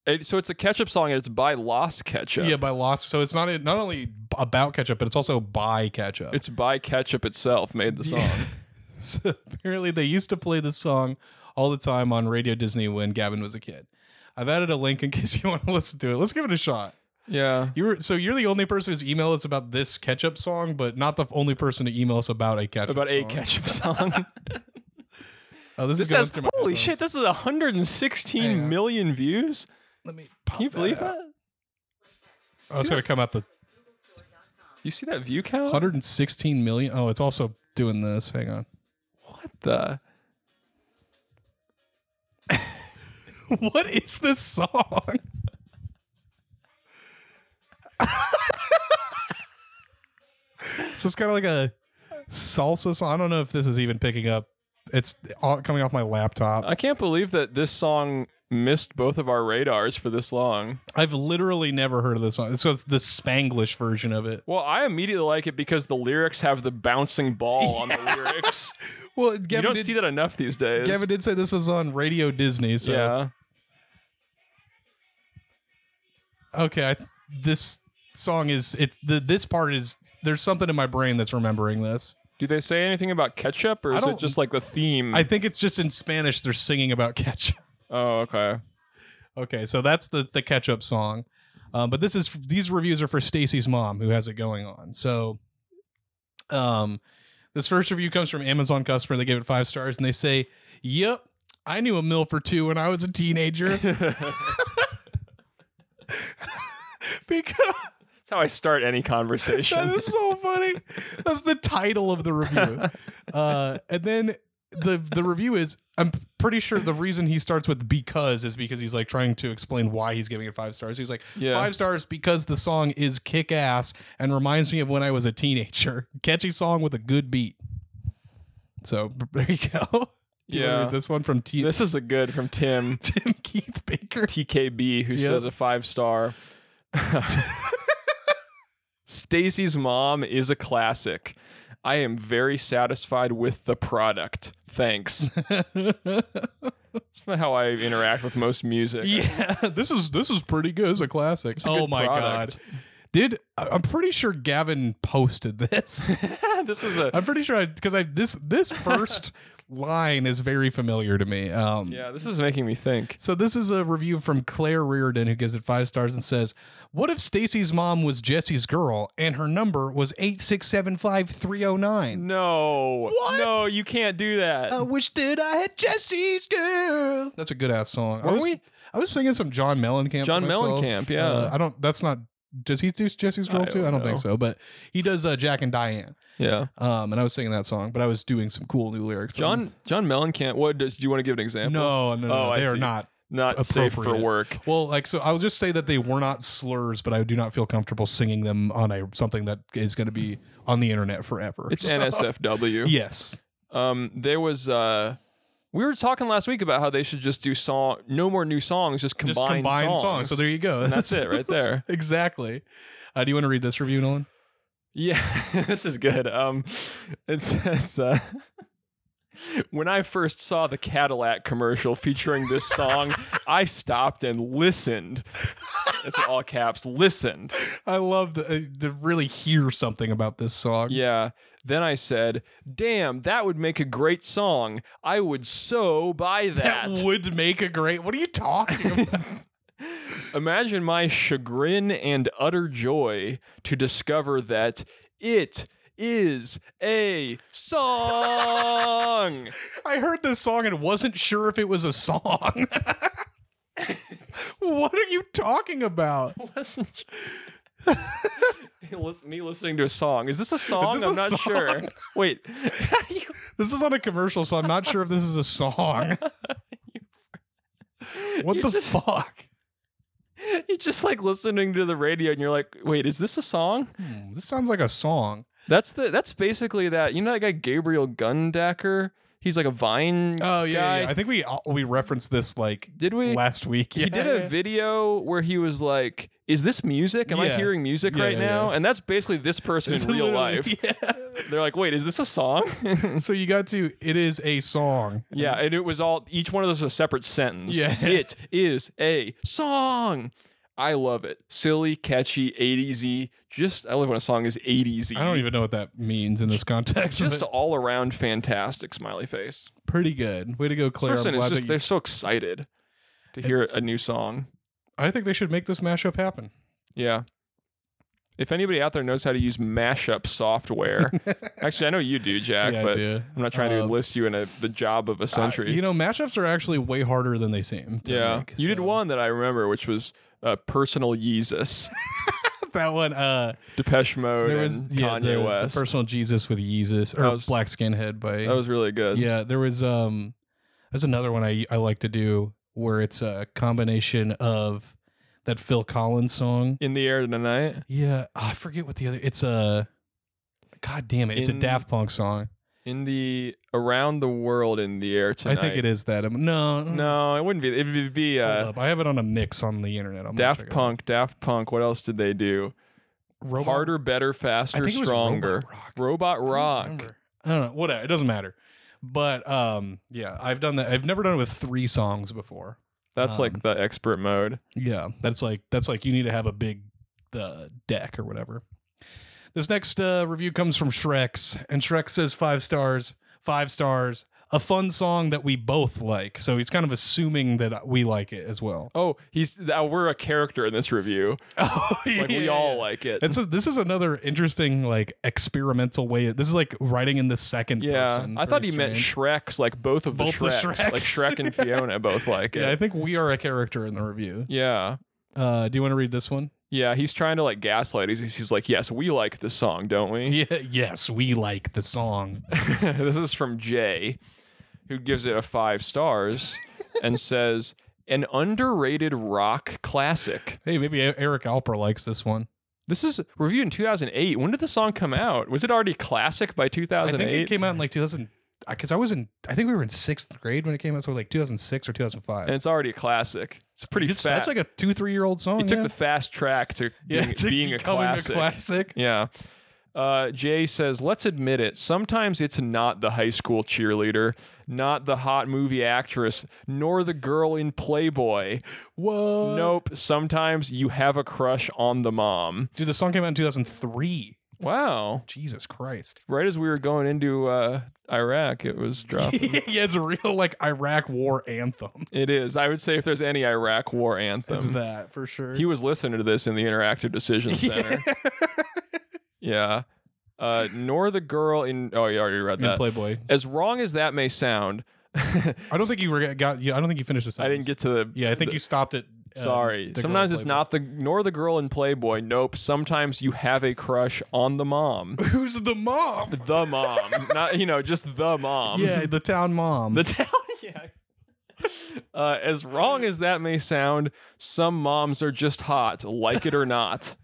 [SPEAKER 2] It, so it's a ketchup song, and it's by Lost Ketchup.
[SPEAKER 1] Yeah, by Lost. So it's not not only about ketchup, but it's also by ketchup.
[SPEAKER 2] It's by Ketchup itself made the song.
[SPEAKER 1] Yeah. So apparently, they used to play this song all the time on Radio Disney when Gavin was a kid. I've added a link in case you want to listen to it. Let's give it a shot.
[SPEAKER 2] Yeah.
[SPEAKER 1] You were so you're the only person who's emailed us about this ketchup song, but not the only person to email us about a ketchup.
[SPEAKER 2] About a
[SPEAKER 1] song.
[SPEAKER 2] ketchup song.
[SPEAKER 1] Oh, this,
[SPEAKER 2] this
[SPEAKER 1] is going
[SPEAKER 2] has
[SPEAKER 1] through my
[SPEAKER 2] holy
[SPEAKER 1] headphones.
[SPEAKER 2] shit. This is 116
[SPEAKER 1] Hang on.
[SPEAKER 2] million views.
[SPEAKER 1] Let me.
[SPEAKER 2] Can you believe that?
[SPEAKER 1] Oh, it's
[SPEAKER 2] See
[SPEAKER 1] going to come out the
[SPEAKER 2] You see that view count?
[SPEAKER 1] 116 million. Oh, it's also doing this. Hang on.
[SPEAKER 2] What the?
[SPEAKER 1] What is this song? so it's kind of like a salsa song. I don't know if this is even picking up. It's all coming off my laptop.
[SPEAKER 2] I can't believe that this song missed both of our radars for this long.
[SPEAKER 1] I've literally never heard of this song. So it's the Spanglish version of it.
[SPEAKER 2] Well, I immediately like it because the lyrics have the bouncing ball on the lyrics.
[SPEAKER 1] Well,
[SPEAKER 2] you
[SPEAKER 1] Gavin
[SPEAKER 2] don't
[SPEAKER 1] did,
[SPEAKER 2] see that enough these days.
[SPEAKER 1] Gavin did say this was on Radio Disney. So
[SPEAKER 2] Yeah.
[SPEAKER 1] okay, I, this song is it's the this part is there's something in my brain that's remembering this.
[SPEAKER 2] Do they say anything about ketchup, or
[SPEAKER 1] I
[SPEAKER 2] is it
[SPEAKER 1] don't-
[SPEAKER 2] just like the theme?
[SPEAKER 1] I think it's just in Spanish they're singing about ketchup.
[SPEAKER 2] oh, okay.
[SPEAKER 1] Okay, so that's the the catch up song, um, but this is these reviews are for Stacy's mom who has it going on. So, um, this first review comes from Amazon customer. They gave it five stars and they say, "Yep, I knew a mill for two when I was a teenager
[SPEAKER 2] That's
[SPEAKER 1] because
[SPEAKER 2] how I start any
[SPEAKER 1] that
[SPEAKER 2] conversation.
[SPEAKER 1] is so funny. That's the title of the review, uh, and then." The, the review is I'm pretty sure the reason he starts with because is because he's like trying to explain why he's giving it five stars. He's like,
[SPEAKER 2] yeah.
[SPEAKER 1] Five stars because the song is kick ass and reminds me of when I was a teenager. Catchy song with a good beat. So there you go. You wanna read
[SPEAKER 2] yeah.
[SPEAKER 1] This one from T-
[SPEAKER 2] This is a good from Tim.
[SPEAKER 1] Tim Keith Baker.
[SPEAKER 2] TKB who
[SPEAKER 1] Yep.
[SPEAKER 2] says a five star. Stacy's mom is a classic. I am very satisfied with the product. Thanks. That's how I interact with most music.
[SPEAKER 1] yeah, this is this is pretty good. It's a classic.
[SPEAKER 2] a
[SPEAKER 1] oh
[SPEAKER 2] good
[SPEAKER 1] my
[SPEAKER 2] product.
[SPEAKER 1] god. Did I- I'm pretty sure Gavin posted this.
[SPEAKER 2] this is a
[SPEAKER 1] I'm pretty sure I because I this this first line is very familiar to me. Um
[SPEAKER 2] yeah. This is making me think.
[SPEAKER 1] So this is a review from Claire Reardon who gives it five stars and says, "What if Stacy's mom was Jesse's girl and her number was eight six seven five three zero nine?
[SPEAKER 2] No,
[SPEAKER 1] What? Oh.
[SPEAKER 2] no, you can't do that.
[SPEAKER 1] I wish that I had Jesse's girl." That's a good ass song. I
[SPEAKER 2] Were
[SPEAKER 1] was,
[SPEAKER 2] we-
[SPEAKER 1] I was singing some John Mellencamp. to
[SPEAKER 2] John
[SPEAKER 1] myself.
[SPEAKER 2] Mellencamp, yeah.
[SPEAKER 1] Uh, I don't. That's not. Does he do Jesse's girl
[SPEAKER 2] I
[SPEAKER 1] too? I
[SPEAKER 2] don't
[SPEAKER 1] don't think
[SPEAKER 2] know.
[SPEAKER 1] so. But he does uh, Jack and Diane.
[SPEAKER 2] yeah,
[SPEAKER 1] Um, and I was singing that song, but I was doing some cool new lyrics.
[SPEAKER 2] John John Mellencamp. What does, do you want to give an example?
[SPEAKER 1] No, no, no.
[SPEAKER 2] Oh, I
[SPEAKER 1] they are
[SPEAKER 2] see.
[SPEAKER 1] not
[SPEAKER 2] not safe for
[SPEAKER 1] appropriate.
[SPEAKER 2] work.
[SPEAKER 1] Well, like so, I'll just say that they were not slurs, but I do not feel comfortable singing them on a something that is going to be on the internet forever.
[SPEAKER 2] It's
[SPEAKER 1] So-
[SPEAKER 2] NSFW.
[SPEAKER 1] Yes.
[SPEAKER 2] Um, there was uh, we were talking last week about how they should just do song, no more new songs, just combine,
[SPEAKER 1] Just combine songs. So there you go.
[SPEAKER 2] and that's it right there.
[SPEAKER 1] exactly. Uh, do you want to read this review, Nolan?
[SPEAKER 2] Yeah, this is good. Um, it says. Uh, when I first saw the Cadillac commercial featuring this song, I stopped and listened. That's all caps, listened.
[SPEAKER 1] I love the, uh, to really hear something about this song.
[SPEAKER 2] Yeah. Then I said, damn, that would make a great song. I would so buy
[SPEAKER 1] That would make a great. What are you talking about?
[SPEAKER 2] Imagine my chagrin and utter joy to discover that it is a song.
[SPEAKER 1] I heard this song and wasn't sure if it was a song. what are you talking about?
[SPEAKER 2] Listen, Lis- me listening to a song. Is this a song?
[SPEAKER 1] this
[SPEAKER 2] I'm
[SPEAKER 1] a
[SPEAKER 2] not
[SPEAKER 1] song?
[SPEAKER 2] sure. Wait, you,
[SPEAKER 1] This is on a commercial, so I'm not sure if this is a song. What
[SPEAKER 2] You're
[SPEAKER 1] the
[SPEAKER 2] just-
[SPEAKER 1] fuck?
[SPEAKER 2] you're just like listening to the radio, and you're like, wait, is this a song?
[SPEAKER 1] Hmm, this sounds like a song.
[SPEAKER 2] That's the. That's basically that. You know that guy Gabriel Gundaker. He's like a Vine
[SPEAKER 1] Oh yeah,
[SPEAKER 2] guy.
[SPEAKER 1] yeah. I think we all- we referenced this like
[SPEAKER 2] Did we?
[SPEAKER 1] last week.
[SPEAKER 2] he did a video where he was like, "Is this music? Am I
[SPEAKER 1] Yeah.
[SPEAKER 2] hearing music
[SPEAKER 1] Yeah,
[SPEAKER 2] right
[SPEAKER 1] yeah,
[SPEAKER 2] now?" And that's basically this person in real life. They're like, "Wait, is this a song?"
[SPEAKER 1] So you got to it is a song.
[SPEAKER 2] yeah, and it was all each one of those was a separate sentence.
[SPEAKER 1] Yeah.
[SPEAKER 2] it is a song. I love it. Silly, catchy, 80s-y. Just I love when a song is 80s-y.
[SPEAKER 1] I don't even know what that means in this context.
[SPEAKER 2] just
[SPEAKER 1] but
[SPEAKER 2] all around fantastic smiley face.
[SPEAKER 1] pretty good. Way to go, Claire. I'm
[SPEAKER 2] person is
[SPEAKER 1] glad
[SPEAKER 2] just
[SPEAKER 1] that you-
[SPEAKER 2] they're so excited to hear a new song.
[SPEAKER 1] I think they should make this mashup happen.
[SPEAKER 2] Yeah. If anybody out there knows how to use mashup software, actually, I know you do, Jack,
[SPEAKER 1] Yeah, I
[SPEAKER 2] but
[SPEAKER 1] do.
[SPEAKER 2] I'm not trying to
[SPEAKER 1] Uh,
[SPEAKER 2] enlist you in a, the job of a
[SPEAKER 1] Uh,
[SPEAKER 2] century.
[SPEAKER 1] you know, mashups are actually way harder than they seem. to
[SPEAKER 2] yeah.
[SPEAKER 1] make,
[SPEAKER 2] you did
[SPEAKER 1] so-
[SPEAKER 2] one that I remember, which was uh, Personal Yeezus,
[SPEAKER 1] That one. Uh,
[SPEAKER 2] Depeche Mode,
[SPEAKER 1] there was
[SPEAKER 2] and
[SPEAKER 1] yeah,
[SPEAKER 2] Kanye
[SPEAKER 1] the, the
[SPEAKER 2] West.
[SPEAKER 1] personal Jesus with Yeezus or
[SPEAKER 2] That was-
[SPEAKER 1] Black Skinhead by
[SPEAKER 2] that was really good.
[SPEAKER 1] Yeah, there was um there's another one I I like to do where it's a combination of that Phil Collins song.
[SPEAKER 2] In the Air Tonight.
[SPEAKER 1] Yeah, ah, I forget what the other it's a God damn it, it's
[SPEAKER 2] In-
[SPEAKER 1] a Daft Punk song.
[SPEAKER 2] In the Around the World in the Air Tonight.
[SPEAKER 1] I think it is that. Um, no.
[SPEAKER 2] No, it wouldn't be. It would be
[SPEAKER 1] hold
[SPEAKER 2] uh,
[SPEAKER 1] up, I have it on a mix on the internet. I'm gonna check
[SPEAKER 2] Daft
[SPEAKER 1] it out.
[SPEAKER 2] Punk, Daft Punk. What else did they do?
[SPEAKER 1] Robot,
[SPEAKER 2] Harder, better,
[SPEAKER 1] I
[SPEAKER 2] faster,
[SPEAKER 1] think it was Robot
[SPEAKER 2] stronger.
[SPEAKER 1] Rock.
[SPEAKER 2] Robot
[SPEAKER 1] I
[SPEAKER 2] Rock.
[SPEAKER 1] don't remember. I don't know. Whatever. It doesn't matter. But um yeah, I've done that. I've never done it with three songs before.
[SPEAKER 2] That's
[SPEAKER 1] Um,
[SPEAKER 2] like the expert mode.
[SPEAKER 1] Yeah, that's like that's like you need to have a big uh, deck or whatever. This next uh, review comes from Shrek's, and Shrek says five stars, five stars. A fun song that we both like. So he's kind of assuming that we like it as well.
[SPEAKER 2] Oh, he's uh, we're a character in this review.
[SPEAKER 1] Oh,
[SPEAKER 2] Like we all like it.
[SPEAKER 1] And so this is another interesting, like experimental way. This is like writing in the second
[SPEAKER 2] yeah,
[SPEAKER 1] person.
[SPEAKER 2] I thought
[SPEAKER 1] Pretty
[SPEAKER 2] he meant
[SPEAKER 1] strange.
[SPEAKER 2] Shrek's, like both of
[SPEAKER 1] Both
[SPEAKER 2] the,
[SPEAKER 1] the
[SPEAKER 2] Shreks. like
[SPEAKER 1] Shreks.
[SPEAKER 2] Shrek and Fiona both like
[SPEAKER 1] Yeah, I
[SPEAKER 2] it.
[SPEAKER 1] think we are a character in the review.
[SPEAKER 2] Yeah,
[SPEAKER 1] Uh, do you want to read this one?
[SPEAKER 2] yeah, he's trying to like gaslight. He's, he's like, yes, we like this song, don't we?
[SPEAKER 1] Yeah. Yes, we like the song.
[SPEAKER 2] this is from Jay, who gives it a five stars and says an underrated rock classic.
[SPEAKER 1] Hey, maybe E-, Eric Alper likes this one.
[SPEAKER 2] This is reviewed in 2008. When did the song come out? Was it already classic by
[SPEAKER 1] I think it
[SPEAKER 2] 2008?
[SPEAKER 1] came out in like 2010 because I was in, I think we were in sixth grade when it came out, so like 2006 or 2005.
[SPEAKER 2] and it's already a classic. It's pretty
[SPEAKER 1] It's-
[SPEAKER 2] fat.
[SPEAKER 1] That's like a two, three year old song.
[SPEAKER 2] he took
[SPEAKER 1] yeah.
[SPEAKER 2] the fast track to
[SPEAKER 1] yeah,
[SPEAKER 2] being,
[SPEAKER 1] it's like
[SPEAKER 2] being a
[SPEAKER 1] becoming
[SPEAKER 2] classic.
[SPEAKER 1] classic.
[SPEAKER 2] Yeah. Uh, Jay says, let's admit it. Sometimes it's not the high school cheerleader, not the hot movie actress, nor the girl in Playboy.
[SPEAKER 1] Whoa.
[SPEAKER 2] Nope. Sometimes you have a crush on the mom.
[SPEAKER 1] Dude, the song came out in 2003.
[SPEAKER 2] Wow.
[SPEAKER 1] Jesus Christ.
[SPEAKER 2] Right as we were going into uh, Iraq, it was dropping.
[SPEAKER 1] yeah, it's a real like Iraq war anthem.
[SPEAKER 2] it is. I would say if there's any Iraq war
[SPEAKER 1] It's
[SPEAKER 2] anthem,
[SPEAKER 1] that for sure.
[SPEAKER 2] Um, he was listening to this in the Interactive Decision Center. yeah. Uh, nor the girl in. Oh, you already read
[SPEAKER 1] in
[SPEAKER 2] that.
[SPEAKER 1] Playboy.
[SPEAKER 2] as wrong as that may sound, I
[SPEAKER 1] I don't think you were, got. Yeah, I don't think you finished the sentence.
[SPEAKER 2] didn't get to the.
[SPEAKER 1] Yeah, I think
[SPEAKER 2] the-
[SPEAKER 1] you stopped at. um,
[SPEAKER 2] Sorry.
[SPEAKER 1] the girl
[SPEAKER 2] Sometimes it's
[SPEAKER 1] Playboy.
[SPEAKER 2] not the nor the girl in Playboy. Nope. Sometimes you have a crush on the mom.
[SPEAKER 1] Who's the mom?
[SPEAKER 2] The mom, not you know, just the mom.
[SPEAKER 1] yeah, the town mom.
[SPEAKER 2] The town. Yeah. Uh, as wrong as that may sound, some moms are just hot, like it or not.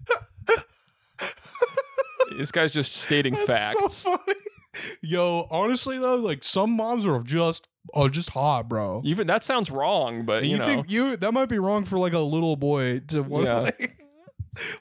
[SPEAKER 2] this guy's just stating
[SPEAKER 1] That's
[SPEAKER 2] facts.
[SPEAKER 1] So funny. Yo, honestly though, like some moms are just are just hot, bro.
[SPEAKER 2] Even that sounds wrong, but you, know,
[SPEAKER 1] think you that might be wrong for like a little boy to want
[SPEAKER 2] Yeah.
[SPEAKER 1] like,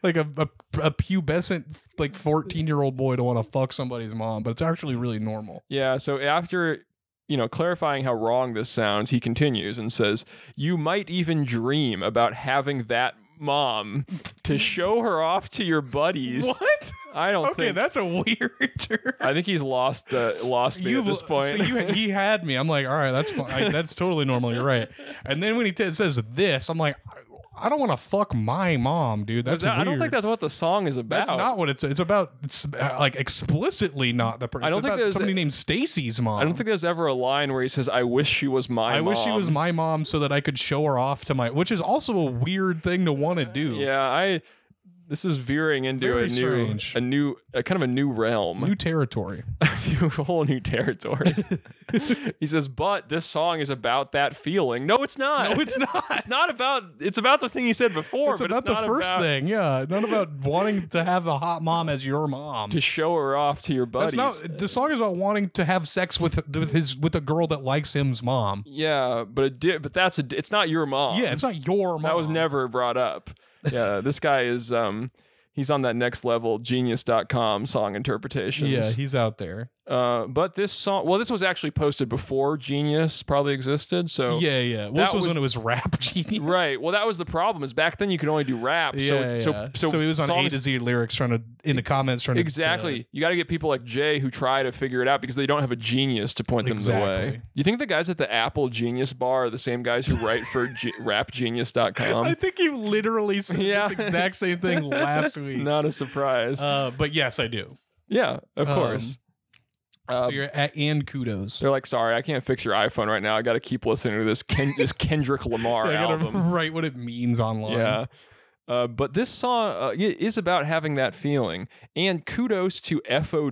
[SPEAKER 1] like a, a a pubescent like 14 year old boy to want to fuck somebody's mom, but it's actually really normal.
[SPEAKER 2] Yeah, so after you know clarifying how wrong this sounds, he continues and says, "You might even dream about having that mom to show her off to your buddies."
[SPEAKER 1] What?
[SPEAKER 2] I don't
[SPEAKER 1] Okay,
[SPEAKER 2] think
[SPEAKER 1] that's a weird turn.
[SPEAKER 2] I think he's lost uh, lost me at this point.
[SPEAKER 1] so you, he had e, me. I'm like, all right, that's fine. Like, that's totally normal. You're right. And then when he t- says this, I'm like, I- I don't want to fuck my mom, dude. That's
[SPEAKER 2] I don't
[SPEAKER 1] weird.
[SPEAKER 2] think that's what the song is about.
[SPEAKER 1] That's not what it's. It's about. It's uh, like explicitly not the person.
[SPEAKER 2] I don't think
[SPEAKER 1] about
[SPEAKER 2] there's
[SPEAKER 1] somebody
[SPEAKER 2] a-
[SPEAKER 1] named Stacy's mom.
[SPEAKER 2] I don't think there's ever a line where he says, "I wish she was my."
[SPEAKER 1] I wish she was
[SPEAKER 2] mom."
[SPEAKER 1] my mom so that I could show her off to my, which is also a weird thing to want to do.
[SPEAKER 2] Yeah, I. This is veering into
[SPEAKER 1] Very
[SPEAKER 2] a new,
[SPEAKER 1] strange.
[SPEAKER 2] a new, a kind of a new realm.
[SPEAKER 1] New territory.
[SPEAKER 2] new whole new territory. he says, "But this song is about that feeling." No, it's not.
[SPEAKER 1] No, it's not.
[SPEAKER 2] It's not about. It's about the thing he said before.
[SPEAKER 1] It's
[SPEAKER 2] but
[SPEAKER 1] about
[SPEAKER 2] it's not
[SPEAKER 1] the first
[SPEAKER 2] about
[SPEAKER 1] thing. Yeah. Not about wanting to have a hot mom as your mom.
[SPEAKER 2] to show her off to your buddies.
[SPEAKER 1] That's not the song is about wanting to have sex with with his with a girl that likes him's mom.
[SPEAKER 2] yeah, but it did. But that's a. It's not your mom.
[SPEAKER 1] Yeah, it's not your mom.
[SPEAKER 2] that was never brought up. Yeah, this guy is. Um, he's on that next level genius.com song interpretations.
[SPEAKER 1] Yeah, he's out there.
[SPEAKER 2] Uh, but this song. Well, this was actually posted before Genius probably existed. So
[SPEAKER 1] yeah, yeah. Well, this
[SPEAKER 2] Oh. that
[SPEAKER 1] was,
[SPEAKER 2] was-
[SPEAKER 1] when it was rap genius.
[SPEAKER 2] Right. Well, that was the problem. Is back then you could only do rap. So
[SPEAKER 1] yeah,
[SPEAKER 2] so,
[SPEAKER 1] yeah.
[SPEAKER 2] so
[SPEAKER 1] he was on A
[SPEAKER 2] songs-
[SPEAKER 1] to Z lyrics trying to in the comments trying to
[SPEAKER 2] Exactly.
[SPEAKER 1] uh,
[SPEAKER 2] you got to get people like Jay who try to figure it out because they don't have a genius to point them the way.
[SPEAKER 1] Exactly.
[SPEAKER 2] You think the guys at the Apple Genius Bar are the same guys who write for G-
[SPEAKER 1] I
[SPEAKER 2] rapgenius.com?
[SPEAKER 1] think you literally said
[SPEAKER 2] Um, Yeah.
[SPEAKER 1] this exact same thing last week.
[SPEAKER 2] Not a surprise.
[SPEAKER 1] Uh, but yes, I do.
[SPEAKER 2] yeah, of
[SPEAKER 1] um,
[SPEAKER 2] course. Uh,
[SPEAKER 1] so you're at and kudos.
[SPEAKER 2] they're like, sorry, I can't fix your iPhone right now. I got to keep listening to this Ken- this Kendrick Lamar
[SPEAKER 1] Yeah, I gotta
[SPEAKER 2] album.
[SPEAKER 1] write what it means online.
[SPEAKER 2] Yeah. Uh, but this song uh, i- is about having that feeling. And kudos to FOW,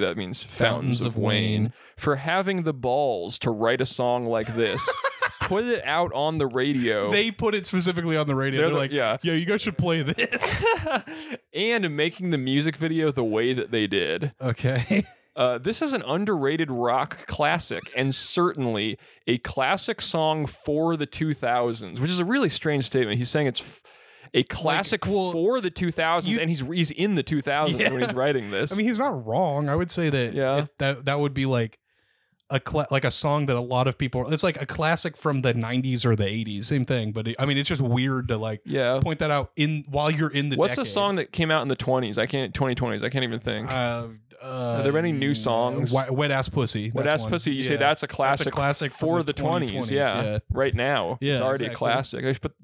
[SPEAKER 2] that means Fountains, of Wayne, for having the balls to write a song like this. Put it out on the radio.
[SPEAKER 1] They put it specifically on the radio.
[SPEAKER 2] They're
[SPEAKER 1] They're,
[SPEAKER 2] the-
[SPEAKER 1] like,
[SPEAKER 2] yeah.
[SPEAKER 1] yo, you guys should play this.
[SPEAKER 2] and making the music video the way that they did.
[SPEAKER 1] okay.
[SPEAKER 2] Uh, this is an underrated rock classic and certainly a classic song for the 2000s, which is a really strange statement. He's saying it's f- a classic
[SPEAKER 1] well,
[SPEAKER 2] for the 2000s,
[SPEAKER 1] you-
[SPEAKER 2] and he's he's in the 2000s when
[SPEAKER 1] Yeah.
[SPEAKER 2] he's writing this.
[SPEAKER 1] I mean, he's not wrong. I would say that
[SPEAKER 2] Yeah.
[SPEAKER 1] it- that that would be like a cla like a song that a lot of people. It's like a classic from the '90s or the '80s, same thing. But it, I mean, it's just weird to like
[SPEAKER 2] yeah.
[SPEAKER 1] point that out in while you're in the.
[SPEAKER 2] What's a
[SPEAKER 1] decade.
[SPEAKER 2] song that came out in the 20s? I can't 2020s. I can't even think.
[SPEAKER 1] Uh, uh, Are
[SPEAKER 2] there any new songs?
[SPEAKER 1] Wet, Wet ass pussy.
[SPEAKER 2] Wet
[SPEAKER 1] that's
[SPEAKER 2] Ass
[SPEAKER 1] one.
[SPEAKER 2] Pussy. You say
[SPEAKER 1] Yeah.
[SPEAKER 2] that's a
[SPEAKER 1] That's
[SPEAKER 2] classic,
[SPEAKER 1] a classic from
[SPEAKER 2] for the, 20s. yeah. right now.
[SPEAKER 1] Yeah,
[SPEAKER 2] it's already
[SPEAKER 1] exactly.
[SPEAKER 2] a classic. I should put,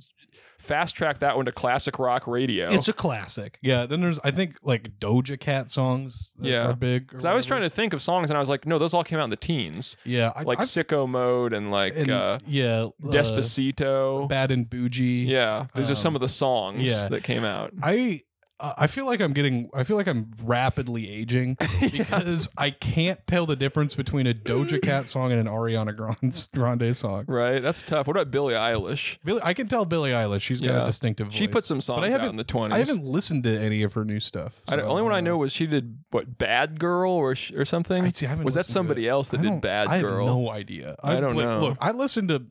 [SPEAKER 2] fast track that one to classic rock radio.
[SPEAKER 1] It's a classic. Yeah. Then there's I think like Doja Cat songs. That
[SPEAKER 2] Yeah.
[SPEAKER 1] Are big. or
[SPEAKER 2] Because I was
[SPEAKER 1] whatever.
[SPEAKER 2] trying to think of songs, and I was like, no, those all came out in the teens,
[SPEAKER 1] Yeah. I,
[SPEAKER 2] like
[SPEAKER 1] I've-
[SPEAKER 2] Sicko Mode and like
[SPEAKER 1] and,
[SPEAKER 2] uh,
[SPEAKER 1] yeah. uh,
[SPEAKER 2] Despacito.
[SPEAKER 1] Bad and bougie.
[SPEAKER 2] yeah, those are some
[SPEAKER 1] um,
[SPEAKER 2] of the songs
[SPEAKER 1] yeah.
[SPEAKER 2] that came out.
[SPEAKER 1] I uh, I feel like I'm getting. I feel like I'm rapidly aging because I can't tell the difference between a Doja Cat song and an Ariana Grande, Grande song.
[SPEAKER 2] Right? That's tough. What about Billie Eilish?
[SPEAKER 1] Billie, I can tell Billie Eilish. She's got
[SPEAKER 2] Yeah.
[SPEAKER 1] a distinctive voice.
[SPEAKER 2] She put some songs out
[SPEAKER 1] haven't-
[SPEAKER 2] in the 20s.
[SPEAKER 1] I haven't listened to any of her new stuff.
[SPEAKER 2] I don't-
[SPEAKER 1] so
[SPEAKER 2] only one I
[SPEAKER 1] don't
[SPEAKER 2] know was she did what Bad Girl or sh- or something.
[SPEAKER 1] I see, I haven't
[SPEAKER 2] was that
[SPEAKER 1] listened to
[SPEAKER 2] somebody
[SPEAKER 1] it.
[SPEAKER 2] else that
[SPEAKER 1] I
[SPEAKER 2] did
[SPEAKER 1] don't-
[SPEAKER 2] Bad
[SPEAKER 1] I have
[SPEAKER 2] Girl?
[SPEAKER 1] no idea.
[SPEAKER 2] I don't
[SPEAKER 1] like,
[SPEAKER 2] know.
[SPEAKER 1] Look, I listen to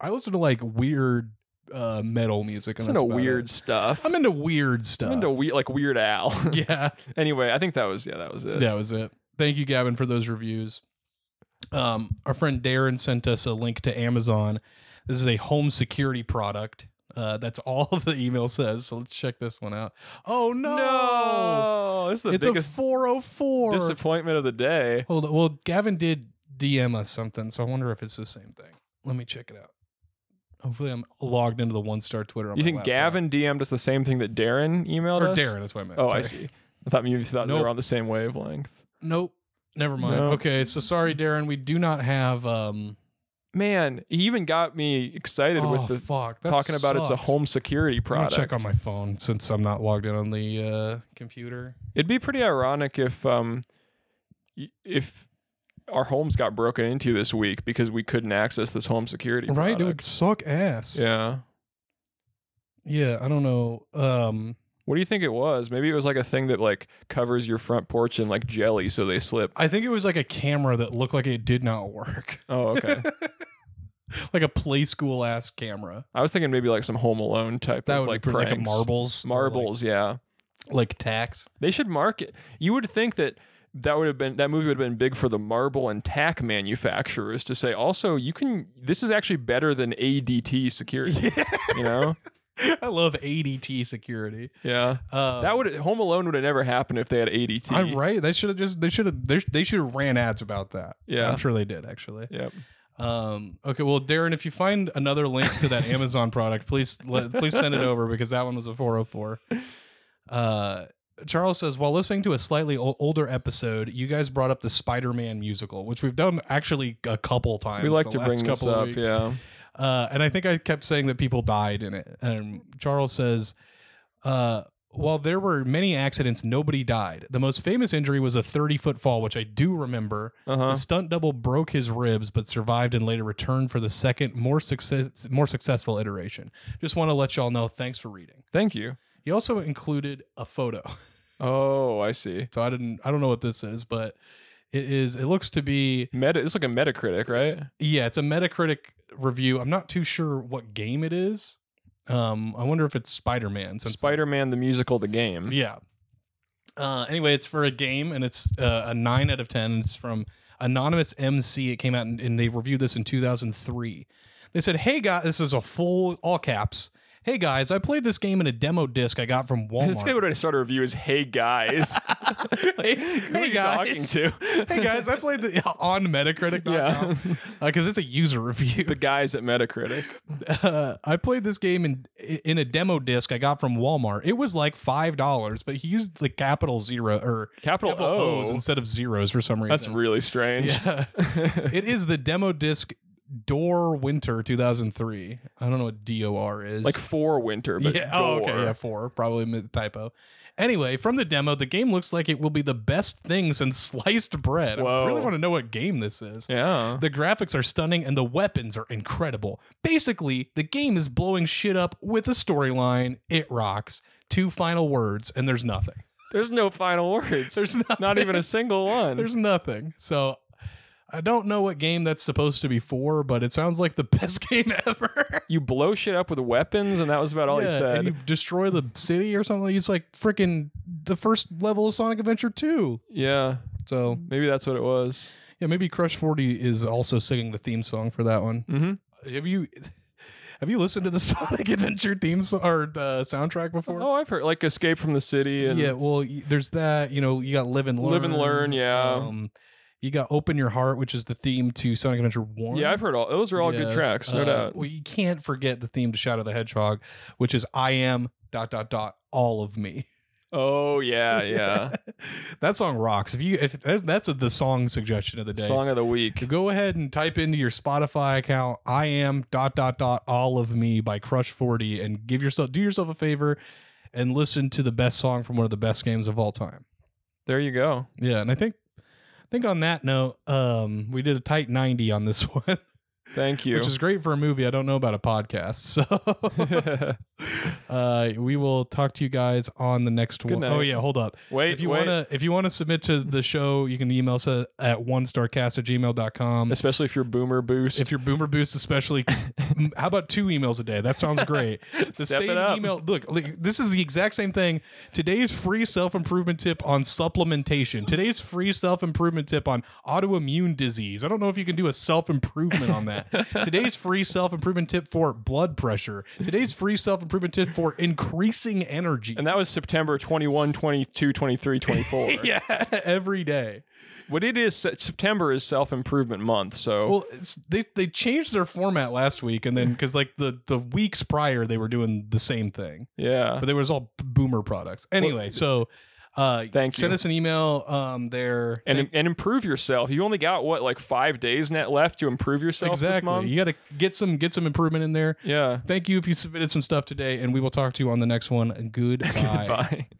[SPEAKER 1] I listen to like weird uh, metal music. And
[SPEAKER 2] It's into
[SPEAKER 1] that's about
[SPEAKER 2] weird
[SPEAKER 1] It.
[SPEAKER 2] stuff.
[SPEAKER 1] I'm into weird stuff.
[SPEAKER 2] I'm into we- like Weird Al.
[SPEAKER 1] yeah,
[SPEAKER 2] anyway, I think that was yeah, that was it.
[SPEAKER 1] that was it. Thank you, Gavin, for those reviews. Um, our friend Darren sent us a link to Amazon. This is a home security product. Uh, that's all the email says. So let's check this one out. Oh no!
[SPEAKER 2] No, this is the
[SPEAKER 1] it's a
[SPEAKER 2] biggest
[SPEAKER 1] 404.
[SPEAKER 2] disappointment of the day.
[SPEAKER 1] Hold on. Well, Gavin did DM us something, so I wonder if it's the same thing. Let me check it out. Hopefully, I'm logged into the one star Twitter. On
[SPEAKER 2] You
[SPEAKER 1] my
[SPEAKER 2] think
[SPEAKER 1] laptop.
[SPEAKER 2] Gavin DM'd us the same thing that Darren emailed
[SPEAKER 1] or
[SPEAKER 2] us?
[SPEAKER 1] Darren? That's what I meant.
[SPEAKER 2] Oh, I
[SPEAKER 1] Sorry.
[SPEAKER 2] see. I thought maybe you thought they
[SPEAKER 1] Nope.
[SPEAKER 2] were on the same wavelength.
[SPEAKER 1] Nope. Never mind.
[SPEAKER 2] No.
[SPEAKER 1] Okay, so sorry, Darren. We do not have. um
[SPEAKER 2] Man, he even got me excited
[SPEAKER 1] oh,
[SPEAKER 2] with the
[SPEAKER 1] fuck. That
[SPEAKER 2] talking about it's a
[SPEAKER 1] sucks.
[SPEAKER 2] home security
[SPEAKER 1] I'm gonna
[SPEAKER 2] product.
[SPEAKER 1] check on my phone since I'm not logged in on the uh, computer.
[SPEAKER 2] It'd be pretty ironic if um y- if our homes got broken into this week because we couldn't access this home security.
[SPEAKER 1] Right? It would
[SPEAKER 2] product.
[SPEAKER 1] suck ass.
[SPEAKER 2] Yeah.
[SPEAKER 1] Yeah, I don't know. Um,
[SPEAKER 2] What do you think it was? Maybe it was like a thing that like covers your front porch in like jelly so they slip.
[SPEAKER 1] I think it was like a camera that looked like it did not work,
[SPEAKER 2] Oh, okay.
[SPEAKER 1] like a play school ass camera.
[SPEAKER 2] I was thinking maybe like some home alone type
[SPEAKER 1] That
[SPEAKER 2] of
[SPEAKER 1] would
[SPEAKER 2] like
[SPEAKER 1] be pretty, like a
[SPEAKER 2] pranks.
[SPEAKER 1] marbles, or, like-
[SPEAKER 2] Marbles, yeah.
[SPEAKER 1] like, tax.
[SPEAKER 2] They should market. You would think that that would have been that movie would have been big for the marble and tack manufacturers to say also you can this is actually better than ADT security, you know?
[SPEAKER 1] I love ADT security.
[SPEAKER 2] Yeah.
[SPEAKER 1] Uh,
[SPEAKER 2] That would Home Alone would have never happened if they had ADT.
[SPEAKER 1] I'm right. They should have just. They should have. They, they should have ran ads about that.
[SPEAKER 2] Yeah.
[SPEAKER 1] I'm sure they did actually.
[SPEAKER 2] Yep.
[SPEAKER 1] Um. Okay. Well, Darren, if you find another link to that Amazon product, please let, please send it over because that one was a 404. Uh. Charles says, while listening to a slightly o- older episode, you guys brought up the Spider-Man musical, which we've done actually a couple times.
[SPEAKER 2] We like
[SPEAKER 1] the
[SPEAKER 2] to
[SPEAKER 1] last
[SPEAKER 2] bring this
[SPEAKER 1] couple of
[SPEAKER 2] up,
[SPEAKER 1] weeks.
[SPEAKER 2] yeah.
[SPEAKER 1] Uh, and I think I kept saying that people died in it. And Charles says, uh, while there were many accidents, nobody died. The most famous injury was a 30 foot fall, which I do remember.
[SPEAKER 2] Uh-huh.
[SPEAKER 1] The stunt double broke his ribs, but survived and later returned for the second, more success, more successful iteration. Just want to let y'all know. Thanks for reading.
[SPEAKER 2] Thank you.
[SPEAKER 1] He also included a photo,
[SPEAKER 2] Oh, I see.
[SPEAKER 1] so I didn't. I don't know what this is, but it is. It looks to be.
[SPEAKER 2] Meta it's like a Metacritic, right?
[SPEAKER 1] Yeah, it's a Metacritic review. I'm not too sure what game it is. Um, I wonder if it's Spider Man.
[SPEAKER 2] Spider Man the musical, the game.
[SPEAKER 1] Yeah. Uh, anyway, it's for a game, and it's uh, a nine out of ten. It's from Anonymous MC. It came out, and, and they reviewed this in 2003. They said, "Hey guys, this is a full all caps. Hey guys, I played this game in a demo disc I got from
[SPEAKER 2] This guy
[SPEAKER 1] Walmart.
[SPEAKER 2] would have started a review is hey guys.
[SPEAKER 1] hey,
[SPEAKER 2] Who are you
[SPEAKER 1] guys,
[SPEAKER 2] talking to?
[SPEAKER 1] hey guys, I played the on Metacritic.
[SPEAKER 2] Yeah.
[SPEAKER 1] Yeah, because it's a user review.
[SPEAKER 2] the guys at Metacritic.
[SPEAKER 1] uh, I played this game in in a demo disc I got from Walmart. It was like five dollars, but he used the capital zero or
[SPEAKER 2] Capital,
[SPEAKER 1] capital
[SPEAKER 2] O.
[SPEAKER 1] O's instead of zeros for some reason.
[SPEAKER 2] That's really strange.
[SPEAKER 1] yeah. it is the demo disc Door Winter 2003. I don't know what DOR is.
[SPEAKER 2] like for winter, but
[SPEAKER 1] yeah. Oh, okay.
[SPEAKER 2] door.
[SPEAKER 1] Yeah, four probably mi- typo. Anyway, from the demo, the game looks like it will be the best thing since sliced bread.
[SPEAKER 2] Whoa.
[SPEAKER 1] I really want to know what game this is.
[SPEAKER 2] Yeah.
[SPEAKER 1] The graphics are stunning and the weapons are incredible. Basically, the game is blowing shit up with a storyline. It rocks. Two final words, and there's nothing.
[SPEAKER 2] There's no final words.
[SPEAKER 1] There's nothing.
[SPEAKER 2] not even a single one.
[SPEAKER 1] There's nothing. So I don't know what game that's supposed to be for, but it sounds like the best game ever.
[SPEAKER 2] you blow shit up with weapons, and that was about all he
[SPEAKER 1] Yeah,
[SPEAKER 2] said.
[SPEAKER 1] And you destroy the city or something. It's like freaking the first level of Sonic Adventure 2.
[SPEAKER 2] yeah.
[SPEAKER 1] So
[SPEAKER 2] Maybe that's what it was.
[SPEAKER 1] yeah, maybe Crush 40 is also singing the theme song for that one.
[SPEAKER 2] Mm-hmm.
[SPEAKER 1] Have you have you listened to the Sonic Adventure theme so- or uh, soundtrack before?
[SPEAKER 2] Oh, I've heard like Escape from the City and
[SPEAKER 1] yeah, well, y- there's that. You know, you got Live and Learn.
[SPEAKER 2] Live and Learn, yeah.
[SPEAKER 1] Um, you got Open Your Heart, which is the theme to Sonic Adventure One.
[SPEAKER 2] yeah, I've heard all those are all good
[SPEAKER 1] Yeah,
[SPEAKER 2] tracks, no
[SPEAKER 1] uh,
[SPEAKER 2] doubt.
[SPEAKER 1] Well, you can't forget the theme to Shadow the Hedgehog, which is I am dot dot dot all of me.
[SPEAKER 2] Oh yeah, yeah.
[SPEAKER 1] that song rocks. If you if that's, that's the song suggestion of the day.
[SPEAKER 2] Song of the week.
[SPEAKER 1] Go ahead and type into your Spotify account I am dot dot dot all of me by Crush 40 and give yourself do yourself a favor and listen to the best song from one of the best games of all time.
[SPEAKER 2] There you go.
[SPEAKER 1] Yeah, and I think I think on that note, um, we did a tight 90 on this one,
[SPEAKER 2] Thank you.
[SPEAKER 1] which is great for a movie. I don't know about a podcast. So uh, we will talk to you guys on the next
[SPEAKER 2] Good
[SPEAKER 1] one.
[SPEAKER 2] night.
[SPEAKER 1] Oh yeah, hold up.
[SPEAKER 2] wait,
[SPEAKER 1] if you
[SPEAKER 2] wait.
[SPEAKER 1] wanna if you wanna submit to the show, you can email us uh, at one starcast at gmail.com.
[SPEAKER 2] Especially if you're boomer boost.
[SPEAKER 1] um, If your boomer boost, especially, m- how about two emails a day? That sounds great. The
[SPEAKER 2] Step it
[SPEAKER 1] same
[SPEAKER 2] up.
[SPEAKER 1] email. Look, li- this is the exact same thing. Today's free self improvement tip on supplementation. Today's free self improvement tip on autoimmune disease. I don't know if you can do a self improvement on that. Today's free self improvement tip for blood pressure. Today's free self improvement tip for increasing energy.
[SPEAKER 2] and that was September 21, 22, 23, 24.
[SPEAKER 1] yeah, every day.
[SPEAKER 2] What it is, Se- September is self improvement month. So
[SPEAKER 1] Well, it's, they they changed their format last week, and then because like the the weeks prior they were doing the same thing,
[SPEAKER 2] yeah,
[SPEAKER 1] but they was all boomer products. Anyway, so uh,
[SPEAKER 2] Thank
[SPEAKER 1] send
[SPEAKER 2] you.
[SPEAKER 1] us an email um there
[SPEAKER 2] and
[SPEAKER 1] Thank-
[SPEAKER 2] and improve yourself. You only got what like five days net left to improve yourself this
[SPEAKER 1] exactly.
[SPEAKER 2] month.
[SPEAKER 1] You got to get some get some improvement in there.
[SPEAKER 2] Yeah.
[SPEAKER 1] Thank you if you submitted some stuff today, and we will talk to you on the next one. Goodbye.
[SPEAKER 2] Bye.